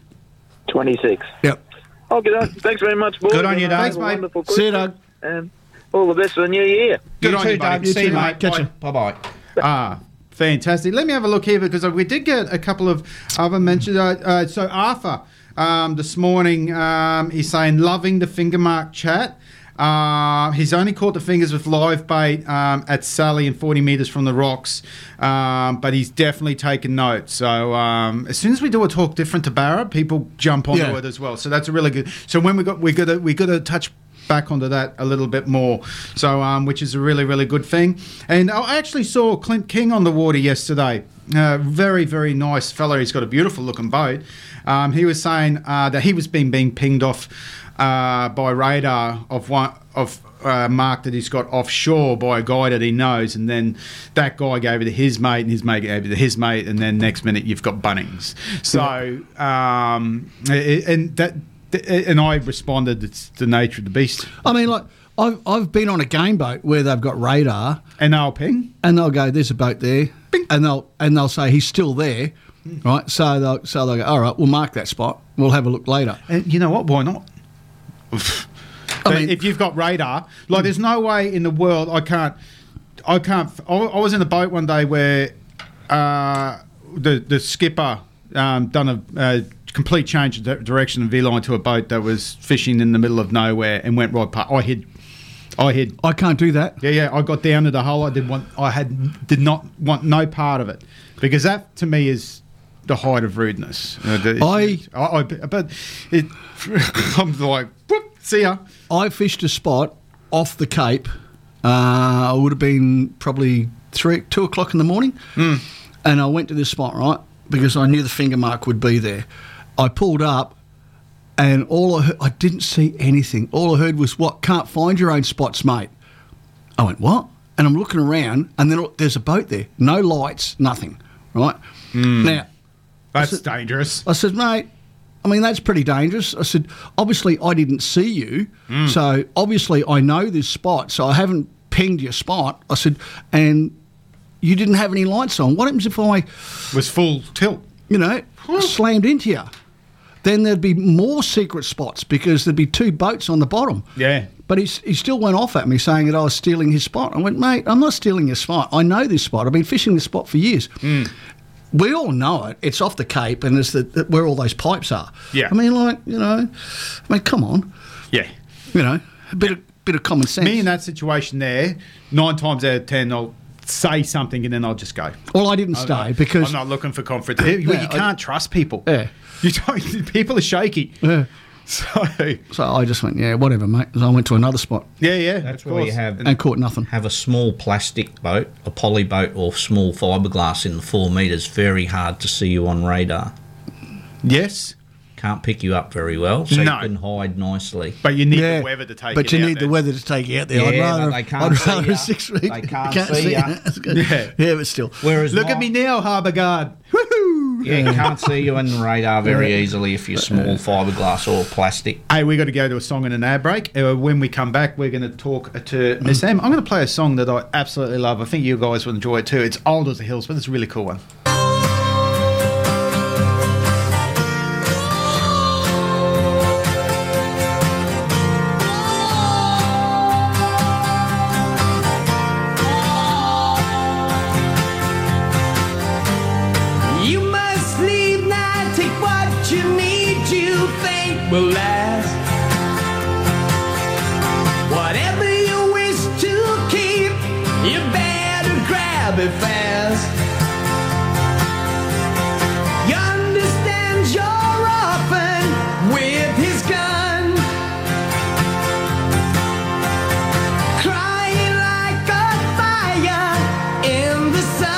S5: 26.
S6: Yep.
S5: Okay, Doug. Oh, Thanks very much, boys.
S3: Good on you, Doug.
S5: Have
S3: Thanks,
S5: a
S3: mate.
S5: wonderful
S3: See you,
S5: Christmas, And all the best for the new year.
S3: Good on you, Doug. See you, mate.
S4: Catch you. Bye bye.
S3: Ah, fantastic. Let me have a look here because we did get a couple of other mentions. Uh, uh, so Arthur um, this morning um, he's saying loving the finger mark chat. Uh, he's only caught the fingers with live bait um, at Sally and 40 metres from the rocks, um, but he's definitely taken note. So um, as soon as we do a talk different to Barra, people jump onto
S6: Yeah.
S3: it as well. So that's a really good. So when we got we got to, we got to touch back onto that a little bit more. So, um, which is a really, really good thing. And I actually saw Clint King on the water yesterday. Uh, very, very nice fella. He's got a beautiful looking boat. Um, he was saying uh, that he was being being pinged off uh, by radar of one of. Uh, mark that he's got offshore by a guy that he knows, and then that guy gave it to his mate, and his mate gave it to his mate, and then next minute you've got Bunnings. So, um, it- and that, and I responded, it's the nature of the beast.
S6: I mean, like I've I've been on a game boat where they've got radar
S3: and they'll ping
S6: and they'll go, "There's a boat there," and they'll and they'll say he's still there,
S3: Hmm.
S6: right? So they'll so they'll go, "All right, we'll mark that spot. We'll have a look later."
S3: And you know what?
S6: [SIGHS]
S3: Why not? I mean, if you've got radar, like there's no way in the world I can't. I can't. I, I was in a boat one day where uh, the the skipper um, done a. Uh, Complete change of di- direction of V line to a boat that was fishing in the middle of nowhere and went right past. I hid, I hid.
S6: I can't do that.
S3: Yeah, yeah. I got down to the hole. I did want. I had did not want no part of it because that to me is the height of rudeness. Uh, the-
S6: I,
S3: I, I but it, [LAUGHS] I'm like, whoop, see ya.
S6: I fished a spot off the Cape. Uh, it would have been probably three, two o'clock in the morning,
S3: Hmm.
S6: and I went to this spot right because I knew the finger mark would be there. I pulled up, and all I heard, I didn't see anything. All I heard was, "What? Can't find your own spots, mate." I went, "What?" And I'm looking around, and then there's a boat there.
S3: Hmm.
S6: No
S3: Mm.
S6: lights, nothing. Right now,
S3: That's dangerous.
S6: I said, mate, I mean, that's pretty dangerous. I said, obviously, I didn't see you.
S3: Mm.
S6: So obviously, I know this spot. So I haven't pinged your spot. I said, and you didn't have any lights on. What happens if I
S3: was full tilt?
S6: You know, slammed into you. Then there'd be more secret spots because there'd be two boats on the bottom.
S3: Yeah.
S6: But he, s- he still went off at me saying that I was stealing his spot. I went, mate, I'm not stealing your spot. I know this spot. I've been fishing this spot for years. We all know it. It's off the Cape and it's the, the, where all those pipes are.
S3: Yeah.
S6: I mean, like, you know, I mean, come on.
S3: Yeah.
S6: You know, a bit, of, bit of common sense.
S3: Me in that situation there, nine times out of ten, I'll say something and then I'll just go.
S6: Well, I didn't stay because-
S3: I'm not looking for confrontation.
S6: Yeah,
S3: you
S6: I-
S3: can't trust people.
S6: Yeah.
S3: You don't. [LAUGHS] People are shaky.
S6: Yeah.
S3: So,
S6: So I just went, yeah, whatever, mate. So I went to another spot.
S3: yeah, yeah.
S4: That's
S3: of
S4: where you
S3: course.
S4: have
S6: and caught nothing.
S4: Have a small plastic boat, a poly boat, or small fiberglass in the four meters. Very hard to see you on radar.
S3: Yes.
S4: Can't pick you up very well, so
S3: No.
S4: you can hide nicely.
S3: But you need the weather to take.
S6: But
S3: it
S6: you
S3: out
S6: need
S3: there.
S6: the weather to take you out there. I'd
S4: Yeah, but
S6: rather,
S4: they can't
S6: I'd
S4: see
S6: rather
S4: ya.
S6: six feet.
S4: They can't see ya.
S6: That's good.
S4: Yeah.
S6: [LAUGHS] Yeah. but still.
S4: Whereas
S3: Look at
S4: my-
S3: me now, Harbour Guard.
S4: Yeah, you can't see you on the radar very easily if you're small fiberglass or plastic.
S3: Hey, we got to go to a song and an ad break. Uh, when we come back, we're going to talk to Miss M. I'm going to play a song that I absolutely love. I think you guys will enjoy it too. It's old as the hills, but it's a really cool one.
S1: You must leave now, take what you need, you think will last. Whatever you wish to keep, you better grab it fast. He understands you're often with his gun. Crying like a fire in the sun.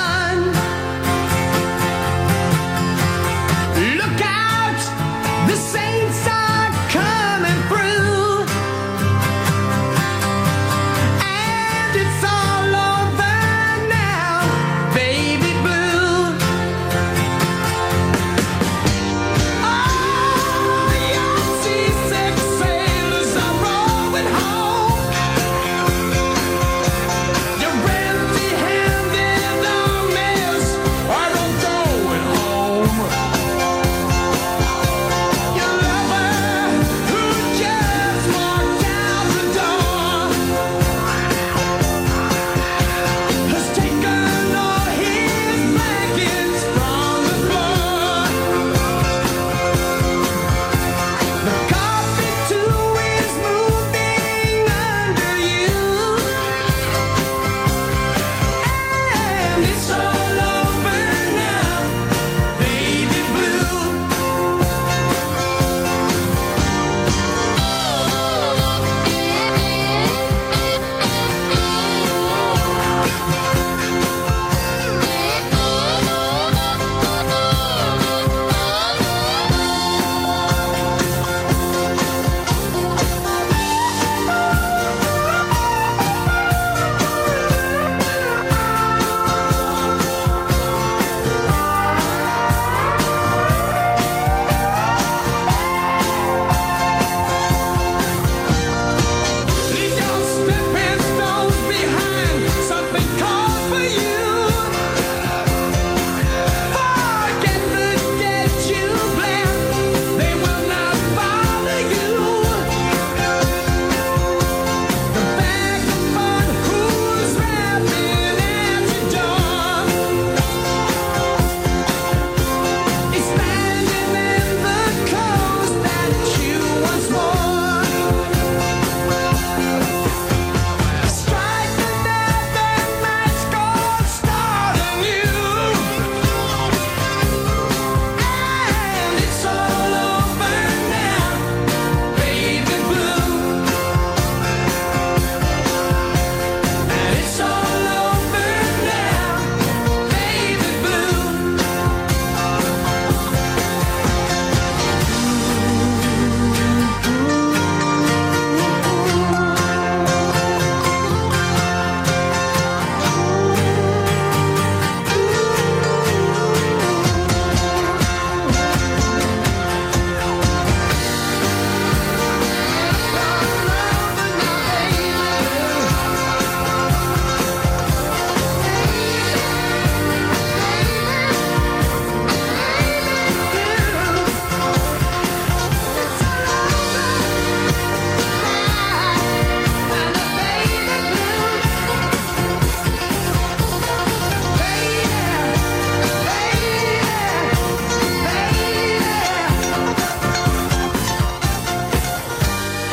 S1: Look out! The saints are coming through. And it's all over now, baby.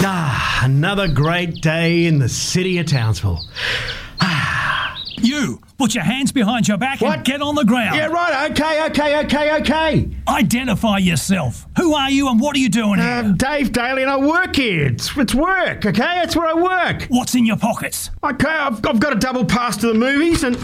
S11: Ah, another great day in the city of Townsville. Ah.
S7: You put your hands behind your back and get on the ground.
S11: Yeah, right. Okay, okay, okay, okay.
S7: Identify yourself. Who are you and what are you doing here?
S11: Um, Dave Daly, and I work here. It's, it's work, okay? That's where I work.
S7: What's in your pockets?
S11: Okay, I've, I've got a double pass to the movies and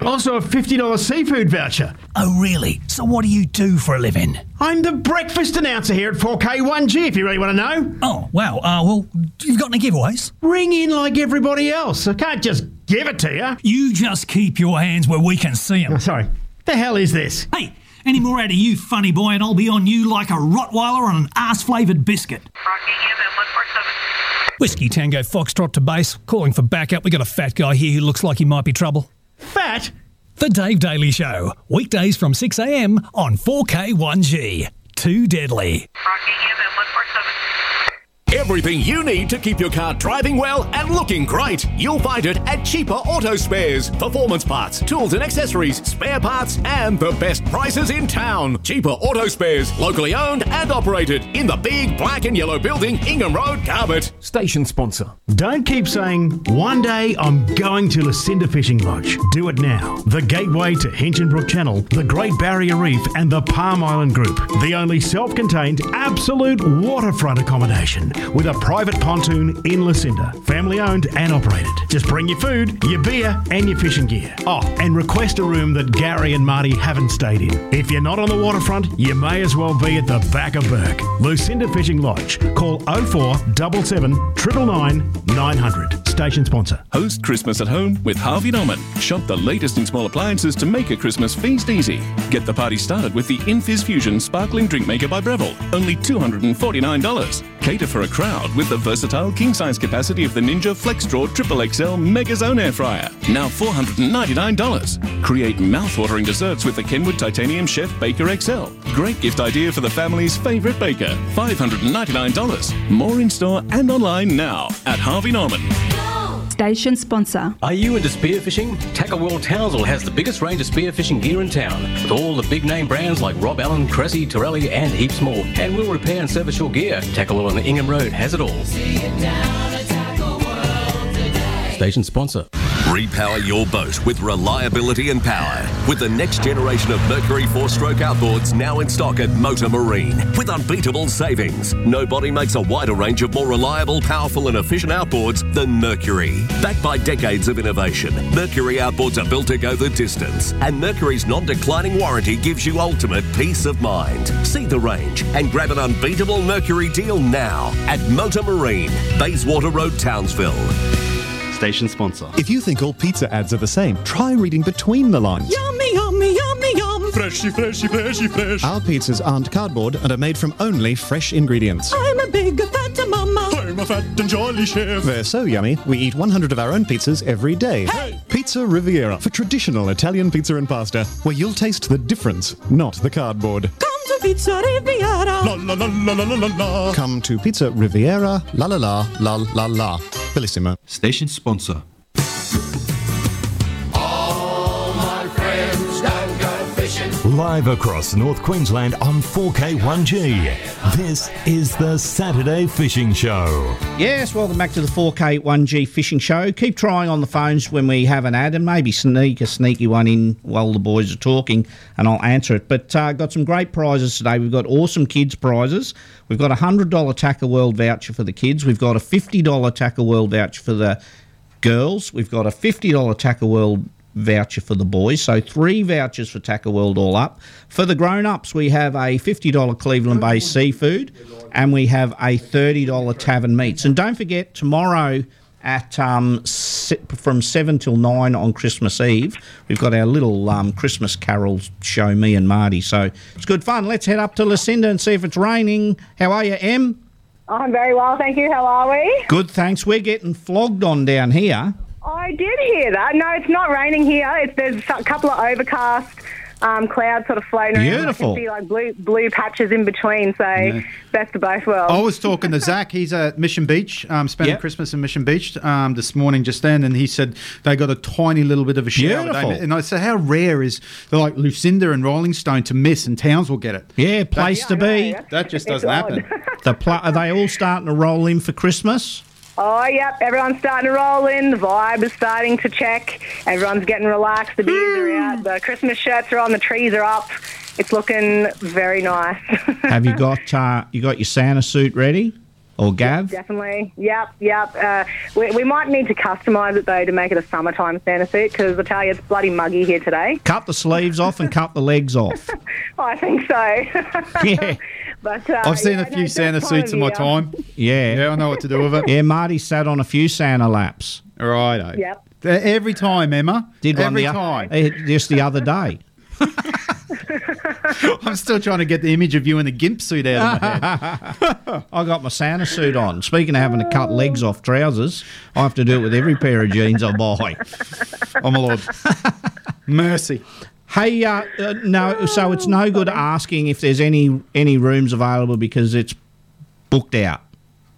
S11: also a $50 seafood voucher.
S7: Oh, really? So, what do you do for a living?
S11: I'm the breakfast announcer here at 4K1G, if you really want to know.
S7: Oh, wow. Uh, well, you've got any giveaways?
S11: Ring in like everybody else. I can't just give it to you.
S7: You just keep your hands where we can see them.
S11: sorry. The hell is this?
S7: Hey, any more out of you, funny boy, and I'll be on you like a Rottweiler on an ass flavoured biscuit. Whiskey Tango Foxtrot to base, calling for backup. We got a fat guy here who looks like he might be trouble.
S11: Fat?
S7: The Dave Daily Show, weekdays from 6am on 4K1G. Too deadly.
S9: Everything you need to keep your car driving well and looking great. You'll find it at cheaper auto spares, performance parts, tools and accessories, spare parts, and the best prices in town. Cheaper auto spares, locally owned and operated in the big black and yellow building, Ingham Road, Garbutt.
S11: Station sponsor. Don't keep saying, one day I'm going to Lucinda Fishing Lodge. Do it now. The gateway to Hinchinbrook Channel, the Great Barrier Reef, and the Palm Island Group. The only self contained, absolute waterfront accommodation with a private pontoon in Lucinda. Family owned and operated. Just bring your food, your beer, and your fishing gear. Oh, and request a room that Gary and Marty haven't stayed in. If you're not on the waterfront, you may as well be at the back of Burke. Lucinda Fishing Lodge. Call 0477 999 900. Station sponsor.
S20: Host Christmas at home with Harvey Norman. Shop the latest in small appliances to make a Christmas feast easy. Get the party started with the Infizz Fusion Sparkling Drink Maker by Breville. Only $249. Cater for a crowd with the versatile king size capacity of the Ninja Flex Draw Triple XL Mega Zone Air Fryer. Now $499. Create mouthwatering desserts with the Kenwood Titanium Chef Baker XL. Great gift idea for the family's favorite baker. $599. More in store and online now at Harvey Norman.
S26: Station sponsor.
S27: Are you into spearfishing? Tackle World Townsville has the biggest range of spearfishing gear in town, with all the big name brands like Rob Allen, Cressy, Torelli, and heaps more. And we'll repair and service your gear. Tackle World on Ingham Road has it all.
S12: Station sponsor. Repower your boat with reliability and power with the next generation of Mercury four stroke outboards now in stock at Motor Marine with unbeatable savings. Nobody makes a wider range of more reliable, powerful, and efficient outboards than Mercury. Backed by decades of innovation, Mercury outboards are built to go the distance, and Mercury's non declining warranty gives you ultimate peace of mind. See the range and grab an unbeatable Mercury deal now at Motor Marine, Bayswater Road, Townsville.
S28: Station sponsor.
S24: If you think all pizza ads are the same, try reading between the lines.
S15: Yummy, yummy, yummy, yum. Freshy, freshy, freshy, fresh.
S24: Our pizzas aren't cardboard and are made from only fresh ingredients.
S15: I'm a big fat mama. I'm a fat and jolly chef.
S24: They're so yummy, we eat 100 of our own pizzas every day.
S15: Hey!
S24: Pizza Riviera for traditional Italian pizza and pasta, where you'll taste the difference, not the cardboard.
S15: Come to Pizza Riviera. La la la la la la la.
S24: Come to Pizza Riviera, la la la, la la la. Bellissimo.
S28: Station sponsor.
S29: All my friends don't go fishing.
S17: Live across North Queensland on 4K1G. This is the Saturday Fishing Show.
S4: Yes, welcome back to the 4K 1G Fishing Show. Keep trying on the phones when we have an ad and maybe sneak a sneaky one in while the boys are talking and I'll answer it. But uh, got some great prizes today. We've got awesome kids prizes. We've got a $100 Tackle World voucher for the kids. We've got a $50 Tackle World voucher for the girls. We've got a $50 Tackle World voucher for the boys. So three vouchers for Tackle World all up. For the grown-ups, we have a $50 Cleveland Bay seafood and we have a $30 tavern meats. And don't forget tomorrow at um, si- from 7 till 9 on Christmas Eve, we've got our little um, Christmas carol show, me and Marty. So it's good fun. Let's head up to Lucinda and see if it's raining. How are you, Em?
S30: I'm very well, thank you. How are we?
S4: Good, thanks. We're getting flogged on down here.
S30: I did hear that. No, it's not raining here. It's, there's a couple of overcast um, clouds sort of floating around.
S4: Beautiful.
S30: I can see like blue blue patches in between. So best of both worlds.
S3: I was talking to Zach. He's at Mission Beach, um, spending
S4: Yep.
S3: Christmas in Mission Beach um, this morning just then, and he said they got a tiny little bit of a shower. don't
S4: Beautiful.
S3: they? And I said, how rare is they're like Lucinda and Rolling Stone to miss, and Towns will get it.
S4: Yeah, place to be.
S3: That just doesn't happen.
S4: The pl- are they all starting to roll in for Christmas?
S30: Oh, yep. Everyone's starting to roll in. The vibe is starting to check. Everyone's getting relaxed. The beers are out. The Christmas shirts are on. The trees are up. It's looking very nice.
S4: Have you got uh, you got your Santa suit ready, or Gav?
S30: Definitely. Yep, yep. Uh, we, we might need to customise it, though, to make it a summertime Santa suit because I tell you, it's bloody muggy here today.
S4: Cut the sleeves off and cut the legs off.
S30: Oh, I think so.
S4: Yeah.
S30: [LAUGHS] But uh,
S3: I've seen a
S30: yeah,
S3: few
S30: no,
S3: Santa
S30: this
S3: suits
S30: of
S3: in my
S30: year-
S3: time.
S4: Yeah. Yeah,
S3: I know what to do with it.
S4: Yeah, Marty sat on a few Santa laps.
S3: Righto.
S30: Yep.
S3: Every time, Emma.
S4: Did one
S3: Every
S4: the o-
S3: time.
S4: eh, just the other day.
S3: [LAUGHS] I'm still trying to get the image of you in the gimp suit out of my head.
S4: [LAUGHS] I got my Santa suit on. Speaking of having to cut legs off trousers, I have to do it with every pair of jeans I buy. Oh my lord,
S3: mercy.
S4: Hey, uh, uh, no, so it's no good asking if there's any any rooms available because it's booked out.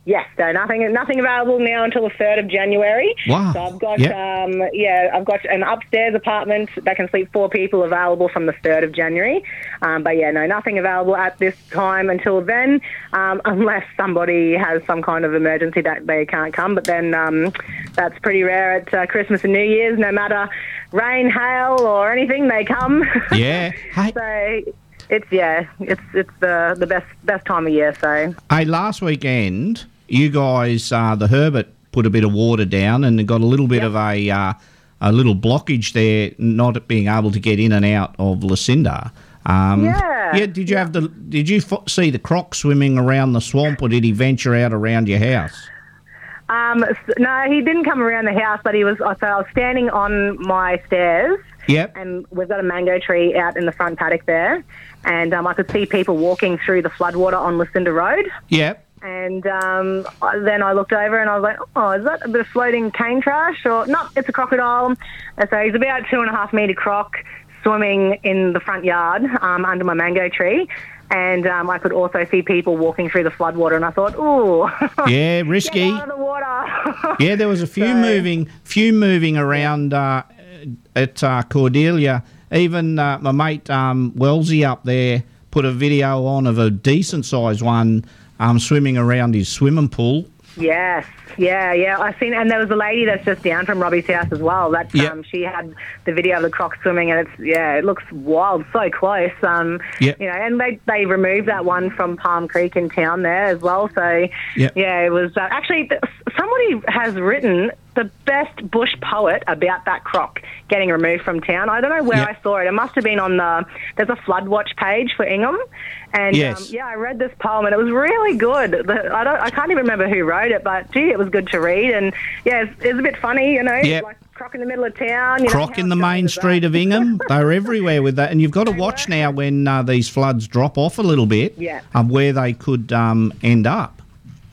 S30: Yes, so nothing, nothing available now until the third of January.
S4: Wow.
S30: So I've got,
S4: Yep.
S30: um, yeah, I've got an upstairs apartment that can sleep four people available from the third of January. Um, but yeah, no, nothing available at this time until then, um, [LAUGHS] unless somebody has some kind of emergency that they can't come. But then um, that's pretty rare at uh, Christmas and New Year's. No matter rain, hail, or anything, they come. [LAUGHS]
S4: Yeah.
S30: so it's yeah, it's it's the the best best time of year. So.
S4: Hey, last weekend you guys, uh, the Herbert put a bit of water down and it got a little bit of a uh, a little blockage there, not being able to get in and out of Lucinda. Um,
S30: Yeah.
S4: Yeah. Did you have the? Did you fo- see the croc swimming around the swamp, or did he venture out around your house?
S30: Um, s- no, he didn't come around the house, but he was. uh, So I was standing on my stairs.
S4: Yep.
S30: And we've got a mango tree out in the front paddock there, and um, I could see people walking through the floodwater on Lucinda Road.
S4: Yep.
S30: And um, I- then I looked over and I was like, "Oh, is that a bit of floating cane trash?" Or no, it's a crocodile. And so he's about two and a half meter croc swimming in the front yard um, under my mango tree. And um, I could also see people walking through the floodwater, and I thought, "Ooh, [LAUGHS]
S4: Yeah, risky.
S30: Get out of the [LAUGHS] water.
S4: Yeah, there was a few moving, few moving around uh, at uh, Cordelia. Even uh, my mate um, Wellesley up there put a video on of a decent sized one um, swimming around his swimming pool.
S30: Yes, yeah, yeah. I've seen, and there was a lady that's just down from Robbie's house as well. That
S4: Yep.
S30: um, she had the video of the croc swimming, and it's yeah, it looks wild, so close. Um,
S4: Yep.
S30: you know, and they they removed that one from Palm Creek in town there as well. So
S4: Yep.
S30: yeah, it was uh, actually th- somebody has written the best bush poet about that croc getting removed from town. I don't know where I saw it. It must have been on the there's a flood watch page for Ingham, and um,
S4: Yes.
S30: yeah, I read this poem and it was really good. The, I don't, I can't even remember who wrote it, but gee, it was good to read. And yeah, it's, it's a bit funny, you know,
S4: Yep.
S30: like croc in the middle of town. You
S4: Croc in the main street of Ingham. They're everywhere with that, and you've got
S30: [LAUGHS]
S4: to watch now when uh, these floods drop off a little bit,
S30: Yeah.
S4: um, where they could um, end up.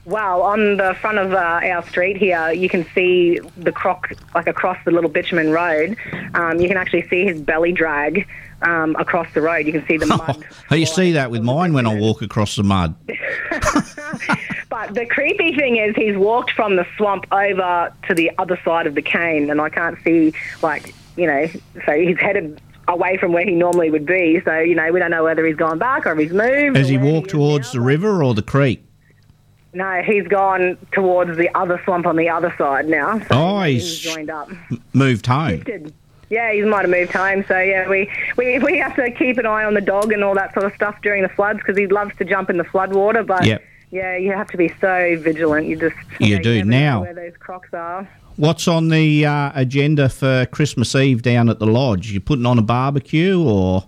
S30: Know, wow, on the front of uh, our street here, you can see the croc like across the little bitumen road. Um, you can actually see his belly drag um, across the road. You can
S4: [LAUGHS]
S30: see the mud.
S4: Oh, you see that with mine when I walk across the mud.
S30: But the creepy thing is, he's walked from the swamp over to the other side of the cane, and I can't see, like, you know, so he's headed away from where he normally would be. So, you know, we don't know whether he's gone back or if he's moved.
S4: As he walked towards the river or the creek.
S30: No, he's gone towards the other swamp on the other side now. So
S4: Oh,
S30: he's
S4: he's
S30: joined up.
S4: m- moved home.
S30: Shifted. Yeah, he might have moved home. So, yeah, we, we, we have to keep an eye on the dog and all that sort of stuff during the floods because he loves to jump in the flood water. But,
S4: Yep.
S30: yeah, you have to be so vigilant. You just
S4: You do.
S30: never know
S4: Now-
S30: where those crocs are.
S4: What's on the uh, agenda for Christmas Eve down at the lodge? You putting on a barbecue or
S30: Um,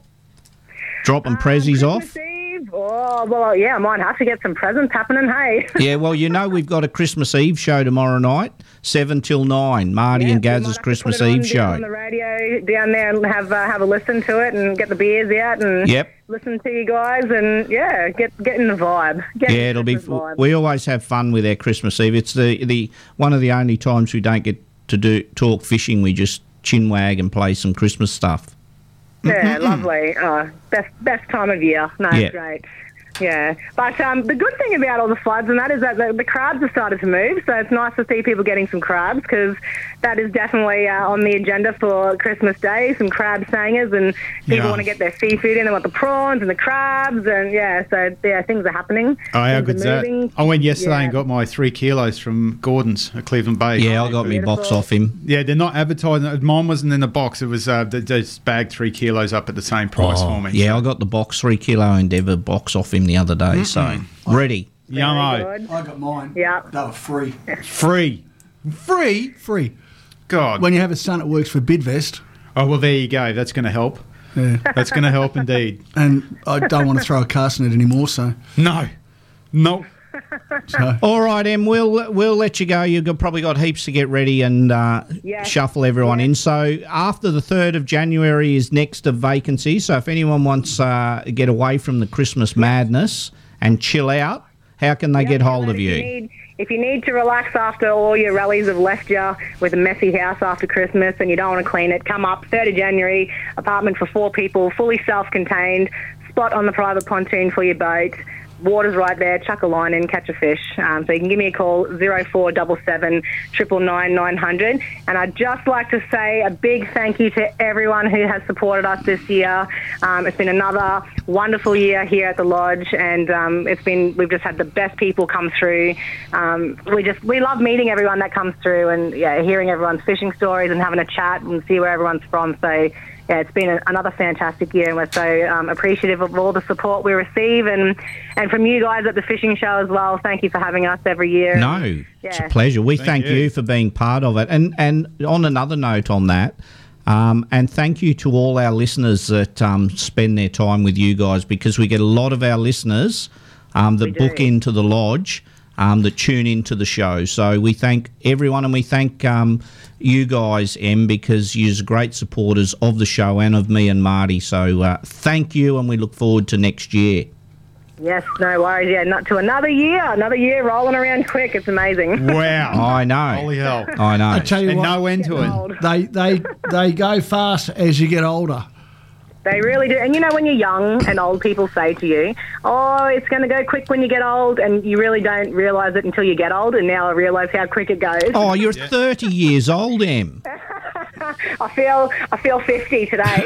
S4: dropping prezzies off?
S30: Steve? Oh, well, yeah, I might have to get some presents happening, hey.
S4: [LAUGHS] yeah, well, you know we've got a Christmas Eve show tomorrow night, seven till nine. Marty and Gaz's Christmas Eve
S30: Down on
S4: show.
S30: the radio down there and have uh, have a listen to it and get the beers out and
S4: Yep.
S30: listen to you guys and yeah, get get in the vibe. Get in the
S4: yeah, it'll be.
S30: Christmas vibe.
S4: We always have fun with our Christmas Eve. It's the the one of the only times we don't get to do talk fishing. We just chin wag and play some Christmas stuff.
S3: Mm-hmm.
S30: yeah, lovely. Oh, best best time of year. No,
S4: Yeah.
S30: great. Yeah, but um, the good thing about all the floods and that is that the, the crabs have started to move, so it's nice to see people getting some crabs because that is definitely uh, on the agenda for Christmas Day. Some crab sangers and people
S3: Yeah.
S30: want to get their seafood in. They want the prawns and the crabs, and yeah, so yeah, things are happening.
S3: Oh, how
S30: Things
S3: good's
S30: are
S3: that?
S30: moving.
S3: I went yesterday
S30: Yeah.
S3: and got my three kilos from Gordon's at Cleveland Bay. Yeah, I
S4: got me box Beautiful. off him.
S3: Yeah, they're not advertising. it. Mine wasn't in a box. It was uh, they they just bagged three kilos up at the same price
S4: Oh,
S3: for me.
S4: Yeah, I got the box three kilo Endeavour box off him the other day. So ready.
S3: Yummo.
S6: I got mine. Yeah. They were free.
S3: oh. Free. Free?
S6: Free.
S3: God.
S6: When you have a son that works for Bidvest.
S3: Oh, well, there you go. That's going to help.
S6: Yeah.
S3: [LAUGHS] That's going to help indeed.
S6: And I don't want to throw a cast in it anymore, so.
S3: No.
S4: [LAUGHS]
S3: No.
S4: All right, Em, we'll we'll let you go. You've got, probably got heaps to get ready and uh,
S30: Yes.
S4: shuffle everyone in. So after the third of January is next of vacancy. So if anyone wants uh, get away from the Christmas madness and chill out, how can they get hold of
S30: If
S4: you?
S30: need, if you need to relax after all your rallies have left you with a messy house after Christmas and you don't want to clean it, come up 3rd of January, apartment for four people, fully self-contained, spot on the private pontoon for your boat. Water's right there. Chuck a line in, catch a fish. Um, so you can give me a call zero four double seven triple nine nine hundred. And I'd just like to say a big thank you to everyone who has supported us this year. Um, it's been another wonderful year here at the lodge, and um, it's been we've just had the best people come through. Um, we just we love meeting everyone that comes through, and yeah, hearing everyone's fishing stories and having a chat and see where everyone's from. So. Yeah, it's been a- another fantastic year, and we're so um, appreciative of all the support we receive, and and from you guys at the fishing show as well. Thank you for having us every year.
S4: No, it's a
S30: Yeah.
S4: pleasure. We
S30: Thank
S4: thank,
S30: you.
S4: you. for being part of it. And and on another note on that, um, and thank you to all our listeners that um, spend their time with you guys because we get a lot of our listeners um, that book into the lodge. Um, that tune into the show. So we thank everyone and we thank um, you guys, Em, because you're great supporters of the show and of me and Marty. So uh, thank you and we look forward to next year.
S30: Yes, no worries. Yeah, not to another year, another year rolling around quick. It's amazing.
S4: I know.
S3: Holy hell.
S4: I know.
S6: I tell you
S30: And
S6: what,
S30: no
S3: end
S30: to it. old.
S6: They they they go fast as you get older.
S30: They really do. And you know, when you're young and old people say to you, oh, it's going to go quick when you get old, and you really don't realise it until you get old, and now I realise how quick it goes.
S4: Oh, you're 30 years old, Em.
S30: [LAUGHS] I feel I feel 50 today.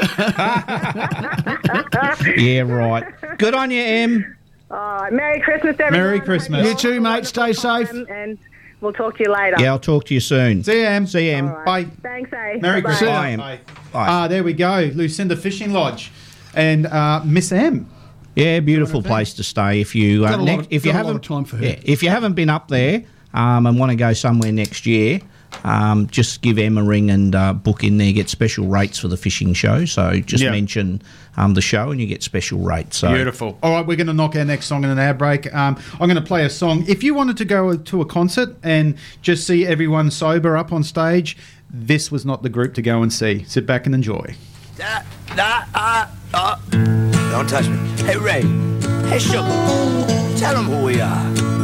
S4: Yeah, right. Good on you,
S30: [LAUGHS]
S4: Em.
S30: Uh, Merry Christmas, everyone.
S4: Christmas.
S6: You too, mate. Stay safe.
S30: And we'll talk to you later.
S4: Yeah, I'll talk to you soon.
S3: See ya, Em.
S4: See ya, Em.
S3: Bye.
S30: Thanks, eh?
S3: Merry
S30: Bye-bye.
S3: Christmas.
S4: Bye, Em.
S3: Ah, there we go. Lucinda Fishing Lodge and uh, Miss M.
S4: Yeah, beautiful place to stay if you
S3: Got
S4: uh,
S3: a lot
S4: next,
S3: of-
S4: if you
S3: got a lot
S4: haven't
S3: of time for her.
S4: Yeah, if you haven't been up there um, and want to go somewhere next year, um, just give Em a ring and uh, book in there. Get special rates for the fishing show. So just
S3: Yeah.
S4: mention um, the show and you get special rates. So
S3: Beautiful. All right, we're going to knock our next song in an hour break. Um, I'm going to play a song. If you wanted to go to a concert and just see everyone sober up on stage, this was not the group to go and see. Sit back and enjoy.
S1: Ah, ah, ah. Don't touch me. Hey, Ray. Hey, Sugar. Tell them who we are.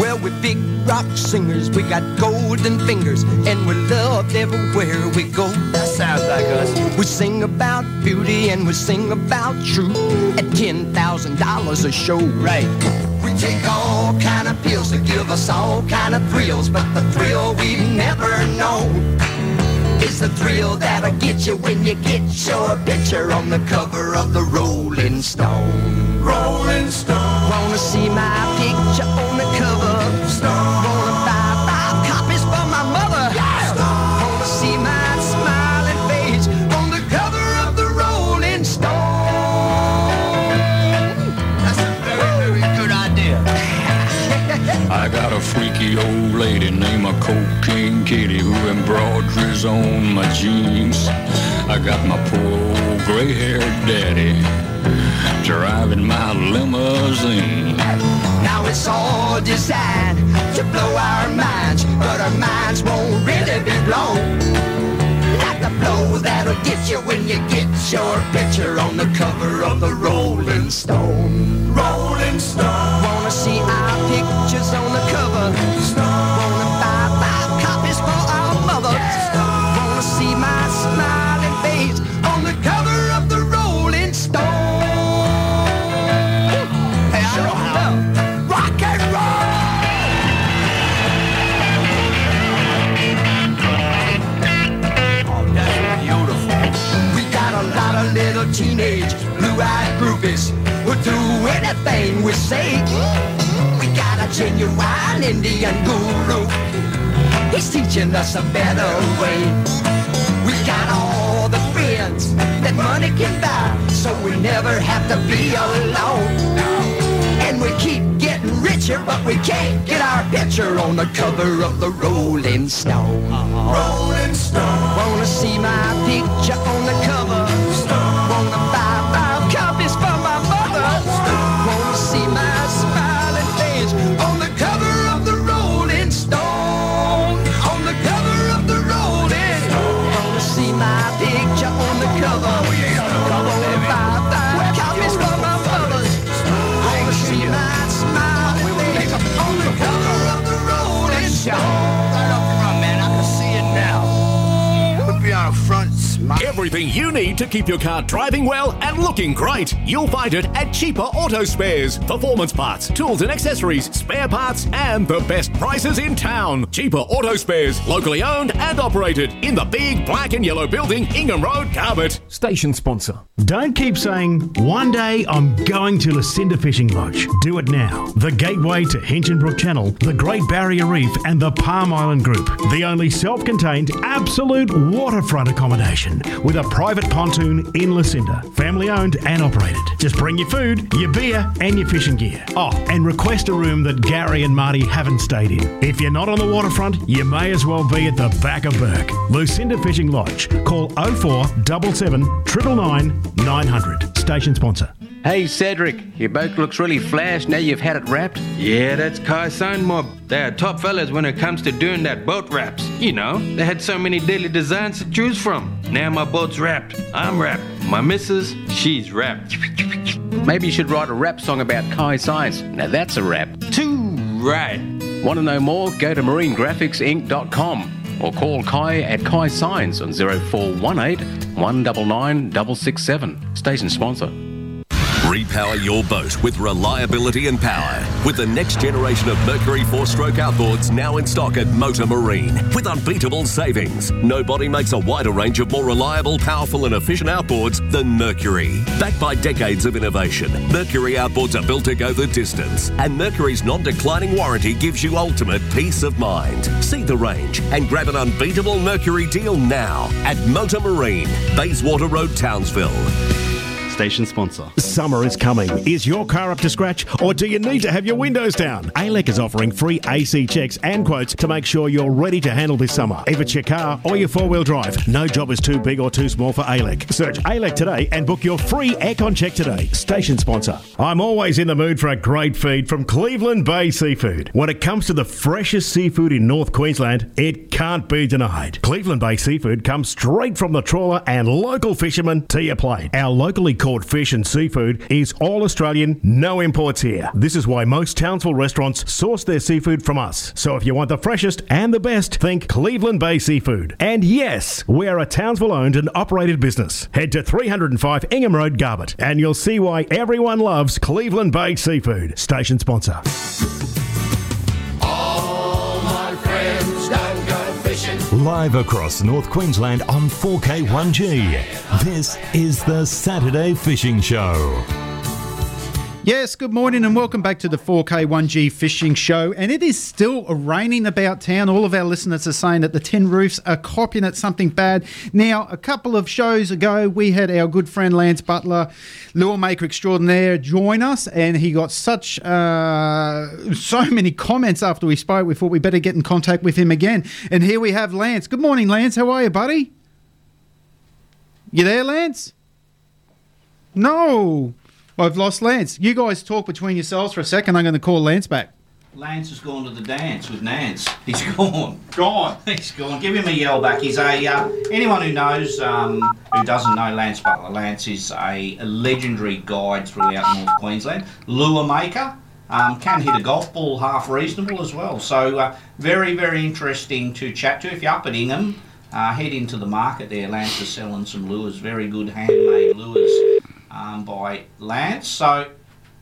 S31: Well, we're big rock singers, we got golden fingers, and we're loved everywhere we go. That sounds like us. We sing about beauty and we sing about truth at $10,000 a show. Right.
S1: We take all kind of pills to give us all kind of thrills, but the thrill we never know is the thrill that'll get you when you get your picture on the cover of the Rolling Stone. Rolling Stone.
S31: Wanna see my picture on the cover? Wanna buy five copies for my mother? Wanna see my smiling face on the cover of the Rolling Stone?
S1: That's a very, very good idea. [LAUGHS]
S2: I got a freaky old lady named a cocaine kitty who embroiders on my jeans. I got my poor old gray-haired daddy driving my limousine.
S1: Now it's all designed to blow our minds, but our minds won't really be blown. Like the blow that'll get you when you get your picture on the cover of the Rolling Stone. Rolling Stone.
S31: Wanna see our pictures on the cover? Wanna buy five copies for our mother? Wanna see my smiling face on the cover of the Rolling Stone?
S1: fish will do anything we say. We got a genuine Indian guru. He's teaching us a better way. We got all the friends that money can buy, so we never have to be alone. And we keep getting richer, but we can't get our picture on the cover of the Rolling Stone. Rolling Stone. Wanna see my picture on the cover? Wanna buy five copies for my mother? Wanna see my smiling face on the cover of the Rolling Stone? On the cover of the Rolling Stone. Wanna see my picture on the cover? Wanna buy five copies for my mother? Wanna see my smiling face on the cover of the Rolling Stone?
S9: Everything you need to keep your car driving well and looking great, you'll find it at cheaper auto spares, performance parts, tools and accessories, spare parts, and the best prices in town. Cheaper auto spares, locally owned and operated in the big black and yellow building, Ingham Road, Carbet.
S11: Station sponsor. Don't keep saying, one day I'm going to Lucinda Fishing Lodge. Do it now. The gateway to Hinchinbrook Channel, the Great Barrier Reef, and the Palm Island Group. The only self contained, absolute waterfront accommodation with a private pontoon in Lucinda. Family owned and operated. Just bring your food, your beer, and your fishing gear. Oh, and request a room that Gary and Marty haven't stayed in. If you're not on the waterfront, you may as well be at the back of Burke. Lucinda Fishing Lodge. Call 0477 999 900. Station sponsor.
S27: Hey Cedric, your boat looks really flash now you've had it wrapped. Yeah, that's Kai Sign Mob. They are top fellas when it comes to doing that boat wraps. You know, they had so many daily designs to choose from. Now my boat's wrapped. I'm wrapped. My missus, she's wrapped. Maybe you should write a rap song about Kai Science. Now that's a rap. Too right. Want to know more? Go to marinegraphicsinc.com or call Kai at Kai Science on 0418 199 667. Station sponsor.
S12: Repower your boat with reliability and power with the next generation of Mercury four stroke outboards now in stock at Motor Marine with unbeatable savings. Nobody makes a wider range of more reliable, powerful, and efficient outboards than Mercury. Backed by decades of innovation, Mercury outboards are built to go the distance, and Mercury's non declining warranty gives you ultimate peace of mind. See the range and grab an unbeatable Mercury deal now at Motor Marine, Bayswater Road, Townsville.
S28: Station sponsor.
S24: Summer is coming. Is your car up to scratch or do you need to have your windows down? ALEC is offering free AC checks and quotes to make sure you're ready to handle this summer. If it's your car or your four wheel drive, no job is too big or too small for ALEC. Search ALEC today and book your free aircon check today. Station sponsor.
S11: I'm always in the mood for a great feed from Cleveland Bay Seafood. When it comes to the freshest seafood in North Queensland, it can't be denied. Cleveland Bay Seafood comes straight from the trawler and local fishermen to your plate. Our locally caught fish and seafood is all Australian, no imports here. This is why most Townsville restaurants source their seafood from us. So if you want the freshest and the best, think Cleveland Bay Seafood. And yes, we are a Townsville owned and operated business. Head to 305 Ingham Road, Garbutt, and you'll see why everyone loves Cleveland Bay Seafood. Station sponsor.
S29: All my friends down go fishing.
S17: Live across North Queensland on 4K1G. This is the Saturday Fishing Show.
S3: Yes, good morning and welcome back to the 4K1G Fishing Show. And it is still raining about town. All of our listeners are saying that the tin roofs are copying it something bad. Now, a couple of shows ago, we had our good friend Lance Butler, lure maker extraordinaire, join us, and he got such uh, so many comments after we spoke. We thought we better get in contact with him again. And here we have Lance. Good morning, Lance. How are you, buddy? You there, Lance? No. I've lost Lance. You guys talk between yourselves for a second. I'm going to call Lance back.
S4: Lance has gone to the dance with Nance. [LAUGHS] He's gone.
S3: Gone.
S4: [LAUGHS] He's gone. Give him a yell back. He's a uh, anyone who knows um, who doesn't know Lance Butler. Lance is a legendary guide throughout North Queensland. Lure maker. Um, can hit a golf ball half reasonable as well. So uh, very very interesting to chat to. If you're up at Ingham, uh, head into the market there. Lance is selling some lures. Very good handmade lures um, by Lance. So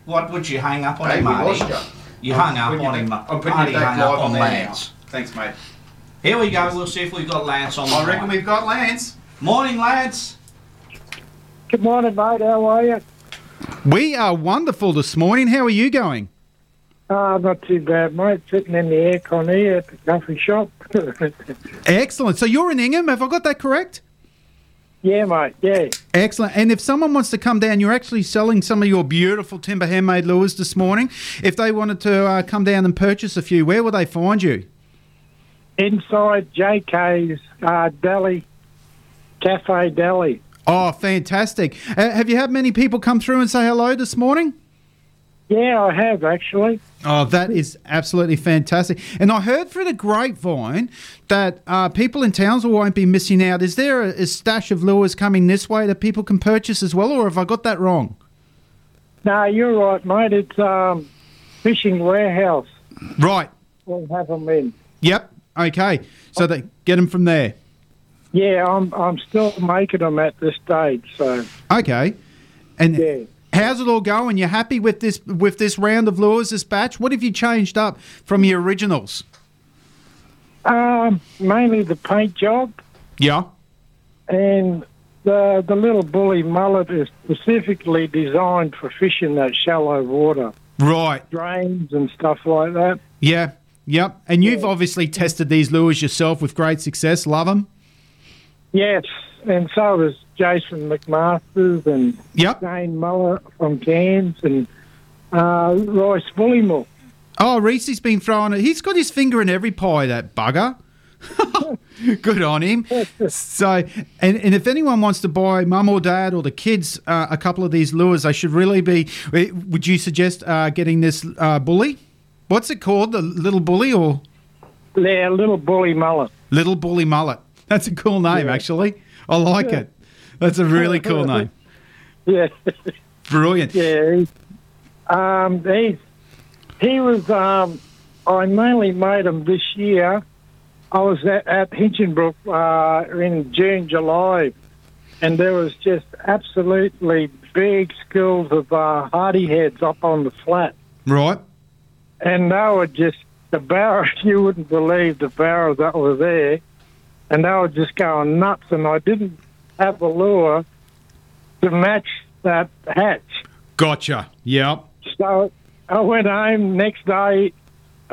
S4: what would you hang up on
S23: Hey,
S4: him,
S23: we
S4: Marty?
S23: lost ya.
S4: You
S23: I'm
S4: hung up
S23: putting
S4: on
S23: you
S4: him.
S23: back- I'm putting you
S4: Marty
S23: back
S4: hung
S23: live
S4: up
S23: on
S4: on
S23: there
S4: Lance.
S3: Thanks, mate.
S4: Here we go. We'll see if we've got Lance on.
S3: I reckon we've got Lance.
S4: Morning, Lance.
S25: Good morning, mate. How are you?
S3: We are wonderful this morning. How are you going?
S28: Oh, not too bad, mate. Sitting in the aircon here at the coffee shop. [LAUGHS]
S3: Excellent. So you're in Ingham. Have I got that correct?
S28: yeah, mate. Yeah.
S3: Excellent. And if someone wants to come down, you're actually selling some of your beautiful timber handmade lures this morning. If they wanted to uh, come down and purchase a few, where would they find you?
S28: Inside JK's uh, deli, cafe deli.
S3: Oh, fantastic. Uh, have you had many people come through and say hello this morning?
S28: Yeah, I have actually.
S3: Oh, that is absolutely fantastic. And I heard through the grapevine that uh, people in Townsville won't be missing out. Is there a, a stash of lures coming this way that people can purchase as well, or have I got that wrong?
S28: No, you're right, mate. It's um, fishing warehouse.
S3: Right.
S28: We'll have them in.
S3: Yep. Okay. So they get them from there.
S28: Yeah, I'm I'm still making them at this stage. So
S3: Okay. And how's it all going? You happy with this with this round of lures, this batch? What have you changed up from your originals?
S28: um, mainly the paint job
S3: Yeah.
S28: and the the little bully mullet is specifically designed for fishing that shallow water
S3: Right.
S28: drains and stuff like that.
S3: Yeah. Yep. And you've obviously tested these lures yourself with great success. Love them.
S28: Yes, and so was Jason McMasters and Jane Muller from Cairns and uh, Royce Bullimore.
S3: Oh, Reese's been throwing it. He's got his finger in every pie, that bugger. [LAUGHS] Good on him. So, and, and if anyone wants to buy mum or dad or the kids uh, a couple of these lures, they should really be. w- Would you suggest uh, getting this uh, bully? What's it called? The little bully or?
S28: Yeah, little bully mullet.
S3: Little bully mullet. That's a cool name, actually. I like it. That's a really
S28: [LAUGHS]
S3: cool name.
S28: Yeah.
S3: Brilliant.
S28: Yeah. he- Um, he's, he was, um, I mainly made him this year. I was at, at Hinchinbrook uh, in June, July, and there was just absolutely big schools of uh, hardy heads up on the flat.
S3: Right.
S28: And they were just, the barrow, [LAUGHS] you wouldn't believe the barrow that were there. And they were just going nuts, and I didn't have the lure to match that hatch.
S3: Gotcha. Yep.
S28: So I went home next day.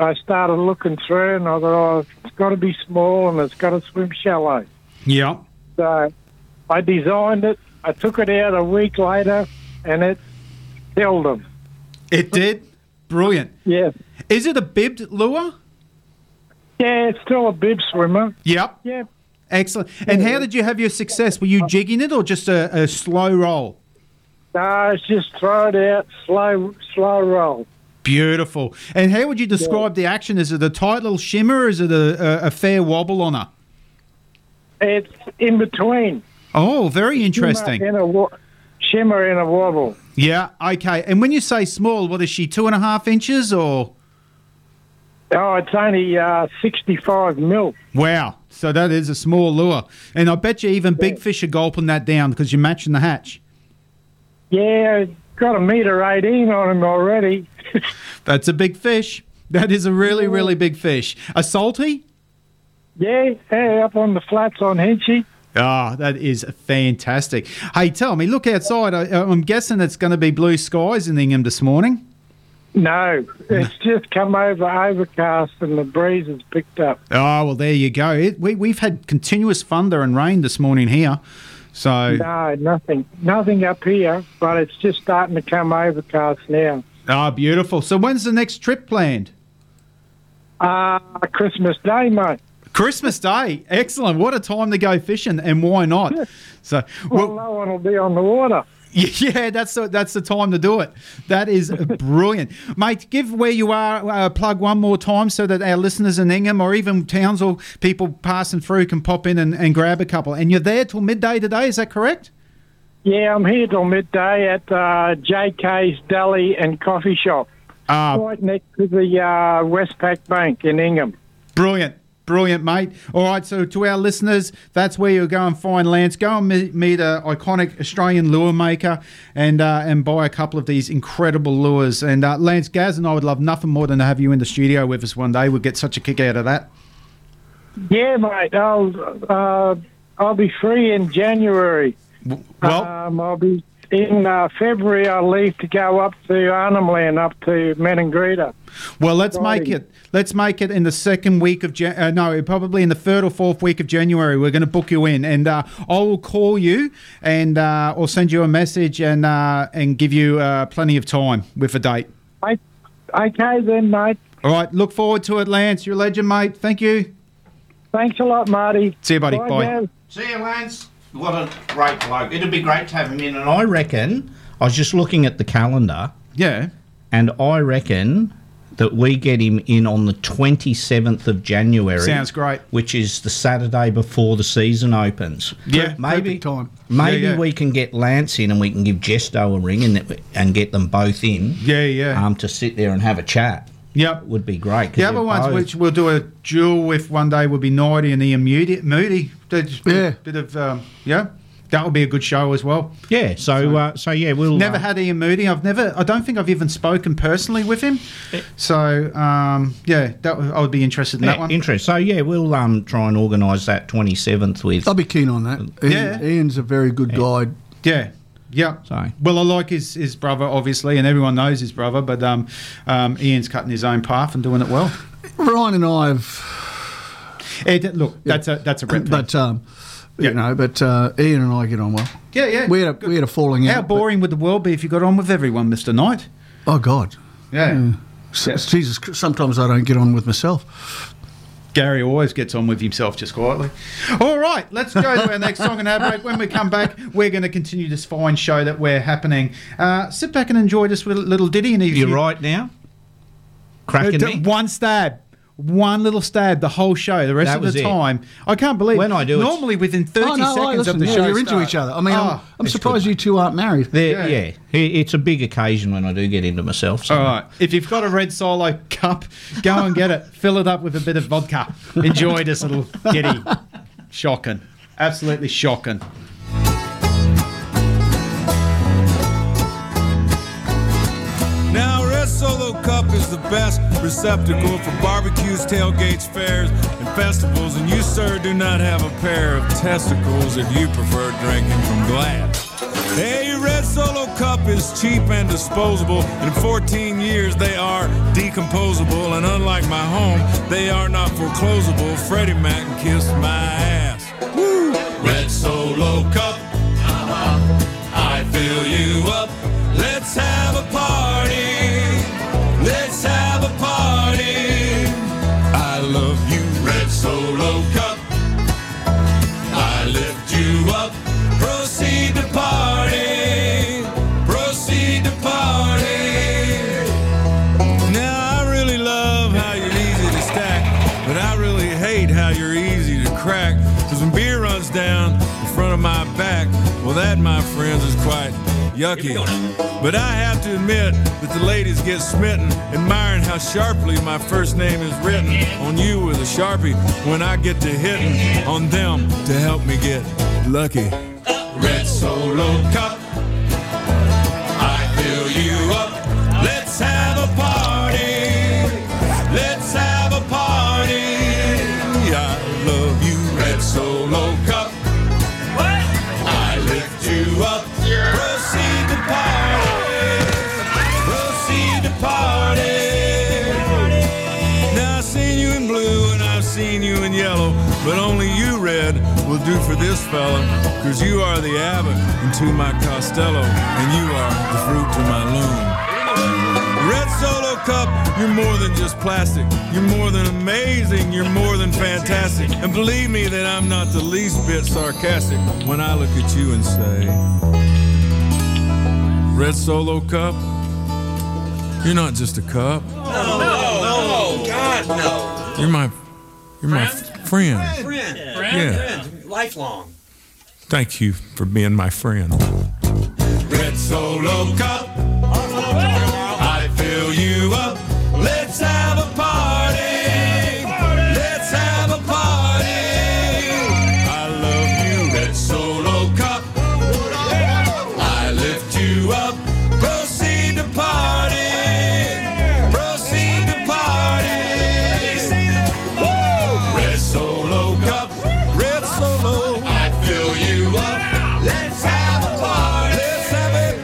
S28: I started looking through, and I thought, oh, it's got to be small and it's got to swim shallow.
S3: Yep.
S28: So I designed it. I took it out a week later, and it killed them.
S3: It did. Brilliant.
S28: Yeah.
S3: Is it a bibbed lure?
S28: Yeah, it's still a bib swimmer.
S3: Yep.
S28: Yeah.
S3: Excellent. And how did you have your success? Were you jigging it or just a, a slow roll?
S28: No, it's just throw it out, slow, slow roll.
S3: Beautiful. And how would you describe the action? Is it a tight little shimmer or is it a, a, a fair wobble on her?
S28: It's in between.
S3: Oh, very interesting.
S28: Shimmer in a, wo- shimmer in a wobble.
S3: Yeah, okay. And when you say small, what is she, two and a half inches or?
S28: Oh, it's only uh, 65 mil.
S3: Wow. So that is a small lure. And I bet you even big fish are gulping that down because you're matching the hatch.
S28: Yeah, got a meter 18 on him already.
S3: [LAUGHS] That's a big fish. That is a really, really big fish. A salty?
S28: Yeah, yeah, up on the flats on Henchy.
S3: Ah, that is fantastic. Hey, tell me, look outside. I, I'm guessing it's going to be blue skies in Ingham this morning.
S28: No, it's just come over overcast and the breeze has picked up.
S3: Oh, well, there you go. It, we, we've had continuous thunder and rain this morning here. So,
S28: No, nothing. Nothing up here, but it's just starting to come overcast now.
S3: ah, beautiful. So, when's the next trip planned?
S28: Uh, Christmas Day, mate.
S3: Christmas Day. Excellent. What a time to go fishing, and why not? So,
S28: Well, no one will be on the water.
S3: [LAUGHS] Yeah, that's the, that's the time to do it. That is brilliant, mate. Give where you are uh, plug one more time so that our listeners in Ingham or even Townsville people passing through can pop in and, and grab a couple. And you're there till midday today. Is that correct?
S28: Yeah, I'm here till midday at uh, JK's Deli and Coffee Shop.
S3: Ah.
S28: right next to the uh, Westpac Bank in Ingham.
S3: Brilliant. Brilliant, mate. All right, so to our listeners, that's where you'll go and find Lance. Go and meet, meet a iconic Australian lure maker and uh, and buy a couple of these incredible lures. And uh, Lance Gaz and I would love nothing more than to have you in the studio with us one day. We'd get such a kick out of that.
S28: Yeah, mate. I'll uh, I'll be free in January.
S3: Well,
S28: um, I'll be
S23: in uh, February, I leave to go up to Arnhem Land, up to Menangreta.
S3: Well, let's make it. Let's make it in the second week of Jan- uh, no, probably in the third or fourth week of January. We're going to book you in, and uh, I will call you and uh, or send you a message and uh, and give you uh, plenty of time with a date.
S23: I, okay then, mate.
S3: All right. Look forward to it, Lance. You're a legend, mate. Thank you.
S23: Thanks a lot, Marty.
S3: See you, buddy.
S23: Bye,
S3: Bye.
S23: Dad.
S4: See you, Lance. What a great bloke. It'd be great to have him in. And I reckon, I was just looking at the calendar.
S3: Yeah.
S4: And I reckon that we get him in on the 27th of January.
S3: Sounds great.
S4: Which is the Saturday before the season opens.
S3: Yeah,
S4: maybe
S6: time.
S4: Maybe
S6: Yeah, yeah.
S4: we can get Lance in and we can give Jesto a ring and, that we- and get them both in.
S3: Yeah, yeah.
S4: Um, to sit there and have a chat.
S3: Yep.
S4: Would be great. 'cause
S3: The other
S4: they're
S3: ones,
S4: both-
S3: which we'll do a duel with one day, will be Nighty and Ian Moody. Moody. Just a
S4: Yeah.
S3: bit, bit of um, yeah. That will be a good show as well.
S4: Yeah. So, uh, so yeah, we'll
S3: never
S4: uh,
S3: had Ian Moody. I've never. I don't think I've even spoken personally with him.
S4: Eh.
S3: So um, yeah, that I would be interested in that
S4: yeah,
S3: one.
S4: interest. So yeah, we'll um try and organise that twenty seventh with.
S6: I'll be keen on that. Ian,
S3: Yeah.
S6: Ian's a very good guide.
S3: Yeah. Yeah.
S4: Sorry.
S3: Well, I like his, his brother, obviously, and everyone knows his brother, but um, um, Ian's cutting his own path and doing it well.
S6: Ryan and I have.
S3: look, that's a that's a rep thing.
S6: But um, you know, but uh, Ian and I get on well.
S3: Yeah, yeah.
S6: We had a we had a falling
S3: How
S6: out.
S3: boring would the world be if you got on with everyone, Mister Knight?
S6: Oh God.
S3: Yeah.
S6: S- Jesus, Christ, sometimes I don't get on with myself.
S3: Gary always gets on with himself just quietly. All right, let's go to our next song and our break. When we come back, we're going to continue this fine show that we're happening. Uh, sit back and enjoy this little, little ditty. And if
S4: You're
S3: you-
S4: right now. Cracking
S3: Uh,
S4: me.
S3: One stab. One little stab the whole show, the rest
S4: That
S3: of
S4: was
S3: the
S4: it.
S3: time. I can't believe
S4: When I do, it's-
S3: normally within 30
S6: Oh, no, I
S3: seconds
S6: listen,
S3: of the
S6: yeah,
S3: show.
S6: you're into
S3: start.
S6: each other. I mean, I'm,
S3: Oh.
S6: I'm surprised you two aren't married.
S4: There, yeah, It- it's a big occasion when I do get into myself. So.
S3: All right. If you've got a red solo cup, go and get it. Fill it up with a bit of vodka. Enjoy this little
S6: [LAUGHS]
S3: ditty. Shocking. Absolutely shocking.
S25: Now, Red Solo Cup is the best receptacle for barbecues, tailgates, fairs, and festivals, and you, sir, do not have a pair of testicles if you prefer drinking from glass. Hey, Red Solo Cup is cheap and disposable. In 14 years, they are decomposable, and unlike my home, they are not foreclosable. Freddie Mac kissed my ass. Woo! Red Solo Cup, I fill you up. Let's have a party. Let's have a party. I love you, Red Solo Cup. I lift you up. Proceed to party. Proceed to party. Now I really love how you're easy to stack, but I really hate how you're easy to crack. Cause when beer runs down in front of my back, well that my friends is quite yucky. But I have to admit that the ladies get smitten, admiring how sharply my first name is written on you with a sharpie when I get to hitting on them to help me get lucky. Red Solo Cup. I fill you up. Let's have a party. Let's have a party. I love you, Red Solo Cup. I lift you up. Proceed to party. Proceed to party. Now I've seen you in blue and I've seen you in yellow, but only you red will do for this fella, cause you are the Abbot and to my Costello, and you are the fruit to my loom. Red Solo Cup, you're more than just plastic. You're more than amazing. You're more than fantastic. And believe me that I'm not the least bit sarcastic when I look at you and say, Red Solo Cup, you're not just a cup.
S1: Oh,
S5: No, Oh, God, no.
S25: You're my, you're my f- friend.
S5: Friend.
S25: Yeah.
S5: Lifelong.
S25: Thank you for being my friend. Red Solo Cup. I fill you up. Let's have a party. Let's have a party. I love you, Red Solo Cup. I lift you up. Proceed to party. Proceed to party. Woo! Red Solo Cup. Red Solo. I fill you up. Let's have a party. Let's have a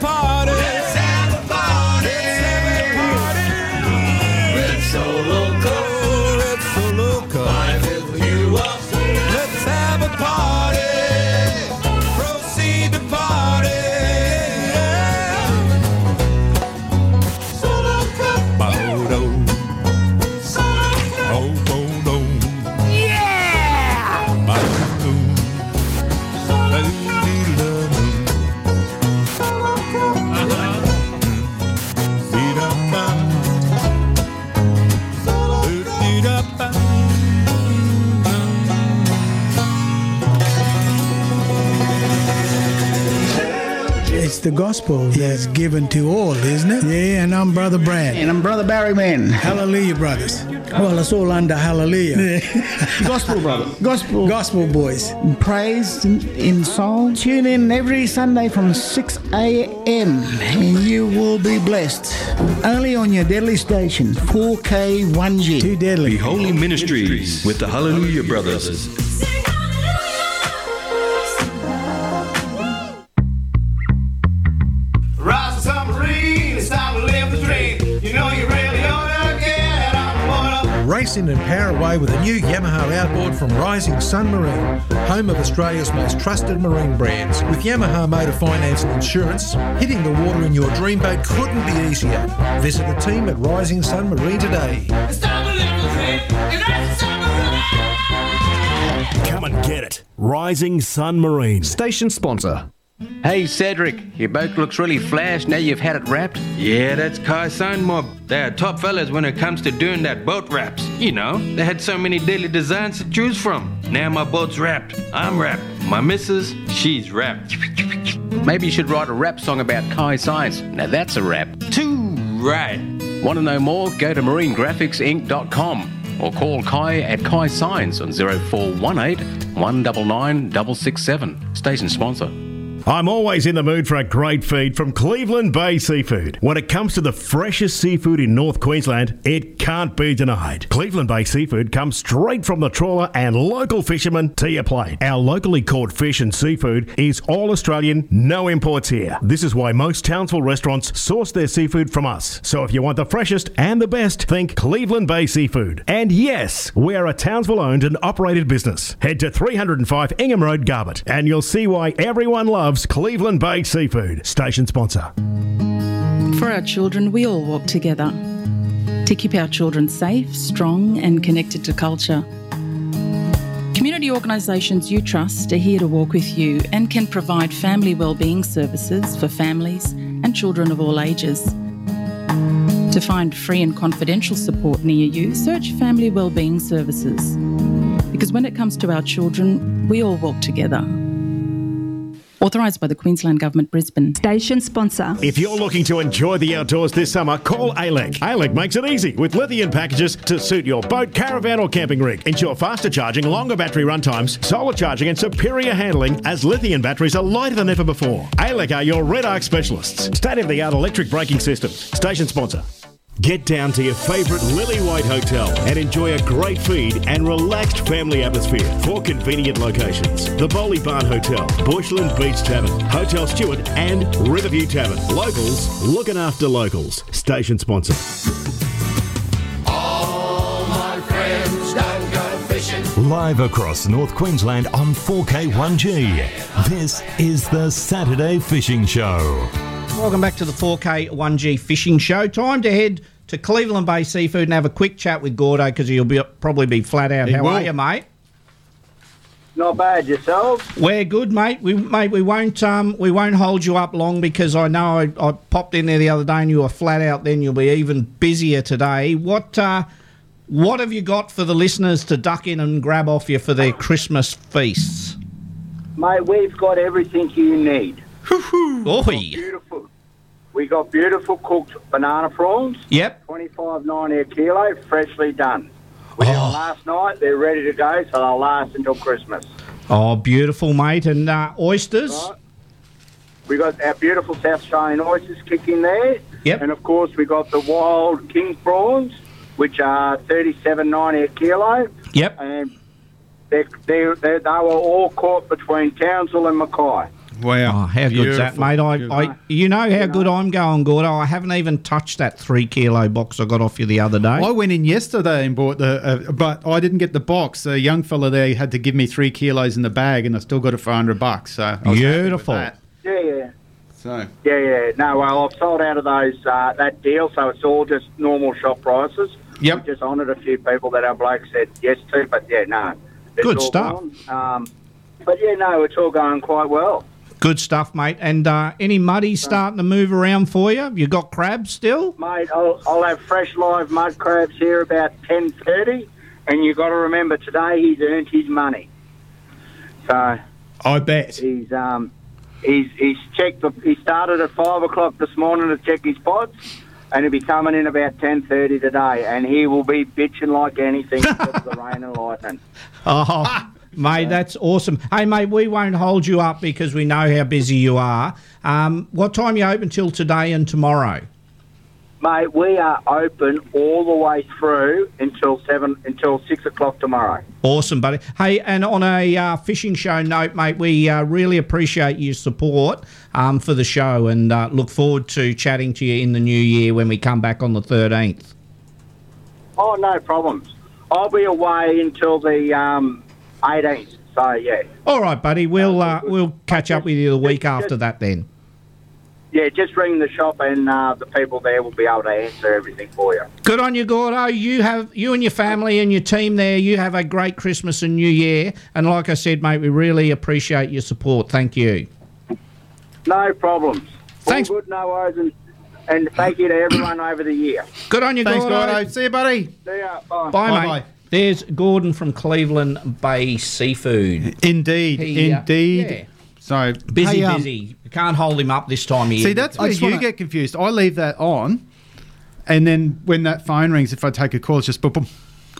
S25: Mm.
S32: the gospel that's given to all, isn't it? Yeah, and I'm Brother Brad.
S6: And I'm Brother Barry Man.
S32: Hallelujah, brothers. Well, it's all under hallelujah. [LAUGHS]
S6: gospel, brother. Gospel.
S32: Gospel boys.
S6: Praise in, in song. Tune in every Sunday from 6 a.m. and you will be blessed. Only on your deadly station, 4K1G. Too deadly.
S33: The Holy Ministries with the Hallelujah Brothers.
S27: Rise to submarine, it's time to live the dream. You know you really ought to get on board.
S18: Racing and power away with a new Yamaha outboard from Rising Sun Marine, home of Australia's most trusted marine brands. With Yamaha Motor Finance and Insurance, hitting the water in your dream boat couldn't be easier. Visit the team at Rising Sun Marine today.
S27: It's time to live the dream, and that's the submarine.
S34: Come and get it. Rising Sun Marine.
S35: Station sponsor.
S27: Hey Cedric, your boat looks really flash now you've had it wrapped. Yeah, that's Kai Sign Mob. They are top fellas when it comes to doing that boat wraps. You know, they had so many daily designs to choose from. Now my boat's wrapped. I'm wrapped. My missus, she's wrapped. Maybe you should write a rap song about Kai Science. Now that's a rap. Too right. Want to know more? Go to marinegraphicsinc.com or call Kai at Kai Science on 0418 199 667. Station sponsor.
S11: I'm always in the mood for a great feed from Cleveland Bay Seafood. When it comes to the freshest seafood in North Queensland, it can't be denied. Cleveland Bay Seafood comes straight from the trawler and local fishermen to your plate. Our locally caught fish and seafood is all Australian, no imports here. This is why most Townsville restaurants source their seafood from us. So if you want the freshest and the best, think Cleveland Bay Seafood. And yes, we are a Townsville owned and operated business. Head to 305 Ingham Road, Garbutt, and you'll see why everyone loves Cleveland Bay Seafood. Station sponsor.
S16: For our children, we all walk together to keep our children safe, strong, and connected to culture. Community organisations you trust are here to walk with you and can provide family wellbeing services for families and children of all ages. To find free and confidential support near you, search Family Wellbeing Services. Because when it comes to our children, we all walk together. Authorised by the Queensland Government, Brisbane.
S36: Station sponsor.
S11: If you're looking to enjoy the outdoors this summer, call E ALEC. ALEC makes it easy with lithium packages to suit your boat, caravan, or camping rig. Ensure faster charging, longer battery run times, solar charging, and superior handling as lithium batteries are lighter than ever before. ALEC are your red arc specialists. State of the art electric braking system. Station sponsor. Get down to your favourite Lily White Hotel and enjoy a great feed and relaxed family atmosphere. Four convenient locations the Bowley Barn Hotel, Bushland Beach Tavern, Hotel Stewart, and Riverview Tavern. Locals looking after locals. Station sponsor.
S1: All my friends down go fishing.
S17: Live across North Queensland on 4K1G. This is the Saturday Fishing Show.
S4: Welcome back to the 4K 1G Fishing Show. Time to head to Cleveland Bay Seafood and have a quick chat with Gordo because he'll be, probably be flat out.
S37: He
S4: How
S37: will.
S4: are you, mate?
S37: Not bad yourself.
S4: We're good, mate. We mate we won't um we won't hold you up long because I know I, I popped in there the other day and you were flat out. Then you'll be even busier today. What uh, what have you got for the listeners to duck in and grab off you for their Christmas feasts?
S37: Mate, we've got everything you need.
S4: Oi.
S37: Beautiful. We got beautiful cooked banana prawns.
S4: Yep.
S37: twenty five ninety a kilo, freshly done. We did them last night. They're ready to go, so they'll last until Christmas.
S4: Oh, beautiful, mate. And uh, oysters.
S37: We got our beautiful South Australian oysters kicking there.
S4: Yep.
S37: And of course, we got the wild king prawns, which are thirty seven ninety a kilo.
S4: Yep.
S37: And they they they they were all caught between Townsville and Mackay.
S4: Wow. Oh, how good's that,
S37: Beautiful.
S4: mate? I, I you know how good I'm going, Gordo. I haven't even touched that three kilo box I got off you the other day.
S3: I went in yesterday and bought the, uh, but I didn't get the box. The young fella there had to give me three kilos in the bag, and I still got it for hundred bucks. So I was happy with that.
S37: Yeah, yeah.
S3: So
S37: Yeah, yeah. No, well, I've sold out of those uh, that deal, so it's all just normal shop prices.
S3: Yep.
S37: We just honoured a few people that our bloke said yes to, but yeah, no. It's
S4: Good
S37: all
S4: stuff.
S37: gone. Um, but yeah, no, it's all going quite well.
S4: Good stuff, mate. And uh, any muddies starting to move around for you? You got crabs still?
S37: Mate, I'll, I'll have fresh live mud crabs here about ten thirty, and you got to remember today he's earned his money. So
S3: I bet
S37: he's um He's he's checked. The, he started at five o'clock this morning to check his pods, and he'll be coming in about ten thirty today. And he will be bitching like anything except for the rain and lightning.
S4: Oh, [LAUGHS] mate, that's awesome. Hey, mate, we won't hold you up because we know how busy you are. Um, what time you open till today and tomorrow?
S37: Mate, we are open all the way through until seven until six o'clock tomorrow.
S4: Awesome, buddy. Hey, and on a uh, fishing show note, mate, we uh, really appreciate your support um, for the show and uh, look forward to chatting to you in the new year when we come back on the 13th.
S37: Oh, no problems. I'll be away until the um, 18th. So yeah,
S4: All right, buddy. We'll uh, we'll catch up with you the week after that then.
S37: yeah. Just ring the shop, and uh, the people there will be able to answer everything for you.
S4: Good on you, Gordo. You have you and your family and your team there. You have a great Christmas and New Year. And like I said, mate, we really appreciate your support. Thank you.
S37: No problems. Thanks. All good, no worries, and, and thank you to everyone over the year.
S4: Good on you,
S37: Thanks,
S4: Gordo.
S37: Gordo.
S4: See you, buddy.
S37: See ya.
S4: Bye, mate. There's Gordon from Cleveland Bay Seafood.
S3: Indeed,
S4: He, uh,
S3: indeed.
S4: yeah.
S3: So
S4: Busy,
S3: Hey, um,
S4: busy. You can't hold him up this time of year.
S3: See, that's where you get confused. I leave that on, and then when that phone rings, if I take a call, it's just boom, boom.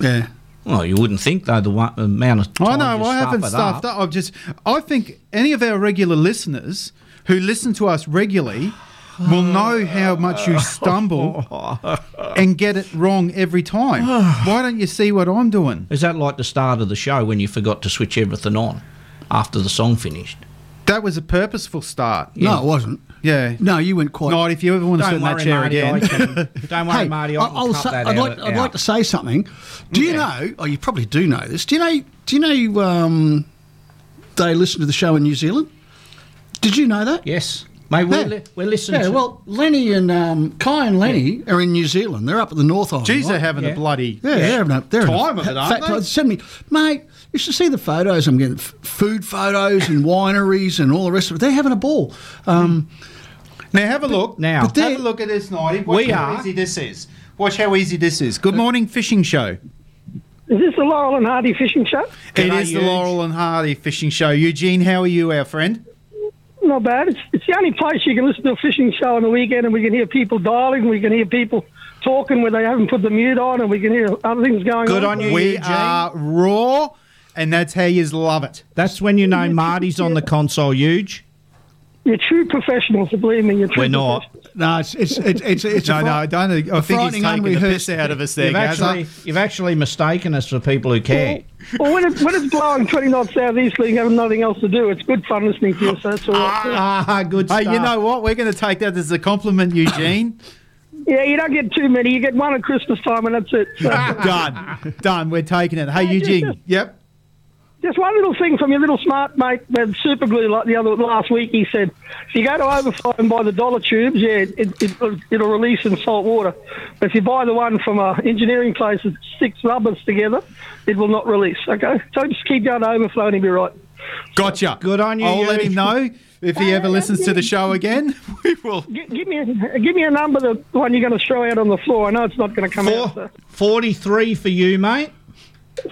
S3: Yeah.
S4: Well, you wouldn't think though the one, amount of time
S3: I know.
S4: you
S3: I
S4: stuff
S3: haven't
S4: it
S3: stuffed up. I've just. I think any of our regular listeners who listen to us regularly will know how much
S4: [LAUGHS]
S3: you stumble and get it wrong
S4: [SIGHS]
S3: every time. Why don't you see what I'm doing?
S4: Is that like the start of the show when you forgot to switch everything on after the song finished?
S3: That was a purposeful start.
S4: No, it
S6: wasn't.
S3: Yeah.
S6: No, you went quite.
S3: Not if you ever want to
S4: Don't
S3: sit in that
S4: worry,
S3: chair
S4: Marty, I
S3: again.
S6: [LAUGHS]
S4: can- don't worry,
S6: Hey,
S4: Marty. I
S6: I-
S4: can
S6: I'll
S4: cut
S6: say-
S4: that
S6: I'd
S4: out.
S6: like, I'd like to say something. Do you know? Oh, you probably do know this. Do you know? Do you know? Um, they listen to the show in New Zealand. Did you know that?
S4: Yes, mate. We're,
S6: Yeah.
S4: li- we're listening.
S6: Yeah,
S4: to
S6: well, Lenny and um, Kai and Lenny are in New Zealand. They're up at the North Island.
S3: Geez,
S6: right?
S3: they're having a Yeah. bloody
S6: yeah, they're having a, they're having
S3: time
S6: a,
S3: of it, aren't
S6: fat-
S3: they?
S6: Send me, mate. You should see the photos I'm getting. F- food photos and wineries and all the rest of it. They're having a ball. Um,
S3: now have a look.
S4: Now
S6: but they're-
S3: Have a look at this, Nighty.
S6: We
S3: Watch how
S6: are-
S3: easy this is. Watch how easy this is. Good morning, fishing show.
S38: Is this the Laurel and Hardy fishing show?
S3: It is the Laurel and Hardy Fishing Show. Eugene, how are you, our friend?
S38: Not bad. It's, it's the only place you can listen to a fishing show on the weekend, and we can hear people dialing, we can hear people talking where they haven't put the mute on, and we can hear other things going
S3: Good
S38: on.
S3: on you, We Eugene. are raw, and that's how you love it.
S4: That's when you know Marty's on the console, huge.
S38: You're true professionals, believe me. You're true
S4: We're not.
S6: No, it's it's it's it's, it's
S3: No, no, I don't. I
S6: a
S3: think he's
S6: frightening,
S3: taking the
S6: unrehearsed-
S3: piss out of us there,
S4: You've
S3: Gaz.
S4: actually, you've actually mistaken us for people who care.
S38: Well, when, it, when it's blowing 20 knots southeasterly and you have nothing else to do, it's good fun listening to you, so that's all right.
S4: Ah, good
S3: Hey, you
S38: stuff.
S3: know what? We're going to take that as a
S4: [LAUGHS]
S3: compliment, Eugene.
S38: Yeah, you don't get too many. You get one at Christmas time, and
S3: [LAUGHS]
S38: that's it. So-
S3: Done. [LAUGHS] Done. We're taking it. Hey,
S38: just-
S3: Eugene. Yep.
S38: Just one little thing from your little smart mate with super glue, like the other last week. He said, if you go to Overflow and buy the dollar tubes, yeah, it, it, it'll release in salt water. But if you buy the one from a engineering place that sticks rubbers together, it will not release. Okay, so just keep going to Overflow and you'll be right.
S3: Gotcha. Good on
S38: you,
S3: I'll let
S38: you.
S3: him know if he ever listens to the show again. [LAUGHS] We will.
S38: G- give me a, give me a number, the one you're going to throw out on the floor. I know it's not going to come out. So.
S4: Forty-three for you, mate.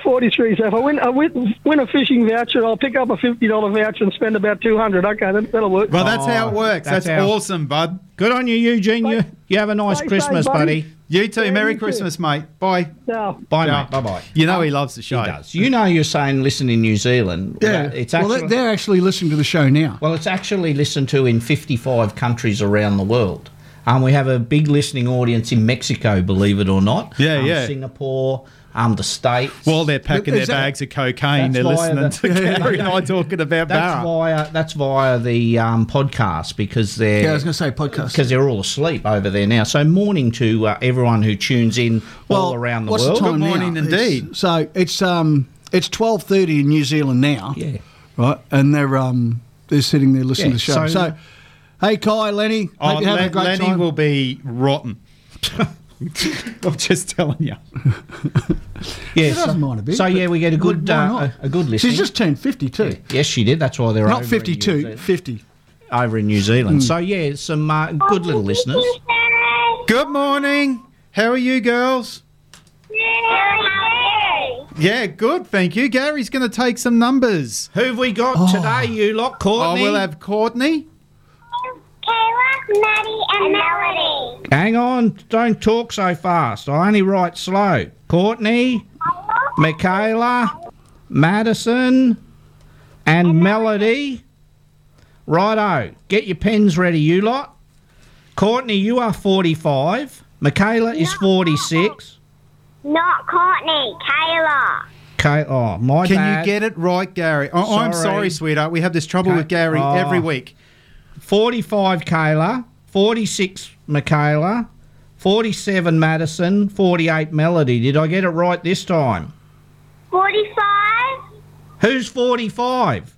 S38: 43. So if I win, I win, win a fishing voucher, I'll pick up a $50 voucher and spend about 200 Okay, that, that'll work.
S3: Well, that's how it works. Oh, That's, awesome, bud.
S4: Oh, Good on you, Eugene. You, you have a nice
S38: Stay safe,
S4: Christmas,
S38: buddy.
S4: buddy.
S3: You too. Merry Christmas, mate. Bye.
S38: No.
S4: Bye,
S3: Yeah.
S4: mate. Bye, bye.
S3: You know he loves the show. He
S4: Um, does. You know you're saying listen in New Zealand.
S6: Yeah.
S4: Well, It's
S6: Well,
S4: actually,
S6: they're- they're actually listening to the show now.
S4: Well, it's actually listened to in 55 countries around the world. Um, we have a big listening audience in Mexico, believe it or not.
S3: Yeah,
S4: Um,
S3: yeah.
S4: Singapore, um, the States.
S3: While they're packing their
S4: Is that-
S3: bags of cocaine,
S4: That's
S3: they're
S4: why [LAUGHS]
S3: listening
S6: [LAUGHS]
S3: to
S4: the-
S3: Gary and I talking about
S4: That's
S3: Barra.
S4: via that's via the um, podcast because they're
S6: Yeah, I was going to say podcast.
S4: because they're all asleep over there now. So morning to uh, everyone who tunes in all around the
S6: what's
S4: world.
S6: The time now? It's- so it's um it's twelve thirty in New Zealand now. Yeah. Right, and they're um they're sitting there listening
S3: Yeah,
S6: to the show. So,
S3: so-
S6: hey, Kai, Lenny, hope
S3: Oh,
S6: you're having a
S3: Len-
S6: great
S3: Lenny
S6: time.
S3: will be
S6: [LAUGHS]
S3: rotten. I'm just telling you.
S4: Yeah,
S6: She doesn't
S4: so,
S6: mind a bit,
S4: So
S6: but
S4: yeah, we get a good
S6: why not?
S4: uh, a, a good listening.
S6: She's just turned fifty two.
S4: yes, she did. That's why they're
S6: Not
S4: over in New
S6: 52,
S4: Zealand.
S6: 50.
S4: over in New Zealand.
S6: Mm.
S4: So yeah, some uh, good little listeners.
S3: Good morning. How are you, girls? Yeah, good. Thank you. Gary's going to take some numbers.
S4: Who've we got
S6: Oh.
S4: today, you lot? Courtney?
S3: Oh, we'll have Courtney.
S28: and Melody.
S4: Hang on, don't talk so fast. I only write slow. Courtney, Michaela, Madison, and Melody. Righto, get your pens ready, you lot. Courtney, you are 45. Michaela is 46.
S28: Not Courtney, Kayla.
S4: Okay, oh, my
S3: Can
S4: bad.
S3: you get it right, Gary? I- I'm sorry, sweetheart. We have this trouble with Gary every week.
S4: 45 Kayla, 46 Michaela, 47 Madison, 48 Melody. Did I get it right this time?
S28: 45,
S4: Who's 45?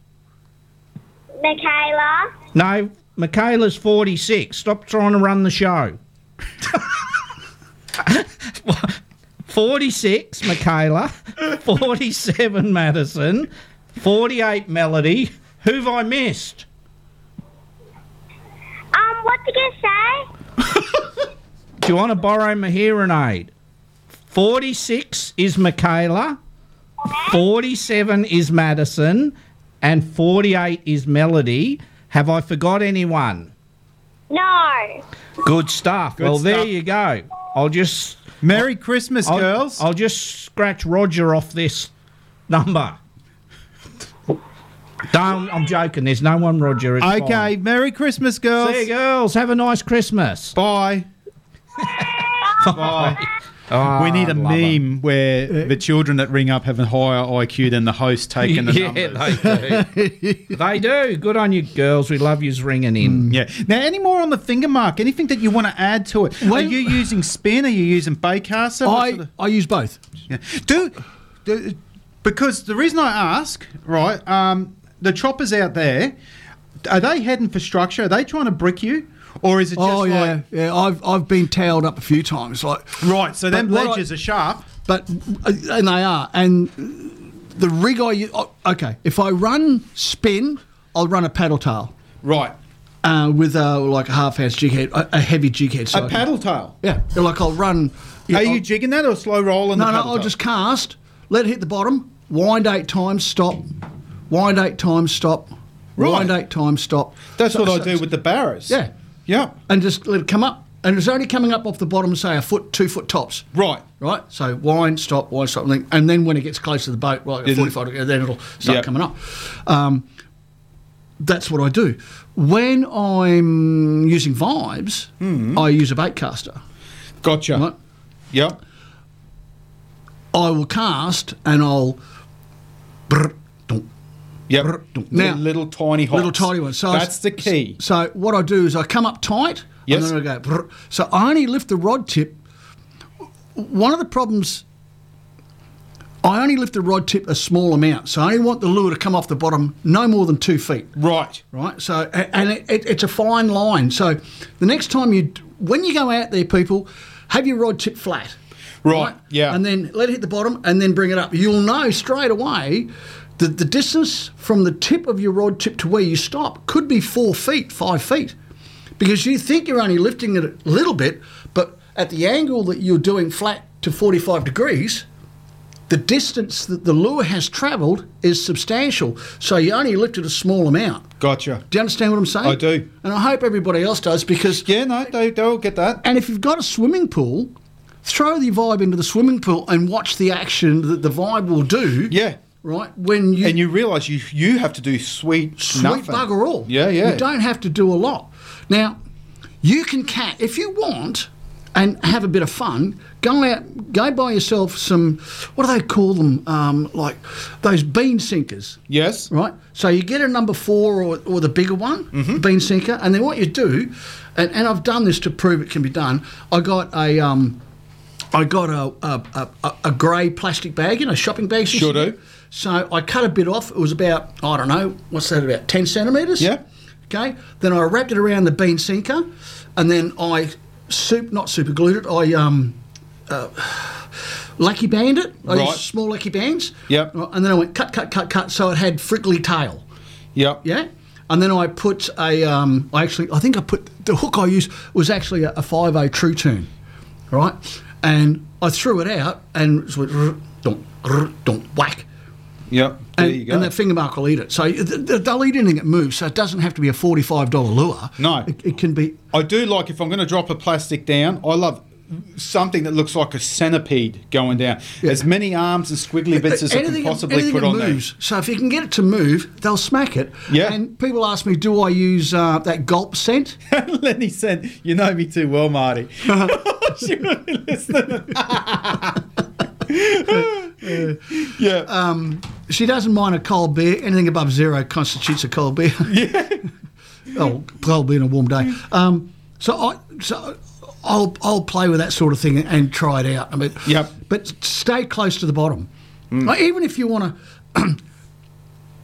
S28: Michaela.
S4: No, Michaela's 46. Stop trying to run the show. 46 Michaela, 47 Madison, 48 Melody. Who've I missed?
S28: Um, what did you say?
S4: Do you want to borrow my hearing aid? 46 is Michaela, 47 is Madison, and 48 is Melody. Have I forgot anyone?
S28: No.
S4: Good stuff.
S28: Good
S4: well, there
S28: stuff.
S4: you go. I'll just.
S3: Merry Christmas,
S4: I'll,
S3: girls.
S4: I'll just scratch Roger off this number. Don't, I'm joking. There's no one, Roger. It's
S3: okay,
S4: fine.
S3: Merry Christmas, girls.
S4: See you, girls. Have a nice Christmas. [LAUGHS]
S3: Bye. Bye. we need a
S4: Oh. love it.
S3: meme where the children that ring up have a higher IQ than the host taking
S4: [LAUGHS]
S3: the
S4: yeah,
S3: numbers.
S4: they
S3: [LAUGHS]
S4: do. they do. Good on you, girls. We love yous ringing in.
S3: Mm. Yeah. Now, any more on the finger mark? Anything that you want to add to it? Are you using spin? Are you using Baycaster? I,
S6: I use both.
S3: Yeah. Do, do- because the reason I ask, right? Um, the choppers out there, are they heading for structure? Are they trying to brick you, or is it just
S6: oh
S3: like
S6: yeah, yeah. I've I've been tailed up a few times. Like
S3: right, so them
S6: but what
S3: ledges are sharp.
S6: But uh, and they are, and the rig I u- oh, okay. If I run spin, I'll run a paddle tail.
S3: Right.
S6: Uh, with a like a half ounce jig head, a, a heavy jig head.
S3: a paddle tail?
S6: Yeah, like I'll run.
S3: Are you jigging that or slow rolling?
S6: No,
S3: the
S6: no.
S3: paddle
S6: I'll
S3: tail?
S6: just cast. Let it hit the bottom. Wind eight times. Stop. Wind eight times. Stop. Wind eight times. Stop.
S3: That's what I do with the barrows.
S6: Yeah.
S3: Yeah.
S6: And just let it come up. And it's only coming up off the bottom, say a foot, two foot tops.
S3: Right.
S6: Right. So wind, stop, wind, stop, and then, and then when it gets close to the boat, like
S3: Then-
S6: a 45 degree, then it'll start
S3: Yeah.
S6: coming up. Um, that's what I do. When I'm using vibes, I use a bait caster.
S3: Hmm. Gotcha.
S6: Right?
S3: Yep.
S6: I will cast and I'll. brr, dunk,
S3: Yep.
S6: brr, dunk.
S3: Li- little tiny hops.
S6: Little tiny ones. So I
S3: That's
S6: s-
S3: the key.
S6: So what I do is I come up tight
S3: Yes.
S6: and then I go. brr. So I only lift the rod tip. One of the problems. I only lift the rod tip a small amount, so I only want the lure to come off the bottom no more than two feet.
S3: Right.
S6: Right. So, a- and it, it, it's a fine line. So, the next time you, d- when you go out there, people, have your rod tip flat.
S3: Right, yeah.
S6: And then let it hit the bottom, and then bring it up. You'll know straight away that the distance from the tip of your rod tip to where you stop could be four feet, five feet, because you think you're only lifting it a little bit, but at the angle that you're doing flat to 45 degrees, the distance that the lure has travelled is substantial. So you only lifted a small amount.
S3: Gotcha.
S6: Do you understand what I'm saying?
S3: I do.
S6: And I hope everybody else does because
S3: yeah, no, they they'll get that.
S6: And if you've got a swimming pool, throw the vibe into the swimming pool and watch the action that the vibe will do.
S3: Yeah.
S6: Right when you
S3: and you realise you you have to do sweet
S6: sweet
S3: nothing.
S6: bugger all.
S3: Yeah, yeah.
S6: You don't have to do a lot. Now, you can catch if you want and have a bit of fun. Go out, go buy yourself some. What do they call them? Um, like those bean sinkers.
S3: Yes.
S6: Right. So you get a number four or, or the bigger one,
S3: Mm-hmm.
S6: the bean sinker, and then what you do, and, and I've done this to prove it can be done. I got a. Um, I got a a, a, a grey plastic bag, you know, shopping bags. you
S3: Sure
S6: see.
S3: do.
S6: So I cut a bit off. It was about I don't know what's that about ten centimeters. Yeah. Okay. Then I wrapped it around the bean sinker, and then I soup not super glued it. I um, uh, [SIGHS] lucky band it. I
S3: Right.
S6: used small lucky bands. Uh,
S3: Yep.
S6: And then I went cut cut cut cut. So it had frickly tail.
S3: Yep.
S6: Yeah. And then I put a, um, I actually, I think I put the hook I used was actually a, a 5.0 true turn, right? And I I threw it out and so it don't don't whack.
S25: Yep.
S6: And,
S25: There you go.
S6: and that finger mark will eat it. So th- th- they'll eat anything that moves. So it doesn't have to be a forty-five dollar lure.
S3: No.
S6: it, it can be.
S3: I do like if I'm going to drop a plastic down. I love something that looks like a centipede going down. As many arms and squiggly bits as I can
S6: that-
S3: possibly
S6: anything
S3: put
S6: that
S3: on there.
S6: moves. So if you can get it to move, they'll smack it.
S3: Yeah.
S6: And people ask me, do I use uh, that gulp scent?
S3: [LAUGHS] Lenny said, "You know me too
S6: [LAUGHS]
S3: well, Marty." [LAUGHS] she would be listening. yeah.
S6: Um, she doesn't mind a cold beer. Anything above zero constitutes a cold beer.
S3: [LAUGHS] Yeah.
S6: oh, cold beer on a warm day. Um, so I so I'll I'll play with that sort of thing and try it out. I mean,
S3: yep.
S6: But stay close to the bottom. Like, even if you want to. [CLEARS THROAT]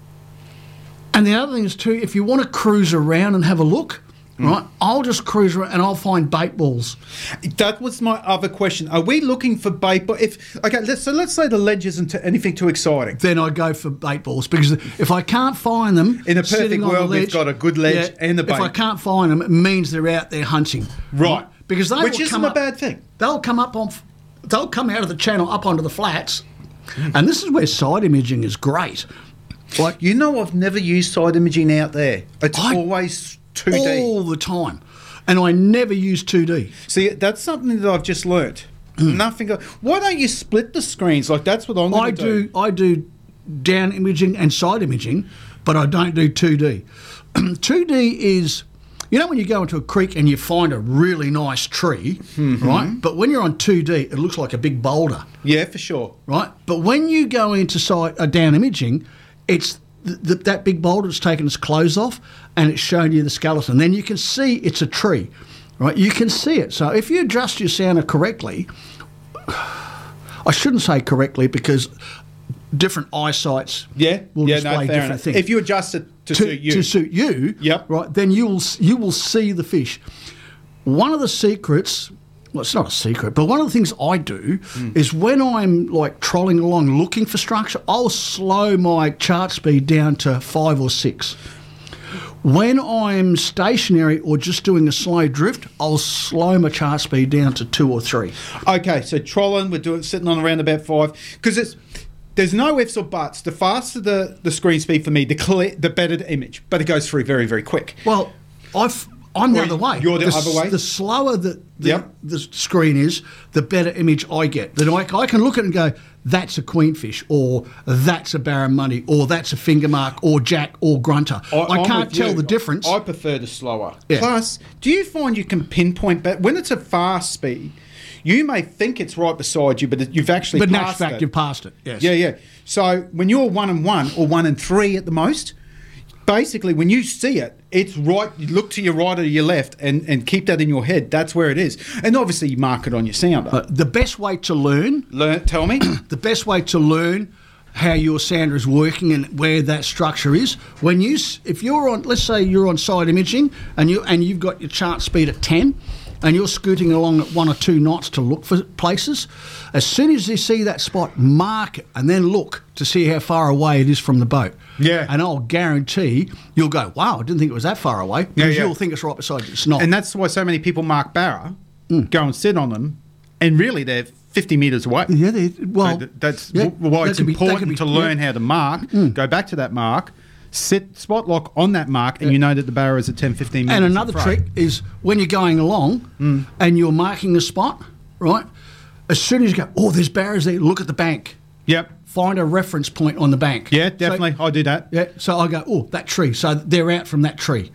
S6: And the other thing is too, if you want to cruise around and have a look, right? I'll just cruise around and I'll find bait balls.
S3: That was my other question. Are we looking for bait? But if okay, let's, so let's say the ledge isn't anything too exciting.
S6: Then I go for bait balls because if I can't find them
S3: In a perfect
S6: sitting on the
S3: world, we've
S6: ledge-
S3: got a good ledge and the
S6: If I
S3: bait.
S6: can't find them, it means they're out there hunting,
S3: Right.
S6: Because they
S3: Which
S6: will
S3: isn't
S6: come
S3: a
S6: up-
S3: bad thing.
S6: They'll come up on, f- they'll come out of the channel up onto the flats, and this is where side imaging is great.
S3: Like you know, I've never used side imaging out there. It's always two D
S6: all the time, and I never use two D. Hmm.
S3: See, that's something that I've just learnt. Nothing. o- Why don't you split the screens? Like that's what I'm. gonna
S6: I do I do down imaging and side imaging, but I don't do 2D. [CLEARS THROAT] 2D is you know when you go into a creek and you find a really nice tree, right? But when you're on 2D, it looks like a big boulder,
S3: Mm-hmm. Yeah, for sure.
S6: right? But when you go into side uh, down imaging, it's th- th- that big boulder that's taken its clothes off and it's showing you the skeleton. Then you can see it's a tree, right? You can see it. So if you adjust your sounder correctly, [SIGHS] I shouldn't say correctly because different eyesights
S3: Yeah.
S6: will
S3: yeah.
S6: display
S3: fair
S6: different
S3: enough.
S6: things.
S3: If you adjust it to, suit you,
S6: to suit you, yep. right, then you will s- you will see the fish. One of the secrets, well, it's not a secret, but one of the things I do
S3: Hmm.
S6: is when I'm like trolling along looking for structure, I'll slow my chart speed down to five or six. When I'm stationary or just doing a slow drift, I'll slow my chart speed down to two or three.
S3: Okay, so trolling, we're doing sitting on around about five because it's there's no ifs or buts. The faster the, the screen speed for me, the clear, the better the image, but it goes through very very quick.
S6: Well, I've I'm the
S3: Or
S6: other way.
S3: you're the
S6: s-
S3: other way?
S6: The slower the the,
S3: Yep.
S6: the screen is, the better image I get. Then I, I can look at it and go, that's a queenfish, or that's a barren money, or that's a finger mark, or jack, or grunter. I,
S3: I'm
S6: can't
S3: with you.
S6: tell the difference.
S3: I prefer the slower.
S6: Yeah.
S3: Plus, do you find you can pinpoint but when it's a fast speed? You may think it's right beside you, but it- you've actually
S6: But in actual
S3: passed
S6: fact,
S3: it.
S6: you've passed it, yes.
S3: Yeah, yeah. So when you're one and one or one and three at the most, basically when you see it, it's right. You look to your right or your left, and and keep that in your head. That's where it is. And obviously, you mark it on your sounder.
S6: the best way to learn.
S3: Learn. Tell [COUGHS] me.
S6: the best way to learn how your sounder is working and where that structure is when you s- if you're on let's say you're on side imaging and you and you've got your chart speed at 10 and you're scooting along at one or two knots to look for places as soon as you see that spot mark it and then look to see how far away it is from the boat yeah and i'll guarantee you'll go wow i didn't think it was that far away because
S3: yeah.
S6: you'll think it's right beside you it's not Mm.
S3: And that's why so many people mark Barra, go and sit on them, and really they're 50 metres away.
S6: Yeah, they, well,
S3: that's
S6: yeah,
S3: w- why
S6: that
S3: it's
S6: could be- that could
S3: important
S6: be- Mm.
S3: to learn
S6: yeah.
S3: how to mark, go back to that mark, sit spot lock on that mark, and you know that the Barra is at 10, 15 metres.
S6: And another
S3: in front. Hmm.
S6: trick is when you're going along and you're marking a spot, right? As soon as you go, oh, there's barriers there, look at the bank.
S3: Yep.
S6: Find a reference point on the bank.
S3: Yeah, definitely. I do that.
S6: Yeah. So I go, oh, that tree. So they're out from that tree.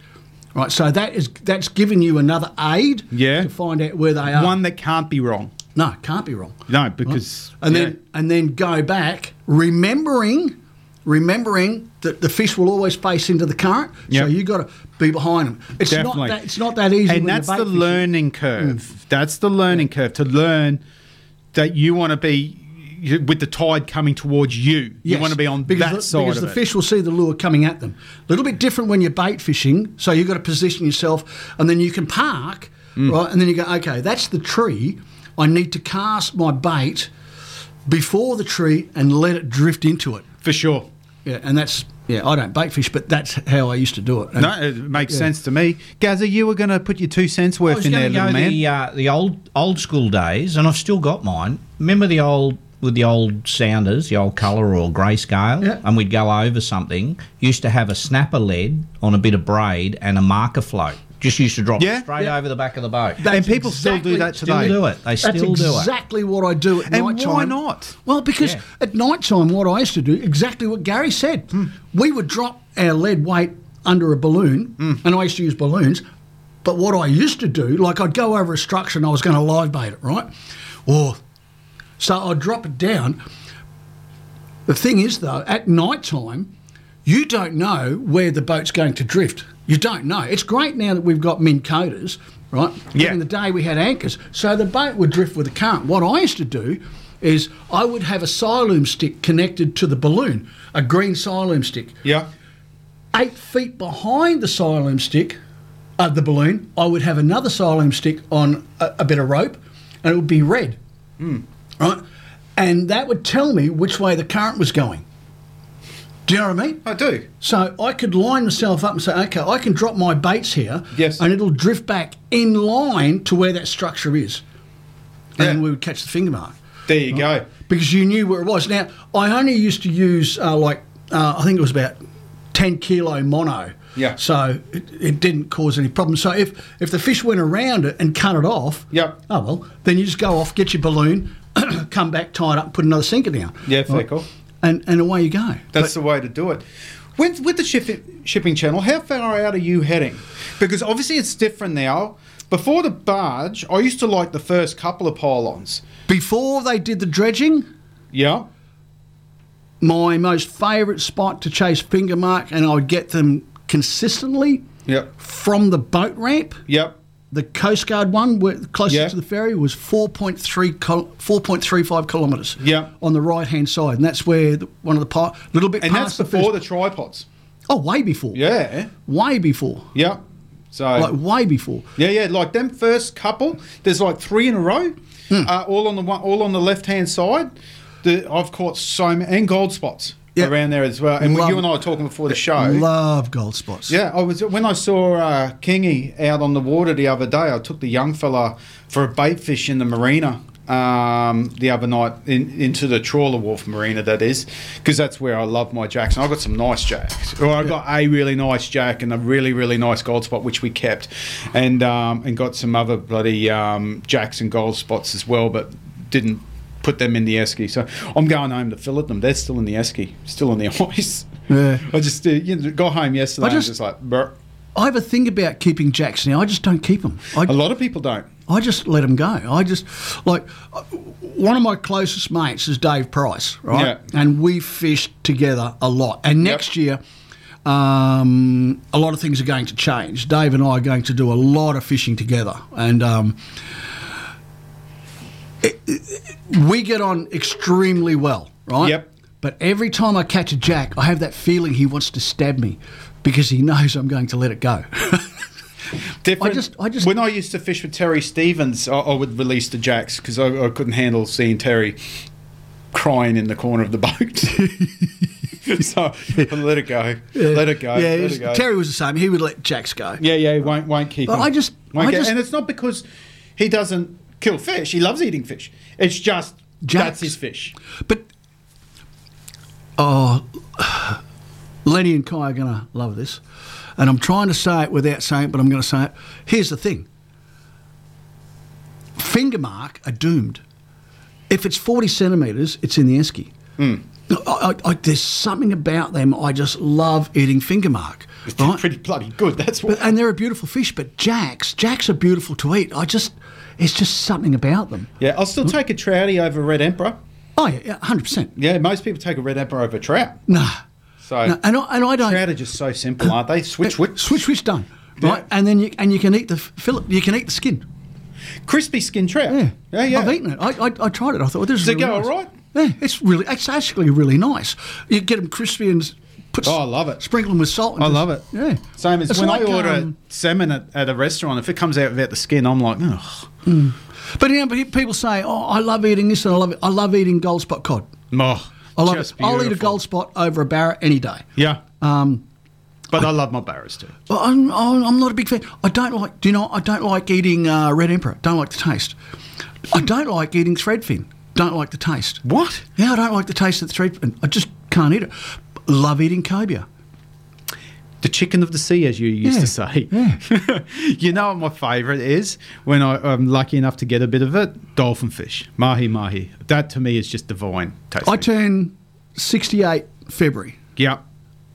S6: Right. So that is that's giving you another aid
S3: Yeah.
S6: to find out where they are.
S3: One that can't be wrong.
S6: No, can't be wrong.
S3: No, because.
S6: And then and then go back, remembering, remembering that the fish will always face into the current. So
S3: Yep.
S6: you got to be behind them. It's not
S3: Definitely.
S6: that it's not that easy.
S3: And
S6: when you're
S3: that's the
S6: bait fishing. Mm.
S3: learning curve. That's the learning curve to learn that you want to be you- with the tide coming towards you. You
S6: Yes,
S3: want to be on
S6: because
S3: that
S6: the,
S3: side
S6: because
S3: of
S6: the
S3: it.
S6: fish will see the lure coming at them. A little bit different when you're bait fishing, so you've got to position yourself, and then you can park,
S3: Mm.
S6: right? And then you go, okay, that's the tree. I need to cast my bait before the tree and let it drift into it.
S3: For sure.
S6: Yeah, and that's yeah. I don't bait fish, but that's how I used to do it. And-
S3: No, it makes
S6: Yeah.
S3: sense to me. Gazza, you were going to put your two cents
S4: I
S3: worth
S4: was
S3: in there,
S4: going to
S3: little
S4: go
S3: man.
S4: the uh, the old old school days, and I've still got mine. Remember the old with the old sounders, the old colour or grayscale, and we'd go over something. Used to have a snapper lead on a bit of braid and a marker float. Just used to drop it
S3: Yeah.
S4: straight over the back of the boat.
S3: and people still do that
S4: Still
S3: today.
S4: do it. They still
S6: that's
S4: do it.
S6: exactly what I do at
S3: And
S6: night time.
S3: why not?
S6: Well, because
S3: Yeah.
S6: at night time, what I used to do, exactly what Gary said,
S4: Hmm.
S6: we would drop our lead weight under a balloon,
S4: Hmm.
S6: and I used to use balloons. But what I used to do, like I'd go over a structure and I was going to live bait it, right? Or so I'd drop it down. The thing is, though, at night time, you don't know where the boat's going to drift. You don't know. It's great now that we've got min coders, right? Yeah. In the day we had anchors, so the boat would drift with the current. What I used to do is I would have a siloom stick connected to the balloon, a green siloom stick.
S3: Yeah.
S6: Eight feet behind the siloom stick of the balloon, I would have another siloom stick on a, a bit of rope, and it would be red, right? And that would tell me which way the current was going. Do you know what I mean? I do. So I could line myself up and say, okay, I can drop my baits here, yes, and it'll drift back in line to where that structure is, and then we would catch the finger mark.
S3: There you go.
S6: Because you knew where it was. Now I only used to use uh, like uh, I think it was about ten kilo mono.
S3: Yeah.
S6: So it, it didn't cause any problems. So if if the fish went around it and cut it off, yep. Oh well, then you just go off, get your balloon, [COUGHS] come back, tie it up, put another sinker down.
S3: Yeah, fair
S6: Right?
S3: call.
S6: And and away you go.
S3: That's the way to do it. With, with the ship, shipping channel, how far out are you heading? Because obviously it's different now. Before the barge, I used to like the first couple of pylons.
S6: Before they did the dredging,
S3: yeah,
S6: my most favourite spot to chase finger mark, and I would get them consistently.
S3: Yep.
S6: From the boat ramp.
S3: Yep.
S6: The Coast Guard one, where- closest to the ferry, was 4.3 kil- 4.35 kilometres.
S3: Yep.
S6: On the right hand side, and that's where the, one of the part little bit.
S3: And that's
S6: past
S3: before the
S6: first-
S3: tripods.
S6: Oh, way before.
S3: Yeah.
S6: Way before.
S3: Yep. So
S6: Like way before.
S3: Yeah, yeah, like them first couple. There's like three in a row,
S6: Hmm.
S3: uh, all on the one, all on the left hand side. The, I've caught so many and gold spots around there as well. And we- you
S6: Love-
S3: and I were talking before the show.
S6: Love gold spots.
S3: Yeah, I was when I saw uh, Kingy out on the water the other day. I took the young fella for a bait fish in the marina um, the other night in, into the trawler wharf marina. That is because that's where I love my jacks, and I got some nice jacks. Or I got a really nice jack and a really really nice gold spot, which we kept, and um, and got some other bloody um, jacks and gold spots as well, but didn't. Put them in the esky, so I'm going home to fillet them. They're still in the esky, still in the [LAUGHS] ice.
S6: Yeah.
S3: I just uh, you know, got home yesterday.
S6: I
S3: and
S6: just-
S3: just like, bruh.
S6: I have a thing about keeping jacks now. I just don't keep them. I, a
S3: lot of people don't.
S6: I just let them go. I just like uh, one of my closest mates is Dave Price, right?
S3: Yeah.
S6: And we fished together a lot. And next year, um, a lot of things are going to change. Dave and I are going to do a lot of fishing together, and um, it- it- we get on extremely well, right? Yep. But every time I catch a jack, I have that feeling he wants to stab me because he knows I'm going to let it go.
S3: Different. I just, I just. When I used to fish with Terry Stevens, I, I would release the jacks because I, I couldn't handle seeing Terry crying in the corner of the boat. [LAUGHS] so I let it go. Let it go.
S6: Yeah,
S3: let
S6: it was-
S3: it go.
S6: Terry was the same. He would let jacks go.
S3: Yeah, yeah. He won't, won't keep.
S6: But
S3: him.
S6: I just-
S3: Won't
S6: I
S3: get-
S6: just-
S3: and it's not because he doesn't kill fish. He loves eating fish. It's just that's his fish.
S6: Oh, Lenny and Kai are going to love this. And I'm trying to say it without saying it, but I'm going to say it. Here's the thing finger mark are doomed. If it's 40 centimetres, it's in the esky.
S3: Hmm.
S6: I, I, I, there's something about them. I just love eating finger mark. Right?
S3: Pretty bloody good. That's
S6: what. and they're a beautiful fish, but jacks, jacks are beautiful to eat. I just, it's just something about them.
S3: Yeah, I'll still take a trouty over a red emperor.
S6: Hmm? Oh yeah, hundred percent.
S3: Yeah, most people take a red emperor over trout.
S6: No.
S3: So
S6: No, and I, and I don't.
S3: trout are just so simple, aren't they? Switch, switch,
S6: switch, switch, done. Right, and then you and you can eat the fillet. You can eat the skin.
S3: Crispy skin trout. Yeah, yeah, yeah.
S6: I've eaten it. I, I, I tried it. I thought this is
S3: Does it
S6: really
S3: go
S6: nice.
S3: all right?
S6: Yeah, it's really. It's actually really nice. You get them crispy and s- put.
S3: Oh, I love it.
S6: Sprinkle them with salt. And
S3: I
S6: just-
S3: love it.
S6: Yeah.
S3: Same as
S6: It's
S3: when
S6: like,
S3: I order
S6: um,
S3: salmon at, at a restaurant, if it comes out without the skin, I'm like, ugh.
S6: Hmm. But you know, but people say, "Oh, I love eating this and I love it. I love eating gold spot cod."
S3: Oh,
S6: I love
S3: Just
S6: it. I'll eat a
S3: beautiful.
S6: gold spot over a barra any day.
S3: Yeah.
S6: Um,
S3: but I, love my barras too.
S6: Well, I'm, I'm I'm not a big fan. I don't like. Do you know? I don't like eating uh, red emperor. Don't like the taste. I don't like eating threadfin. Don't like the taste.
S3: What?
S6: Yeah, I don't like the taste of the threadfin. I just can't eat it. Love eating cobia.
S3: The chicken of the sea, as you used to say. [LAUGHS] you know what my favourite is when I, I'm lucky enough to get a bit of it? Dolphin fish. Mahi mahi. That to me is just divine taste.
S6: I turn 68 February.
S3: Yeah.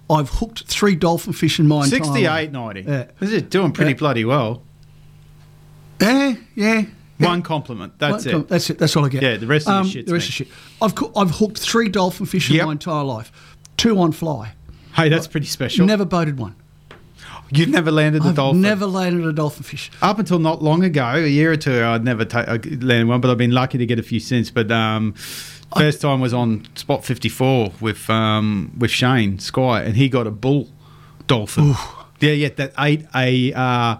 S6: I've hooked three dolphin fish in my entire
S3: 68,
S6: life.
S3: 90.
S6: Yeah.
S3: This is doing pretty
S6: Yeah.
S3: bloody well.
S6: Yeah, yeah.
S3: One compliment. That's
S6: Well,
S3: it.
S6: That's it. That's all I get.
S3: Yeah, the rest of the
S6: Um,
S3: shit's
S6: The rest
S3: me.
S6: of shit. I've coo- I've hooked three dolphin fish in my entire life. Two on fly.
S3: Hey, that's pretty special.
S6: Never boated one.
S3: You've never landed a dolphin.
S6: Never landed a dolphin fish.
S3: Up until not long ago, a year or two, I'd never ta- I landed one, but I've been lucky to get a few since. But um, first time was on spot fifty four with um, with Shane Squire, and he got a bull dolphin. Yeah, yeah, that ate a uh,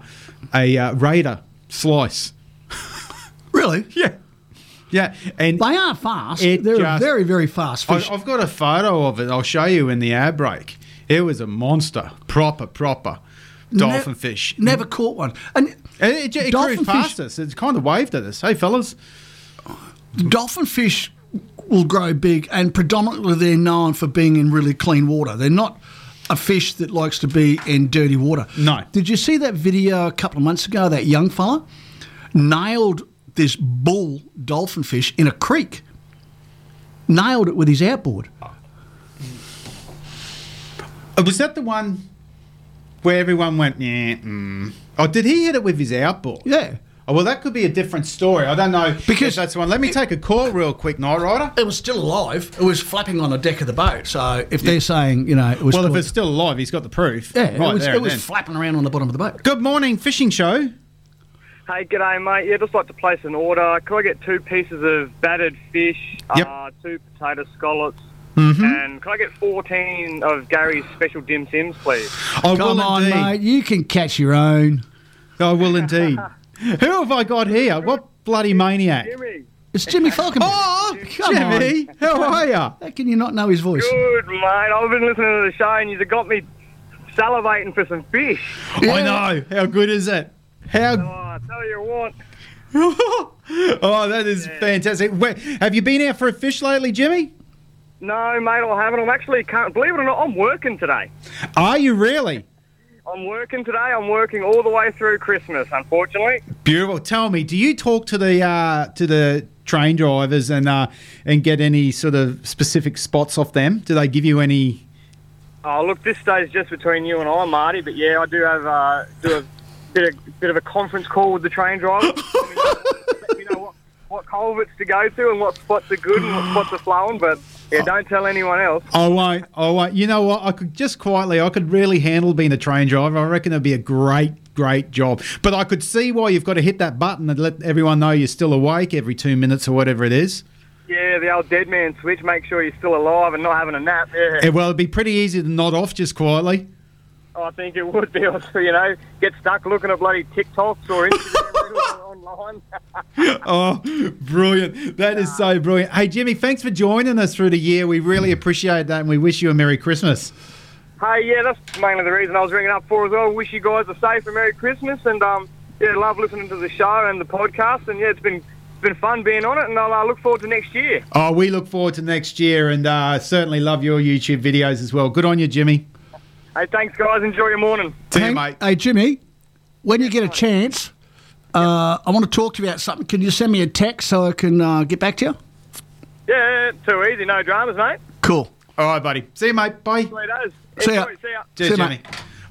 S3: a uh, raider slice.
S6: really?
S3: [LAUGHS] Yeah. Yeah, and
S6: they are fast.
S3: It
S6: They're
S3: just-
S6: very very fast
S3: I,
S6: fish.
S3: I've got a photo of it. I'll show you in the ad break. It was a monster, proper, proper dolphin
S6: Ne-
S3: fish.
S6: Never caught one. And
S3: it, it, it
S6: dolphin
S3: cruised past
S6: fish-
S3: us. It's kind of waved at us. Hey, fellas.
S6: dolphin fish will grow big, and predominantly they're known for being in really clean water. They're not a fish that likes to be in dirty water. No. Did you see that video a couple of months ago? That young fella nailed this bull dolphin fish in a creek. Nailed it with his outboard.
S3: Uh, Was that the one where everyone went, yeah, mm. Oh, did he hit it with his outboard?
S6: Yeah.
S3: Oh, well, that could be a different story. I don't know because that's the one. Let me take a call real quick, Night Rider.
S6: It was still alive. It was flapping on the deck of the boat. So if they're saying, you know, it was
S3: well, if
S6: caught-
S3: it's still alive, he's got the proof.
S6: yeah,
S3: right
S6: it was,
S3: there
S6: it
S3: and
S6: was
S3: then.
S6: flapping around on the bottom of the boat.
S3: Good morning, fishing show.
S39: Hey, g'day, mate. Yeah, just like to place an order. Could I get two pieces of battered fish,
S3: Yep.
S39: uh, two potato scallops,
S3: Mhm.
S39: and could I get 14 of Gary's special dim sims, please?
S6: Oh, Come on, mate. You can catch your own.
S3: I will
S6: [LAUGHS]
S3: indeed. Who have I got here? What bloody maniac?
S6: It's Jimmy Falcon.
S3: Oh,
S6: come on.
S3: Jimmy, how are ya?
S6: How can you not know his voice?
S39: Good, mate. I've been listening to the show, and you've got me salivating for some fish.
S3: I know. How good is it? How?
S39: I Oh, tell you what.
S3: [LAUGHS] oh, that is fantastic. Where, have you been out for a fish lately, Jimmy?
S39: No, mate, I haven't. I'm actually, can't, believe it or not, I'm working today.
S3: Are you really?
S39: I'm working today. I'm working all the way through Christmas, unfortunately.
S3: Beautiful. Tell me, do you talk to the uh, to the train drivers and uh, and get any sort of specific spots off them? Do they give you any?
S39: Oh, look, this stays just between you and I, Marty. But yeah, I do have uh, do a bit of bit of a conference call with the train driver. Let me know what, what culverts to go to and what spots are good and what spots are flowing. But yeah, don't tell anyone else.
S3: I won't. I won't. You know what? I could just quietly. I could really handle being a train driver. I reckon it'd be a great, great job. But I could see why you've got to hit that button and let everyone know you're still awake every two minutes or whatever it is.
S39: Yeah, the old dead man switch. Make sure you're still alive and not having a nap. Yeah.
S3: Eh, well, it'd be pretty easy to nod off just quietly.
S39: I think it would be. [LAUGHS] You know, get stuck looking at bloody TikToks or Instagram reels online.
S3: oh, brilliant. That is so brilliant. Hey, Jimmy, thanks for joining us through the year. We really appreciate that and we wish you a Merry Christmas.
S39: Hey, yeah, that's mainly the reason I was ringing up for as well. Wish you guys a safe and Merry Christmas, and um, yeah, love listening to the show and the podcast, and yeah, it's been it's been fun being on it, and I'll uh, look forward to next year.
S3: Oh, we look forward to next year and uh, certainly love your YouTube videos as well. Good on you, Jimmy.
S39: Hey, thanks, guys. Enjoy your morning.
S6: Hey, hey, Jimmy, when you get a chance, uh, I want to talk to you about something. Can you send me a text so I can uh, get back to you?
S39: Yeah, too easy, no dramas, mate.
S6: Cool.
S3: All right, buddy. See you, mate. Bye.
S39: See ya.
S3: Cheers, Jimmy.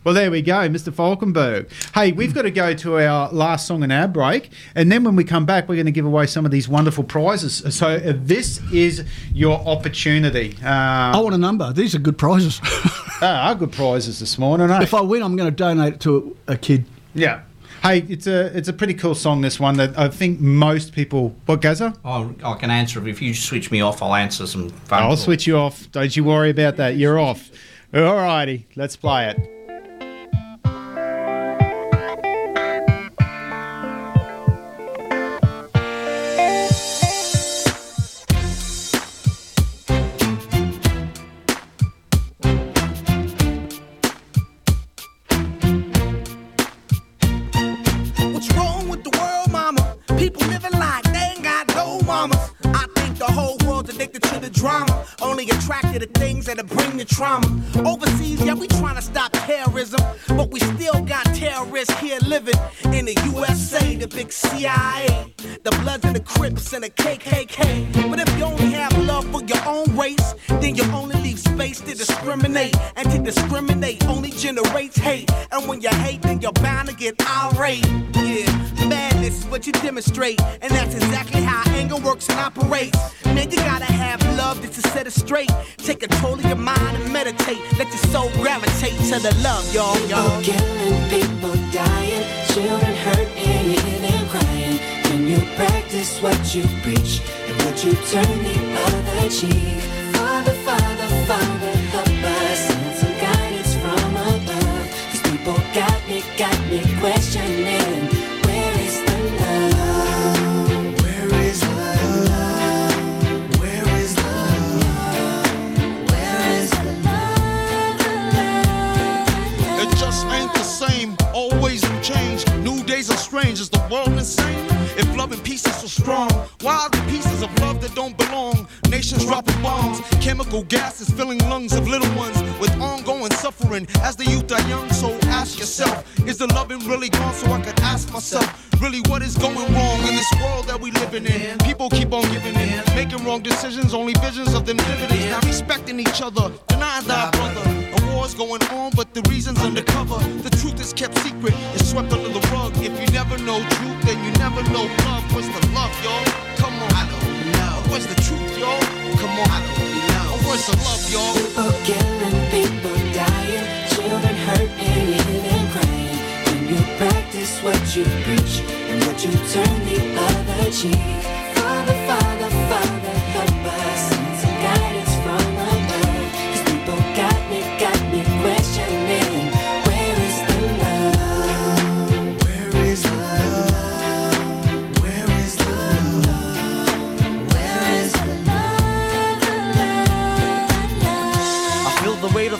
S3: Well, there we go, Mr. Falkenberg. Hey, we've got to go to our last song and our break. And then when we come back, we're going to give away some of these wonderful prizes. So uh, this is your opportunity. Uh,
S6: I want a number. These are good prizes.
S3: [LAUGHS] they are good prizes this morning, eh?
S6: If I win, I'm going to donate it to a, a kid.
S3: Yeah. Hey, it's a it's a pretty cool song. This one that I think most people. What Gaza?
S4: I, Oh, I can answer it. If you switch me off, I'll answer some phone
S3: I'll
S4: calls.
S3: switch you off. Don't you worry about that. You're off. All righty, let's play it.
S40: drama. Only attracted to things that'll bring the trauma. Overseas, yeah, we tryna stop terrorism. But we still got terrorists here living in the USA, the big CIA, the Bloods and the Crips and the KKK. But if you only have love for your own race, then you only leave space to discriminate. And to discriminate only generates hate. And when you hate, then you're bound to get irate. Yeah, madness is what you demonstrate. And that's exactly how anger works and operates. Man, you gotta have love just to set it straight. Take control of your mind and meditate. Let your soul gravitate to the love, y'all, y'all.
S1: Killing people dying, children hurt and you hear them crying. When you practice what you preach, and would you turn the other cheek? Father, Father, Father, help us. Send some guidance from above. These people got me, got me questioning. Where is the love? Where is the love? Where is the love? Where is the love?
S31: It just ain't the same. Always in change. New days are strange. Is the world insane? If love and peace is so strong, why are the pieces of love that don't belong? Nations dropping bombs, chemical gases filling lungs of little ones with ongoing suffering. As the youth are young, so ask yourself, is the loving really gone? So I could ask myself. Really, what is going wrong in this world that we living in? People keep on giving in, making wrong decisions, only visions of them dividends. Not respecting each other, denying thy brother. A war's going on, but the reason's undercover. The truth is kept secret, it's swept under the rug. If you never know truth, then you never know love. What's the love, y'all? Come on, I don't know. What's the truth, y'all? Come on, I don't know. What's the love, y'all?
S1: People killing, people dying, children hurt and you hear them crying. When you practice what you preach and what you turn the other cheek. Father, Father, Father, help us. Send some guidance from above. These people got me, got me questioning. Where is the love? Where is the love? Where is the love? Where is the love? The love, love.
S40: I feel the weight of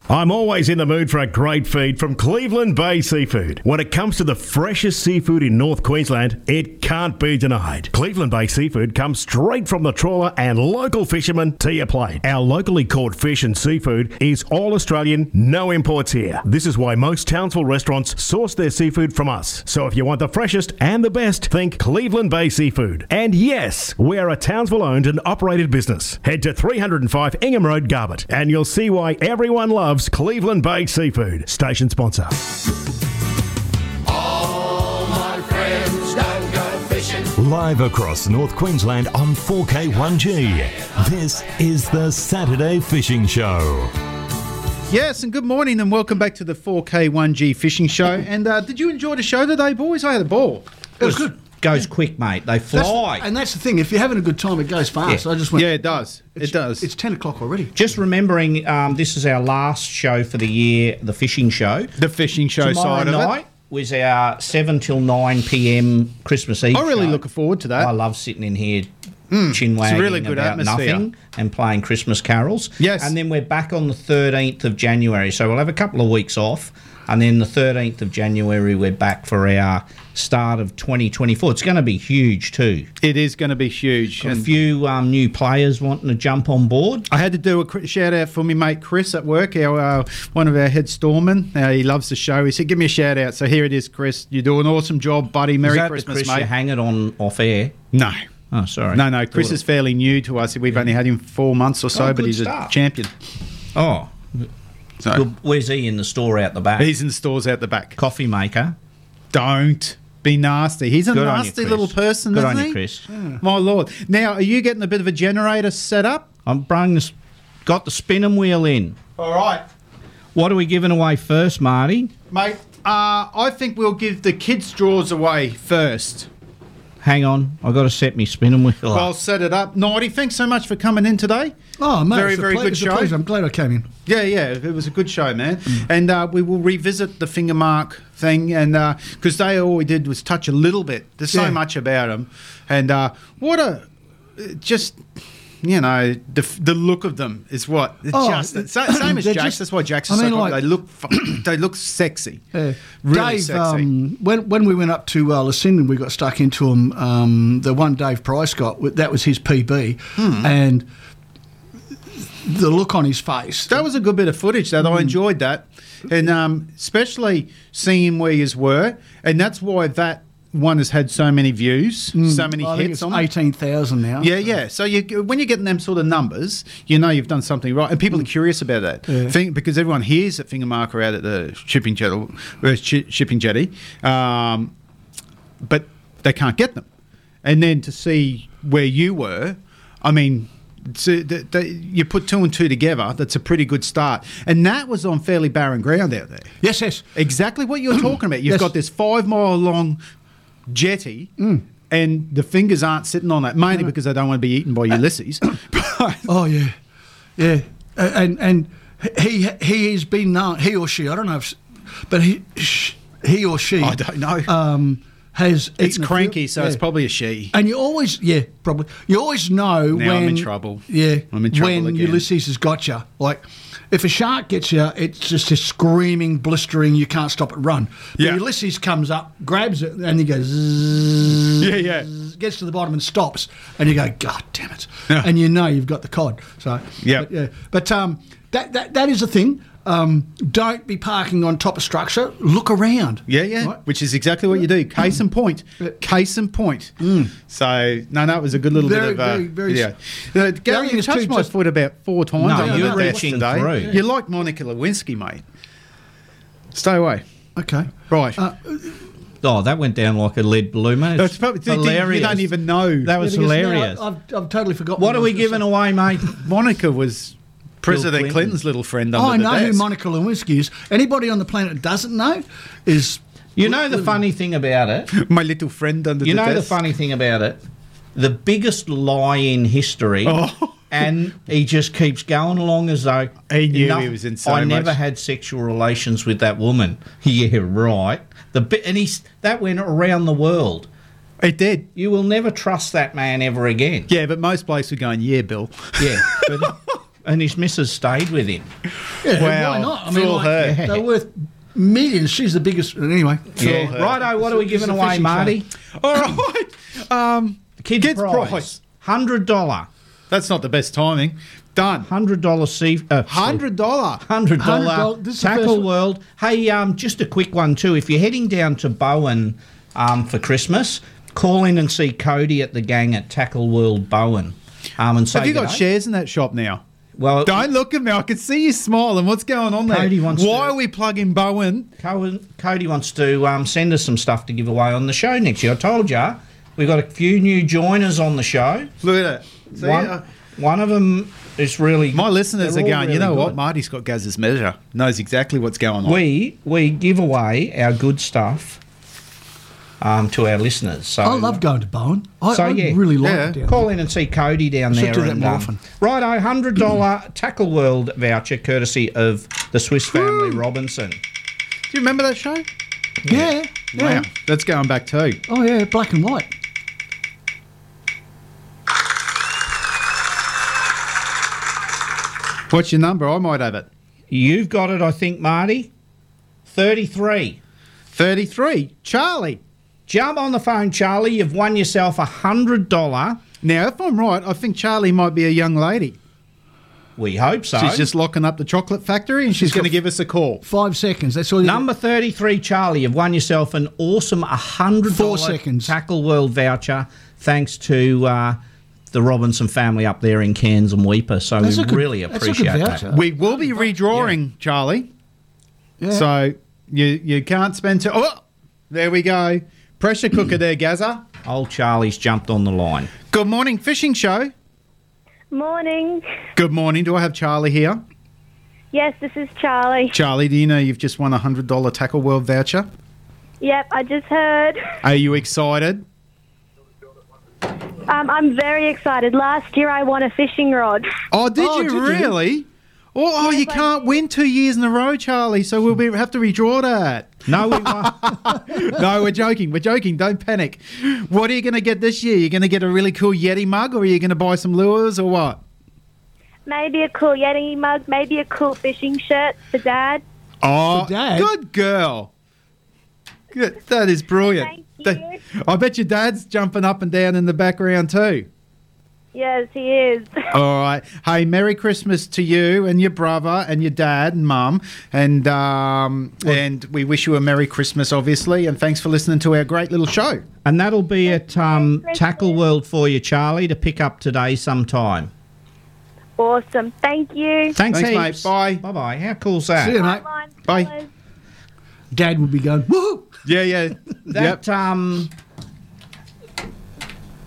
S11: I'm always in the mood for a great feed from Cleveland Bay Seafood. When it comes to the freshest seafood in North Queensland, it can't be denied. Cleveland Bay Seafood comes straight from the trawler and local fishermen to your plate. Our locally caught fish and seafood is all Australian, no imports here. This is why most Townsville restaurants source their seafood from us. So if you want the freshest and the best, think Cleveland Bay Seafood. And yes, we are a Townsville owned and operated business. Head to 305 Ingham Road, Garbutt, and you'll see why everyone loves Cleveland Bay Seafood, station sponsor.
S1: All my friends don't go fishing.
S17: Live across North Queensland on 4K1G. This is the Saturday Fishing Show.
S3: Yes, and good morning, and welcome back to the 4K1G Fishing Show. And uh, did you enjoy the show today, boys? I had a ball. It was good.
S4: Goes quick, mate. They fly.
S6: and that's the thing. If you're having a good time, it goes fast.
S4: Yeah.
S6: I just went.
S4: Yeah,
S3: it does.
S6: It does. It's ten o'clock already.
S4: Just remembering, um, this is our last show for the year, the fishing show.
S3: The fishing show
S4: Tomorrow
S3: side of it.
S4: night was our seven till nine p.m. Christmas Eve.
S3: I really
S4: show.
S3: looking forward to that.
S4: I love sitting in here, chin wagging
S3: Mm, really good
S4: about
S3: atmosphere.
S4: nothing and playing Christmas carols.
S3: Yes.
S4: and then we're back on the thirteenth of January, so we'll have a couple of weeks off, and then the thirteenth of January we're back for our start of 2024. It's going to be huge too.
S3: It is going to be huge.
S4: a few um, new players wanting to jump on board.
S3: I had to do a cri- shout out for me mate Chris at work, our uh, one of our head storemen. Uh, he loves the show. He said, "Give me a shout out." So here it is, Chris. You do an awesome job, buddy. Merry
S4: Is that the
S3: Christmas,
S4: Chris
S3: mate.
S4: You hang it on off air.
S3: No.
S4: Oh, sorry.
S3: No, no. Chris
S4: Thought
S3: is fairly new to us. We've only had him four months or so,
S4: Oh,
S3: but
S4: good
S3: he's
S4: start.
S3: a champion.
S4: Oh.
S3: So-
S4: Well, Where's he in the store out the back?
S3: He's in stores out the back.
S4: Coffee maker.
S3: Don't be nasty. He's a
S4: Good on you,
S3: nasty
S4: Chris.
S3: little person,
S4: Good
S3: isn't
S4: on you,
S3: he?
S4: Chris.
S3: My lord. Now, are you getting a bit of a generator set up?
S4: I'm bringing this. Got the spinning wheel in.
S3: All right.
S4: What are we giving away first, Marty?
S3: Mate, uh, I think we'll give the kids' drawers away first.
S4: Hang on, I got to set me spinning wheel up.
S3: I'll set it up. Naughty, thanks so much for coming in today.
S6: Oh, mate,
S3: very,
S6: it's a
S3: very
S6: ple-
S3: good
S6: it's a
S3: show.
S6: pleasure. Mm. I'm glad I came in.
S3: Yeah, yeah, it was a good show, man. And uh, we will revisit the finger mark thing, and because they all we did was touch a little bit. There's so
S6: Yeah.
S3: much about them, and uh, what a it just you know the, f- the look of them is what it's
S6: Oh,
S3: just it's sa- same
S6: [COUGHS]
S3: as
S6: they're
S3: Jack's.
S6: just-
S3: that's why Jack's.
S6: I
S3: is so
S6: mean,
S3: popular.
S6: like-
S3: they look fu- [COUGHS] they look sexy,
S6: Yeah.
S3: really
S6: Dave,
S3: sexy.
S6: Um, when when we went up to uh, Lucinda, we got stuck into him. Um, the one Dave Price got w- that was his PB,
S3: Hmm.
S6: and the look on his face. Mm.
S3: That was a good bit of footage that I enjoyed that, and um, especially seeing where yous were, and that's why that one has had so many views, so many
S6: Mm. I
S3: hits
S6: think it's
S3: on it.
S6: eighteen thousand now.
S3: Yeah, yeah. So you, when you're getting them sort of numbers, you know you've done something right, and people are curious about that.
S6: Yeah.
S3: Think- because everyone hears that finger marker out at the shipping jetty, uh, shi shipping jetty, um, but they can't get them. And then to see where you were, I mean. So th th you put two and two together. That's a pretty good start, and that was on fairly barren ground out there.
S6: Yes, yes.
S3: Exactly what you're talking about. You've
S6: Yes.
S3: got this five mile long jetty, and the fingers aren't sitting on that mainly because they don't want to be eaten by Ulysses.
S6: Oh yeah, yeah, A- and and he he has been known he or she I don't know, if, s- but he sh- he or she I
S3: don't know
S6: um, has
S3: it's
S6: eaten a few-
S3: cranky, so it's
S6: yeah.
S3: probably a she.
S6: And you always, yeah, probably. You always know
S3: Now
S6: when
S3: I'm in trouble.
S6: Yeah,
S3: I'm in trouble
S6: when
S3: again.
S6: Ulysses has got you. Like, if a shark gets you, it's just a screaming, blistering. You can't stop it. Run. But
S3: Yeah.
S6: Ulysses comes up, grabs it, and he goes. Zzz,
S3: Yeah, yeah.
S6: Gets to the bottom and stops, and you go, God damn it! And you know you've got the cod. So
S3: Yeah.
S6: but, yeah. But um, that that that is a thing. um, don't be parking on top of structure. Look around.
S3: Yeah, yeah. Which is exactly what you do. [COUGHS] Case in point. Case in point. So no, no, it was a good little
S6: Very,
S3: bit of uh,
S6: very, very
S3: video.
S6: s-
S3: Uh,
S6: The
S3: Gary,
S6: only
S3: you
S6: is too
S3: touched my
S6: just-
S3: foot about four times.
S6: No,
S3: on the
S6: you're
S3: left
S6: reaching
S3: today.
S6: through.
S3: You're like Monica Lewinsky, mate. Stay away.
S6: Okay.
S3: Right.
S4: Oh, that went down like a lead balloon, mate.
S3: That's probably- you- you don't even know.
S4: That was
S3: Yeah, because now
S4: hilarious.
S6: I've, I've totally forgotten.
S4: What are we giving away, mate?
S3: Monica was President
S6: Clinton.
S3: Clinton's little friend under
S6: I
S3: the
S6: know
S3: desk.
S6: who Monica Lewinsky is. Anybody on the planet that doesn't know is.
S4: You know the funny thing about it?
S3: [LAUGHS] My little friend under
S4: You
S3: the
S4: know the
S3: desk.
S4: funny thing about it? The biggest lie in history.
S3: Oh.
S4: And he just keeps going along as though he
S3: knew he was in so
S4: I never
S3: much- [LAUGHS]
S4: had sexual relations with that woman. [LAUGHS] yeah, right. The bi- and he's that went around the world.
S3: It did.
S4: You will never trust that man ever again.
S3: Yeah, but most blokes were going, yeah, Bill.
S4: Yeah,
S3: [LAUGHS]
S4: but, and his missus stayed with him.
S6: Yeah, why
S4: Wow,
S6: not? I
S4: fool
S6: mean, like,
S4: her.
S6: they're worth millions. She's the biggest. Anyway.
S4: Yeah. Righto, what are we giving away, Marty?
S3: All right. Um,
S4: kids, prize. Hundred dollar.
S3: That's not the best timing. Done.
S4: Hundred dollar. C. Uh,
S3: Hundred dollar.
S4: Hundred
S6: $100.
S4: dollar.
S6: This is the first
S4: Tackle
S6: one.
S4: World. Hey, um, just a quick one too. If you're heading down to Bowen um, for Christmas, call in and see Cody at the gang at Tackle World Bowen. Um, and say
S3: Have you got
S4: g'day.
S3: shares in that shop now?
S4: Well,
S3: don't look at me. I can see you smiling. What's going on there?
S4: Cody wants
S3: Why are we plugging Bowen?
S4: Cohen, Cody wants to um, send us some stuff to give away on the show next year. I told you we've got a few new joiners on the show.
S3: Look at it. See,
S4: one,
S3: uh,
S4: one of them is really.
S3: My listeners
S4: they're
S3: are
S4: all
S3: going. you
S4: really
S3: know
S4: good."
S3: what? Marty's got Gaz's measure. Knows exactly what's going on.
S4: We we give away our good stuff um, to our listeners. So
S6: I love going to Bowen. I,
S4: so
S6: I
S4: yeah,
S6: really like it down
S4: Call in and see Cody down
S6: I should
S4: there.
S6: do that
S4: and,
S6: more
S4: um,
S6: often.
S4: Righto, hundred dollar Tackle World voucher, courtesy of the Swiss family Robinson.
S3: Do you remember that show?
S6: Yeah.
S3: Wow,
S6: yeah.
S3: that's going back too.
S6: Oh, yeah, black and white.
S3: What's your number? I might have it.
S4: You've got it, I think, Marty. Thirty-three.
S3: Thirty-three. Charlie,
S4: jump on the phone, Charlie. You've won yourself a hundred dollar.
S3: Now, if I'm right, I think Charlie might be a young lady.
S4: We hope so.
S3: She's just locking up the chocolate factory, and she's, going to give us a call.
S6: Five seconds. That's all you
S4: Number 33, Charlie, you've won yourself an awesome $100
S6: Four seconds.
S4: Tackle World voucher thanks to uh, the Robinson family up there in Cairns and Weeper. So
S6: That's
S4: we
S6: a good-
S4: Oh, really
S6: that's a good
S4: appreciate
S6: voucher.
S4: that.
S3: We will be redrawing, Charlie.
S6: Yeah.
S3: So you you can't spend too. Oh, there we go. Pressure cooker there, Gazza.
S4: Old Charlie's jumped on the line.
S3: Good morning, fishing show.
S26: Morning.
S3: Good morning. Do I have Charlie here?
S26: Yes, this is Charlie.
S3: Charlie, do you know you've just won a hundred dollar Tackle World voucher?
S26: Yep, I just heard.
S3: Are you excited?
S26: Um, I'm very excited. Last year I won a fishing rod.
S3: Oh, did
S26: Oh,
S3: you
S26: did you?
S3: really? Oh, oh, you can't win two years in a row, Charlie. So we'll be, have to redraw that.
S4: No, we won't.
S3: [LAUGHS] no, we're joking. We're joking. Don't panic. What are you going to get this year? You're going to get a really cool Yeti mug, or are you going to buy some lures, or what?
S26: Maybe a cool Yeti mug, maybe a cool fishing shirt for Dad.
S3: Oh, good girl. Good. That is brilliant. That- I bet your dad's jumping up and down in the background too.
S26: Yes, he is. [LAUGHS]
S3: All right. Hey, Merry Christmas to you and your brother and your dad and mum. And um, and we wish you a Merry Christmas, obviously. And thanks for listening to our great little show.
S4: And that'll be at um, Tackle World for you, Charlie, to pick up today sometime.
S26: Awesome. Thank you.
S4: Thanks, heaps.
S3: Bye.
S4: Bye bye. How cool's that?
S6: See you, mate.
S3: Bye.
S6: Dad would be going, woohoo!
S3: Yeah, yeah.
S4: That, um,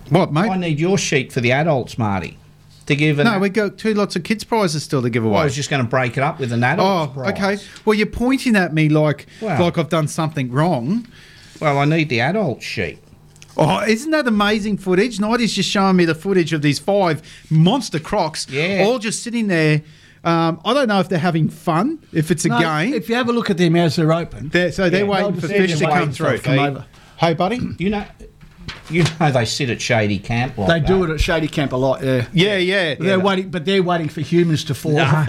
S3: What, mate?
S4: I need your sheet for the adults, Marty, to give an.
S3: No, we got two lots of kids' prizes still to give
S4: I
S3: away.
S4: was just going to break it up with an adult.
S3: Oh, okay. Well, you're pointing at me like
S4: Wow.
S3: like I've done something wrong.
S4: Well, I need the adult sheet.
S3: Oh, isn't that amazing footage? Nighty's just showing me the footage of these five monster crocs,
S6: Yeah.
S3: all just sitting there. Um, I don't know if they're having fun, if it's a
S6: No,
S3: game.
S6: If you have a look at them as they're open.
S3: They're, so they're
S6: Yeah,
S3: waiting
S6: they'll
S3: for
S6: just
S3: fish to
S6: wait
S3: come
S6: until
S3: through.
S6: they come over.
S3: Hey, buddy.
S4: You know, you know they sit at Shady Camp. Like
S6: They
S4: that.
S6: do it at Shady Camp a lot, yeah.
S3: Yeah, yeah.
S6: But they're waiting, but they're waiting for humans to fall.
S4: Nah.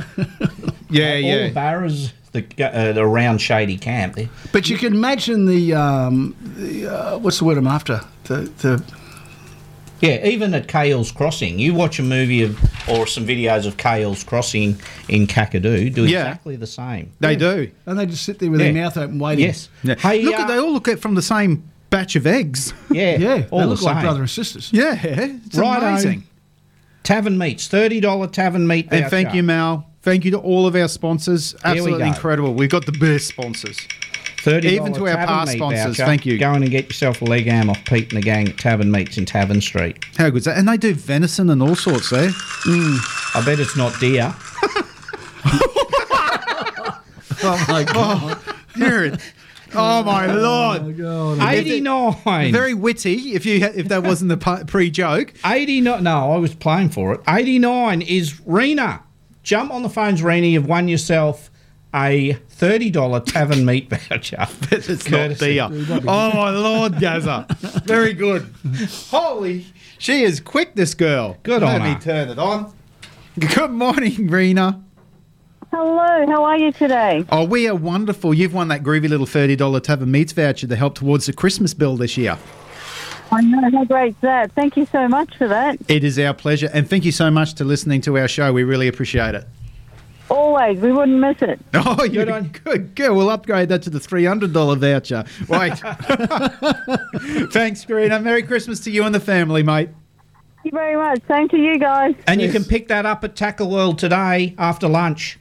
S3: yeah,
S4: All the barras that go, uh, around Shady Camp. they-
S6: [LAUGHS] But you can imagine the, um, the uh, what's the word I'm after? The the
S4: Yeah, even at Kale's Crossing, you watch a movie of or some videos of Kale's Crossing in Kakadu. Do
S3: Yeah.
S4: exactly the same.
S3: They do.
S6: And they just sit there with their
S4: Yeah.
S6: mouth open waiting.
S4: Yes. Hey,
S3: look,
S4: uh,
S3: at they all look at from the same batch of eggs.
S4: Yeah,
S6: Yeah,
S4: all
S6: they
S4: the
S6: look like
S4: same.
S6: brother and sisters.
S3: Yeah, it's
S4: Righto.
S3: amazing.
S4: Tavern meats, thirty dollar tavern meat.
S3: And thank you, Mal. Thank you to all of our sponsors.
S4: we
S3: Absolutely
S4: go.
S3: incredible. We've got the best sponsors.
S4: $30
S3: Even to our
S4: tavern
S3: past
S4: meat
S3: sponsors.
S4: voucher.
S3: Thank you.
S4: Go in and get yourself a leg ham off Pete and the gang at Tavern Meats in Tavern Street.
S3: How good's that? And they do venison and all sorts eh? there.
S4: Mm. I bet it's not deer.
S3: oh my god. Dude. Oh my lord.
S4: Eighty nine.
S3: Very witty. If you ha- if that wasn't the pre joke.
S4: Eighty nine. No, I was playing for it. Eighty nine is Rena. Jump on the phones, Rena. You've won yourself a thirty dollar tavern meat [LAUGHS] voucher.
S3: it's not deer. Oh my lord, Gaza. Very good. Holy, she is quick. This girl.
S4: Good
S3: Let
S4: on
S3: me
S4: her.
S3: turn it on. Good morning, Rena.
S27: Hello, how are you today?
S3: Oh, we are wonderful. You've won that groovy little $30 Tavern Meats voucher to help towards the Christmas bill this year.
S27: I know, how great's that? Thank you so much for that.
S3: It is our pleasure. And thank you so much to listening to our show. We really appreciate it.
S27: Always, we wouldn't miss
S4: [LAUGHS]
S27: it.
S3: [LAUGHS] Oh, you're good girl. We'll upgrade that to the $300 voucher. [LAUGHS] Wait. Thanks, Rena. Merry Christmas to you and the family, mate.
S27: Thank you very much. Same to you guys.
S4: And you can pick that up at Tackle World today after lunch.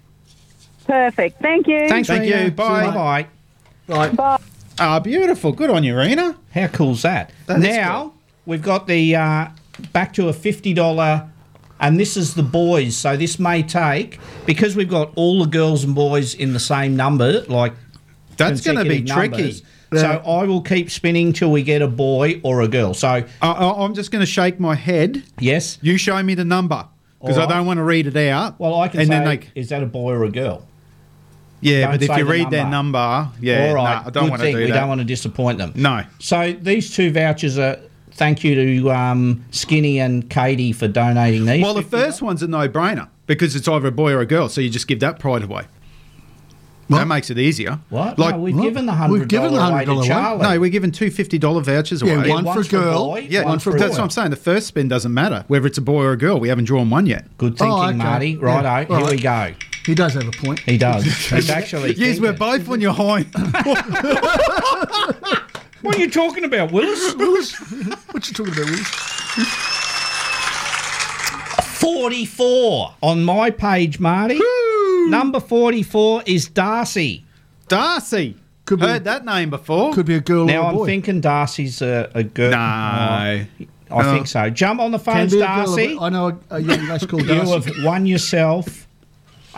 S27: Perfect. Thank you.
S4: Thanks, Rena. Bye. Bye.
S6: Bye.
S27: Bye.
S3: Ah, beautiful. Good on you, Rena.
S4: How cool's that?
S3: That is
S4: now we've got the uh, back to a fifty dollar, and this is the boys. So this may take because we've got all the girls and boys in the same number. Like
S3: That's gonna be
S4: consecutive
S3: tricky.
S4: numbers. So I will keep spinning till we get a boy or a girl. So
S3: I, I, I'm just going to shake my head.
S4: Yes.
S3: You show me the number because
S4: All right.
S3: I don't want to read it out.
S4: Well, I can
S3: and
S4: say,
S3: then they,
S4: is that a boy or a girl?
S3: yeah,
S4: Don't
S3: but if
S4: say
S3: you
S4: the
S3: read their number, yeah,
S4: All right.
S3: nah, I don't
S4: Good
S3: want to
S4: thing.
S3: do
S4: we
S3: that.
S4: don't want to disappoint them.
S3: No.
S4: So these two vouchers are thank you to um, Skinny and Katie for donating these.
S3: well, the first one's a no-brainer because it's either a boy or a girl, so you just give that pride away. That makes it easier.
S4: What? No, we've What? given the We've given the $100 away to $100 away. Charlie.
S3: No, we're giving two fifty dollar vouchers
S4: Yeah, one
S3: away.
S4: Yeah, for one's for girl, boy,
S3: yeah,
S4: one for
S3: that's
S4: boy.
S3: what I'm saying. The first spin doesn't matter whether it's a boy or a girl. We haven't drawn one yet. Oh,
S4: Good thinking, Marty. Righto.
S3: Yeah.
S4: Here we go.
S6: He does have a point.
S4: He
S3: [LAUGHS]
S6: [LAUGHS]
S4: does. He's actually.
S3: yes, we're both on your
S4: [LAUGHS]
S3: hind.
S4: What are you talking
S6: [LAUGHS]
S4: about, Willis? Willis?
S6: What you talking about, Willis?
S4: 44 on my page, Marty. Number 44 is Darcy.
S3: Darcy.
S6: Could
S4: be-
S3: Heard that name before.
S6: Could be a girl
S4: now
S6: or a
S4: I'm
S6: boy.
S4: thinking Darcy's a, a girl. No. I
S6: No.
S4: think so. Jump on the
S6: Can
S4: phones,
S6: be a girl or a
S4: Darcy.
S6: boy. I know a, a young lass called
S4: [LAUGHS] You have
S6: Darcy.
S4: won yourself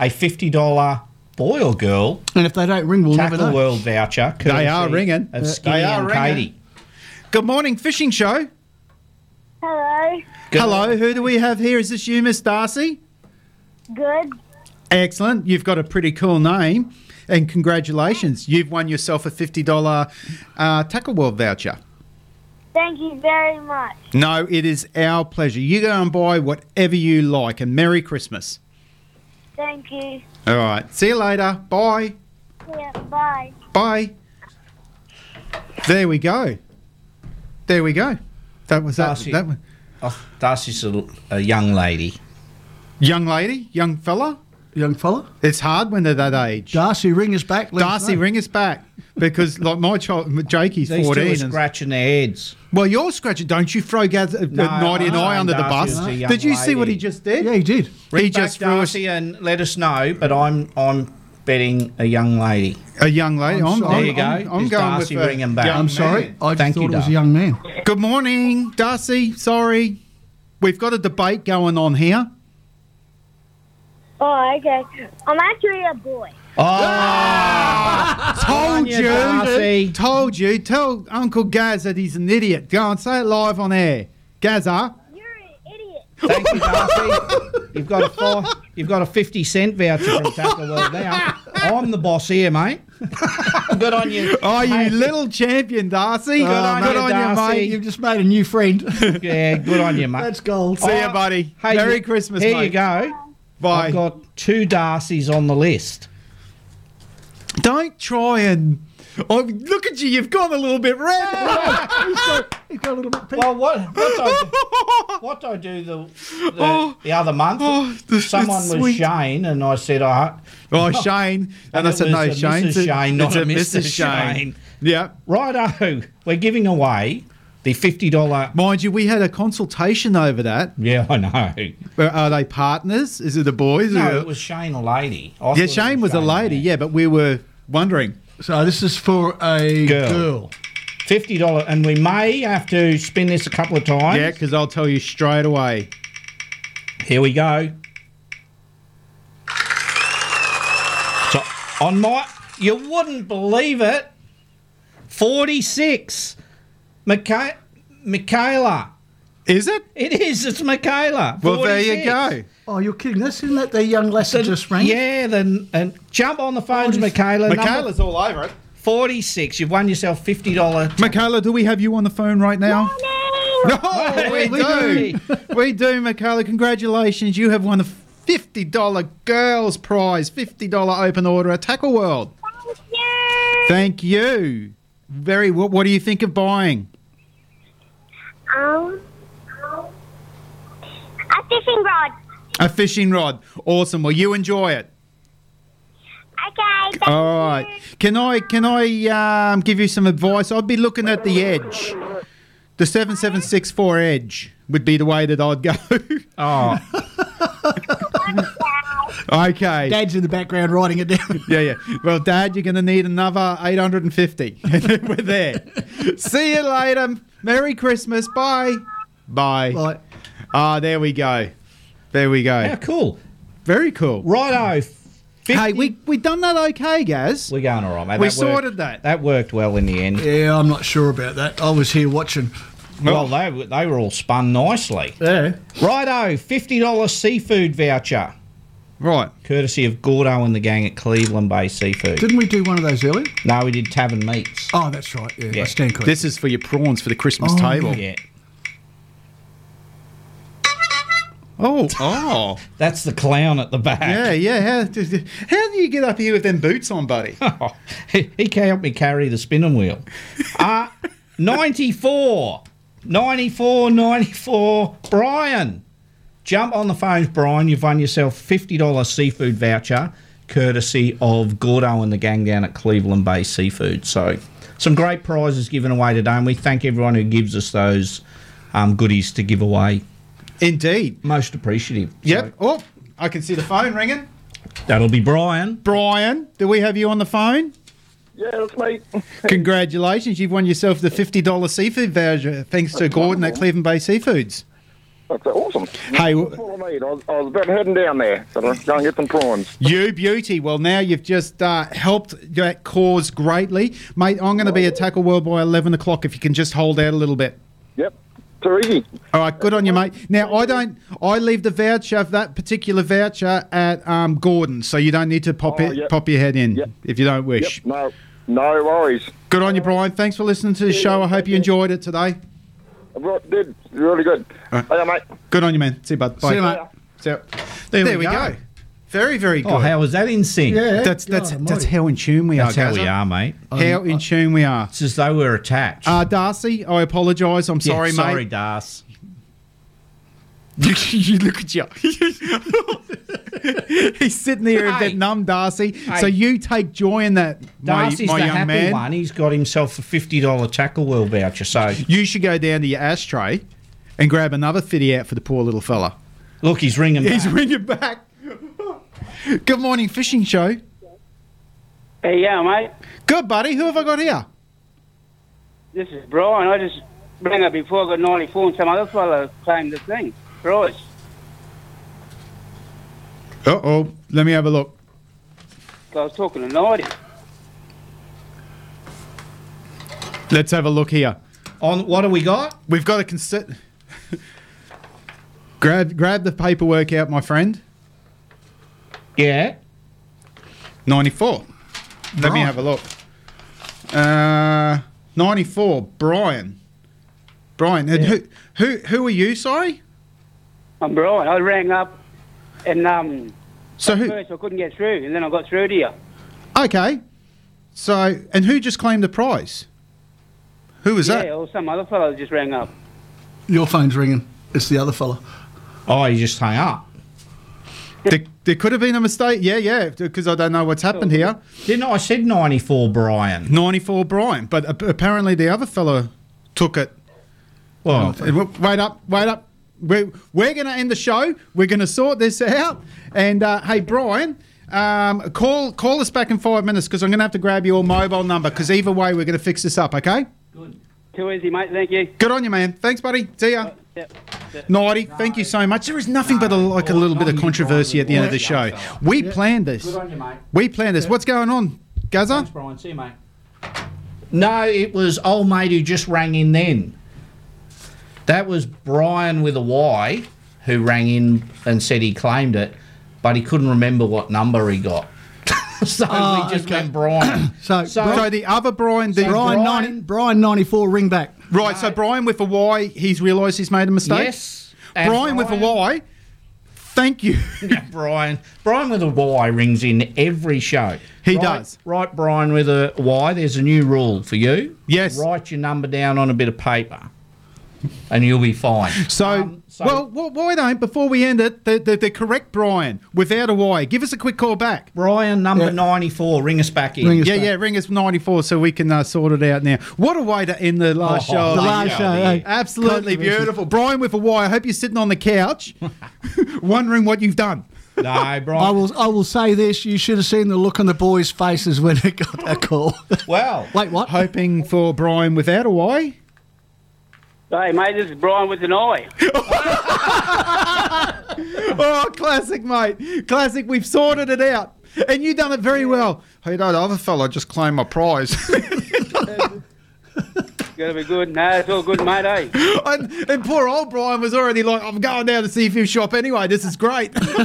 S4: a $50 boy or girl
S6: And if they don't ring, we'll never
S4: Tackle
S6: know.
S4: World voucher.
S3: They are
S4: courtesy
S3: ringing.
S4: Of
S3: Yeah.
S4: Skinny
S3: They are
S4: and
S3: ringing.
S4: Katie.
S3: Good morning, fishing show.
S28: Hello.
S3: Hello, who do we have here? Is this you, Miss Darcy?
S28: Good.
S3: Excellent. You've got a pretty cool name, and congratulations. You've won yourself a $50 uh, Tackle World voucher.
S28: Thank you very much.
S3: No, it is our pleasure. You go and buy whatever you like, and Merry Christmas.
S28: Thank you.
S3: All right. See you later. Bye.
S28: Yeah, bye.
S3: Bye. There we go. There we go. That was that.
S4: Darcy.
S3: that one.
S4: Oh, Darcy's a, a young lady.
S3: Young lady, young fella.
S6: Young fella.
S3: It's hard when they're that age.
S6: Darcy, ring us back. let us
S3: Darcy,
S6: know.
S3: ring us back because like my child, Jakey's
S4: These two are
S3: fourteen. and-
S4: scratching their heades.
S3: well, you're scratching. Don't you throw Gaz- uh, Nighty and I under the
S4: Darcy
S3: bus?
S4: was a young
S3: Did you see what he
S4: lady.
S3: just did?
S6: Yeah, he did.
S3: he
S4: Ring back
S3: just threw us
S4: Darcy and let us know. But I'm I'm betting a young lady.
S3: a young lady.
S6: I'm
S3: I'm,
S6: sorry.
S4: There you go.
S3: I'm, I'm
S4: Is
S3: going
S4: Darcy
S3: with uh, a
S4: ringing back?
S3: young
S6: I'm sorry.
S3: man.
S6: I
S4: Thank
S6: thought
S4: you,
S6: it was
S4: Dar.
S6: a young man.
S3: Good morning, Darcy. Sorry, we've got a debate going on here.
S28: Oh, okay. I'm actually a boy.
S4: Oh.
S3: Ah, Told
S4: you, Darcy.
S3: you. Told you. Tell Uncle Gaz that he's an idiot. Go on, say it live on air. Gazza.
S28: You're an idiot.
S4: Thank you, Darcy. you've got a four, you've got a fifty cent voucher from
S3: [LAUGHS]
S4: Tackle World now. I'm the boss here, mate. [LAUGHS] Good on you.
S3: Oh, you
S4: Mate.
S3: little champion, Darcy. Uh,
S4: Good on you, Oh, Darcy.
S6: You've just made a new
S3: [LAUGHS]
S6: friend.
S4: Yeah, good on you, mate.
S6: That's gold.
S3: See ya, buddy.
S4: Hey,
S3: Merry
S4: you-
S3: Christmas,
S4: Here
S3: mate.
S4: you go.
S3: Bye.
S4: I've got two Darcy's on the list.
S3: Don't try and. Oh,
S4: [LAUGHS]
S3: look at you! You've gone a little bit red.
S4: He's got a little bit. Well, what what I, do- what I do the
S3: [LAUGHS]
S4: the,
S3: Oh.
S4: the other month? someone was
S3: sweet.
S4: Shane, and I said, I
S3: Oh, Shane. And I
S4: it
S3: said,
S4: was
S3: no,
S4: a
S3: Shane.
S4: Mrs. Shane, not
S3: It's
S4: a,
S3: a
S4: Mr.
S3: Mrs.
S4: Shane.
S3: Shane. Yeah.
S4: Righto. We're giving away [LAUGHS] the fifty dollar.
S3: Mind you, we had a consultation over that.
S4: Yeah, I know.
S3: Where, are they partners? Is it the boys?
S4: No,
S3: Or-
S4: it was Shane, a lady. I
S3: yeah,
S4: thought-
S3: Shane was a lady. Yeah, but we were wondering.
S6: So this is for a
S4: girl. Fifty dollar, and we may have to spin this a couple of times.
S3: Yeah, because I'll tell you straight away.
S4: Here we go. So on my, you wouldn't believe it. Forty six, Micha- Michaela.
S3: Is it?
S4: It is. It's Michaela.
S6: Well, there you
S4: 46.
S6: Oh, you're kidding us! Isn't that the young lass that just rang?
S4: Yeah, then and jump on the phones, Michaela.
S3: Michaela's all over it.
S4: Forty six. You've won yourself fifty dollar.
S3: Michaela, do we have you on the phone right now? No, we,
S4: We
S3: do. we do, Michaela. Congratulations. You have won the $50 girls prize, $50 open order at Tackle World. Thank you. Thank you. Very what, what do you think of buying?
S28: Um, a fishing rod.
S3: A fishing rod. Awesome. Well, you enjoy it.
S28: Okay.
S3: All right. Can I can I um, give you some advice? I'd be looking at the edge. The 7764 edge would be the way that I'd go.
S4: [LAUGHS] oh.
S3: [LAUGHS] okay.
S6: Dad's in the background writing it down.
S3: Yeah, yeah. Well, Dad, you're going to need another 850. [LAUGHS] And then We're there. See you later. Merry Christmas. Bye. Bye. Bye. Ah, there we go. There we go.
S4: How cool.
S3: Very cool.
S4: Righto. 50.
S3: Hey, we we done that okay, Gaz?
S4: We're going all right, mate.
S3: We
S4: That worked-
S3: sorted that.
S4: That worked well in the end.
S6: Yeah, I'm not sure about that. I was here watching.
S4: Well, they, were- they were all spun nicely.
S6: Yeah.
S4: Righto, $50 seafood voucher.
S3: Right.
S4: Courtesy of Gordo and the gang at Cleveland Bay Seafood.
S6: Didn't we do one of those earlier?
S4: no, we did Tavern Meats.
S6: Oh, that's right. Yeah, I stand corrected. [LAUGHS]
S3: This is for your prawns for the Christmas
S6: Oh,
S3: table.
S4: Yeah. [LAUGHS]
S3: Oh, oh.
S4: That's the clown at the back.
S3: Yeah, yeah. How, how do you get up here with them boots on, buddy?
S4: [LAUGHS] he he can help me carry the spinning wheel. Uh, 94, 94, 94. Brian, jump on the phones, Brian. You've won yourself $50 seafood voucher courtesy of Gordo and the gang down at Cleveland Bay Seafood. So, some great prizes given away today, and we thank everyone who gives us those um, goodies to give away.
S3: Indeed.
S4: Most appreciative.
S3: Yep. Oh, I can see the phone ringing.
S4: That'll be Brian.
S3: Brian, do we have you on the phone?
S12: Yeah, that's me. [LAUGHS]
S3: Congratulations, you've won yourself the fifty dollars seafood voucher thanks to Gordon at Cleveland Bay Seafoods.
S12: That's awesome.
S3: Hey,
S12: That's all I need. I was, I was about heading down there, so I'm going to get some prawns.
S3: You beauty. Well, now you've just uh, helped that cause greatly, mate. I'm going to be at Tackle World by eleven o'clock if you can just hold out a little bit.
S12: Yep, too easy.
S3: All right, good on you, mate. Now I don't. I leave the voucher, that particular voucher, at um, Gordon, so you don't need to pop
S12: Oh,
S3: it,
S12: yep.
S3: pop your head in if you don't wish.
S12: Yep, no, no worries.
S3: Good on you, Brian. Thanks for listening to the show. I hope you enjoyed it today.
S12: Right, Did really good. Hey, mate.
S3: Good on you, man. See you, bud. Bye.
S12: See you, mate.
S3: See ya. There,
S12: we
S3: we,
S12: go.
S3: go. Very, very good.
S4: Oh, how was that in sync?
S3: that's that's that's how in tune we
S4: That's
S3: are.
S4: how we
S3: Gazza.
S4: are, mate.
S3: How in tune we are.
S4: Um, uh, It's as though we're attached.
S3: Uh, Darcy, I apologise. I'm sorry,
S4: yeah,
S3: mate.
S4: Sorry, [LAUGHS] Das.
S3: You, you look at you. [LAUGHS] He's sitting there a
S4: Hey.
S3: bit numb, Darcy. So
S4: Hey.
S3: you take joy in that, my,
S4: Darcy's
S3: my
S4: the
S3: young
S4: happy
S3: man.
S4: one. He's got himself a fifty dollar tackle world voucher. So
S3: You should go down to your ashtray and grab another fitty out for the poor little fella.
S4: look, he's ringing.
S3: [LAUGHS] He's
S4: back.
S3: ringing back. [LAUGHS] Good morning, fishing show.
S18: Hey, yeah, mate.
S3: Good, buddy. Who have I got here?
S18: This is Brian. I just rang up before I got 94 and some other fellow claimed the thing. Right.
S3: Uh oh. Let me have a look.
S18: I was talking to 90.
S3: Let's have a look here.
S4: On what have we got?
S3: We've got a consent. grab grab the paperwork out, my friend.
S4: Yeah.
S3: Ninety four. Let me
S4: Right.
S3: have a look. Uh, ninety four. Brian. Brian. And who who who are you? Sorry.
S18: I'm Brian. I rang up and um,
S3: So
S18: at
S3: who?
S18: first I couldn't get through and then I got through to you.
S3: Okay. So, and who just claimed the prize? Who was
S18: yeah,
S3: that?
S18: or some other fellow just rang up.
S6: Your phone's ringing. It's the other fella.
S4: Oh, you just hung up.
S3: there, there could have been a mistake. Yeah, yeah, because I don't know what's happened here.
S4: Didn't I said 94 Brian?
S3: 94 Brian, but ap- apparently the other fellow took it.
S4: Well,
S3: Uh, w- wait up, wait up. We're, we're going to end the show. We're going to sort this out. And uh, hey, Brian, um, call call us back in five minutes because I'm going to have to grab your mobile number because either way, we're going to fix this up, okay?
S18: Too easy, mate. Thank you.
S3: Good on you, man. Thanks, buddy. See ya.
S18: Yep.
S3: Naughty, thank you so much. There is nothing but a, like a little bit of controversy at the end of the show. We planned this.
S4: Good on you, mate.
S3: We planned this. What's going on, Gaza?
S4: Brian, see you, mate. No, it was old mate who just rang in then. That was Brian with a Y who rang in and said he claimed it, but he couldn't remember what number he got. [LAUGHS] so
S6: Ah,
S4: we just went Brian.
S6: [CLEARS THROAT] So,
S4: So-
S6: [LAUGHS]
S4: [LAUGHS]
S3: So the other Brian, the
S6: Brian, Brian, 90, Brian 94, ring back.
S3: Right, so Brian with a Y, he's realised he's made a mistake.
S4: Yes. And
S3: Brian, with a Y, thank you.
S4: Brian. Brian with a Y rings in every show.
S3: He
S4: Right-
S3: does.
S4: Right, Brian with a Y. There's a new rule for you.
S3: Yes.
S4: Write your number down on a bit of paper, and you'll be fine.
S3: So, well, wh- why don't, before we end it, the, the, the correct Brian without a Y, give us a quick call back.
S4: Brian, number 94, ring us back in.
S3: yeah, yeah, ring us 94 so we can uh, sort it out now. What a way to end the last
S4: Oh,
S3: show. of
S4: the
S6: last
S3: year.
S6: show, eh?
S3: Absolutely
S6: Controversy.
S3: beautiful. Brian with a Y, I hope you're sitting on the couch wondering what you've done. [LAUGHS]
S4: No,
S6: I
S4: Brian.
S6: will. I will say this. You should have seen the look on the boys' faces when they got that call.
S4: Well,
S6: [LAUGHS] Wait, what?
S3: Hoping for Brian without a [LAUGHS] Y.
S18: Hey, mate, this is Brian with an eye.
S3: Oh, classic, mate. Classic. We've sorted it out. And you done it very well. Hey, no, the other fella just claimed my prize.
S18: Gonna be good. No, it's all good, mate. eh? Hey,
S3: [LAUGHS] [GASPS] and, and poor old Brian was already like, I'm going down to see if you shop anyway. This is [LAUGHS] great.
S18: Sorry,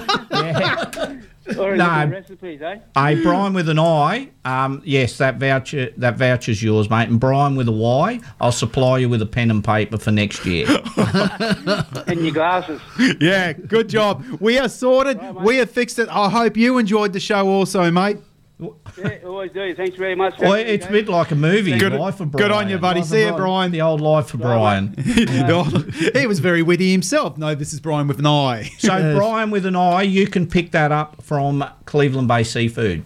S4: No.
S18: looking at recipes, eh?
S4: Hey, Brian with an I. Um, yes, that voucher that voucher's yours, mate. And Brian with a Y, I'll supply you with a pen and paper for next year.
S18: [LAUGHS] And your glasses.
S3: yeah, good job. We are sorted. we have fixed it. I hope you enjoyed the show also, mate.
S18: Yeah, always do. Thanks very much.
S4: well, it's a bit like a movie.
S3: Good-
S4: Life of Brian.
S3: good on you, buddy. See ya, Brian.
S4: The old life of
S3: [LAUGHS]
S4: Brian.
S3: he was very witty himself. No, this is Brian with an I.
S4: [LAUGHS] So, Brian with an I, you can pick that up from Cleveland Bay Seafood.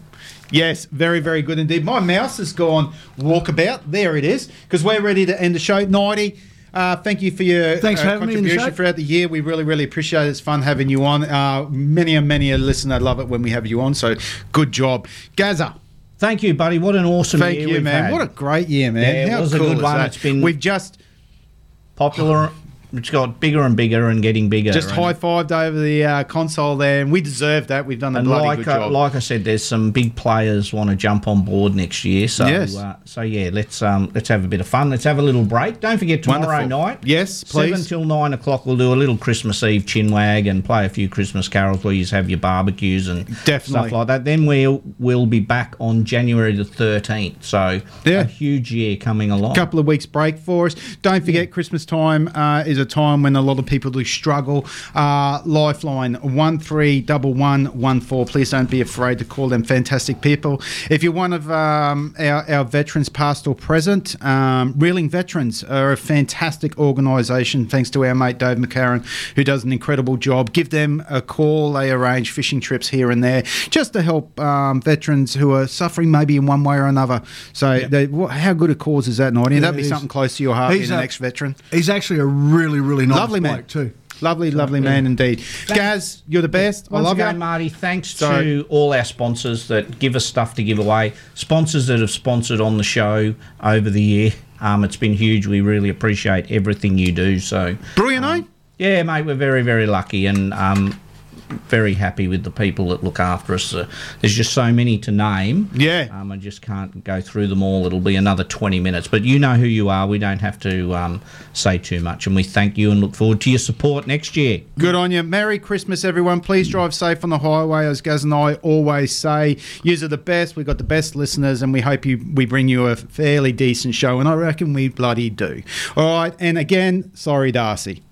S3: Yes, very, very good indeed. My mouse has gone walkabout. There it is, because we're ready to end the show. 90. Uh, thank you for your
S6: Thanks
S3: uh,
S6: for having me in the
S3: contribution
S6: show.
S3: throughout the year. We really, really appreciate it. It's fun having you on. Uh, many and many a listener love it when we have you on. So good job, Gaza.
S4: Thank you, buddy. What an awesome
S3: Thank
S4: year
S3: you,
S4: we've
S3: man.
S4: had.
S3: What a great year, man.
S4: Yeah, it
S3: How
S4: was a
S3: cool
S4: good
S3: is
S4: one.
S3: that?
S4: It's been-
S3: We've just
S4: popular. It's got bigger and bigger and getting bigger.
S3: just
S4: and-
S3: high fived over the uh, console there, and we deserve that. We've done a
S4: And
S3: bloody
S4: like,
S3: good
S4: uh,
S3: job.
S4: like I said, there's some big players want to jump on board next year. So,
S3: Yes.
S4: uh, so yeah, let's um, let's have a bit of fun. Let's have a little break. Don't forget tomorrow
S3: Wonderful.
S4: night,
S3: Yes, please.
S4: seven till nine o'clock. We'll do a little Christmas Eve chinwag and play a few Christmas carols where you have your barbecues and
S3: Definitely.
S4: stuff like that. Then we'll we'll be back on January the thirteenth. So
S3: Yeah.
S4: a huge year coming along.
S3: couple of weeks break for us. Don't forget, Christmas time uh, is a time when a lot of people do struggle. Uh, Lifeline one three double one one four. Please don't be afraid to call them fantastic people. If you're one of um, our, our veterans, past or present, um, Reeling Veterans are a fantastic organisation. Thanks to our mate Dave McCarran, who does an incredible job. Give them a call. They arrange fishing trips here and there just to help um, veterans who are suffering maybe in one way or another. So, they, wha- how good a cause is that, Naughty?
S6: Yeah,
S3: That'd
S6: it
S3: be
S6: is.
S3: something close to your heart being
S6: He's
S3: an
S6: a-
S3: ex veteran.
S6: He's actually a really, really nice
S3: Lovely man.
S6: bloke too.
S3: Lovely, lovely man indeed. Gaz, you're the best. I
S4: Once
S3: love
S4: again,
S3: you.
S4: Marty, thanks
S3: So-
S4: to all our sponsors that give us stuff to give away, sponsors that have sponsored on the show over the year. Um, it's been huge. We really appreciate everything you do. So, um,
S3: Brilliant, eh?
S4: yeah, mate, we're very, very lucky and um, very happy with the people that look after us. Uh, there's just so many to name.
S3: Yeah.
S4: Um, I just can't go through them all. It'll be another 20 minutes. But you know who you are. We don't have to um, say too much. And we thank you and look forward to your support next year.
S3: Good on you. Merry Christmas, everyone. Please drive safe on the highway, as Gaz and I always say. Yous are the best. We've got the best listeners, and we hope you we bring you a fairly decent show, and I reckon we bloody do. All right, and again, sorry, Darcy.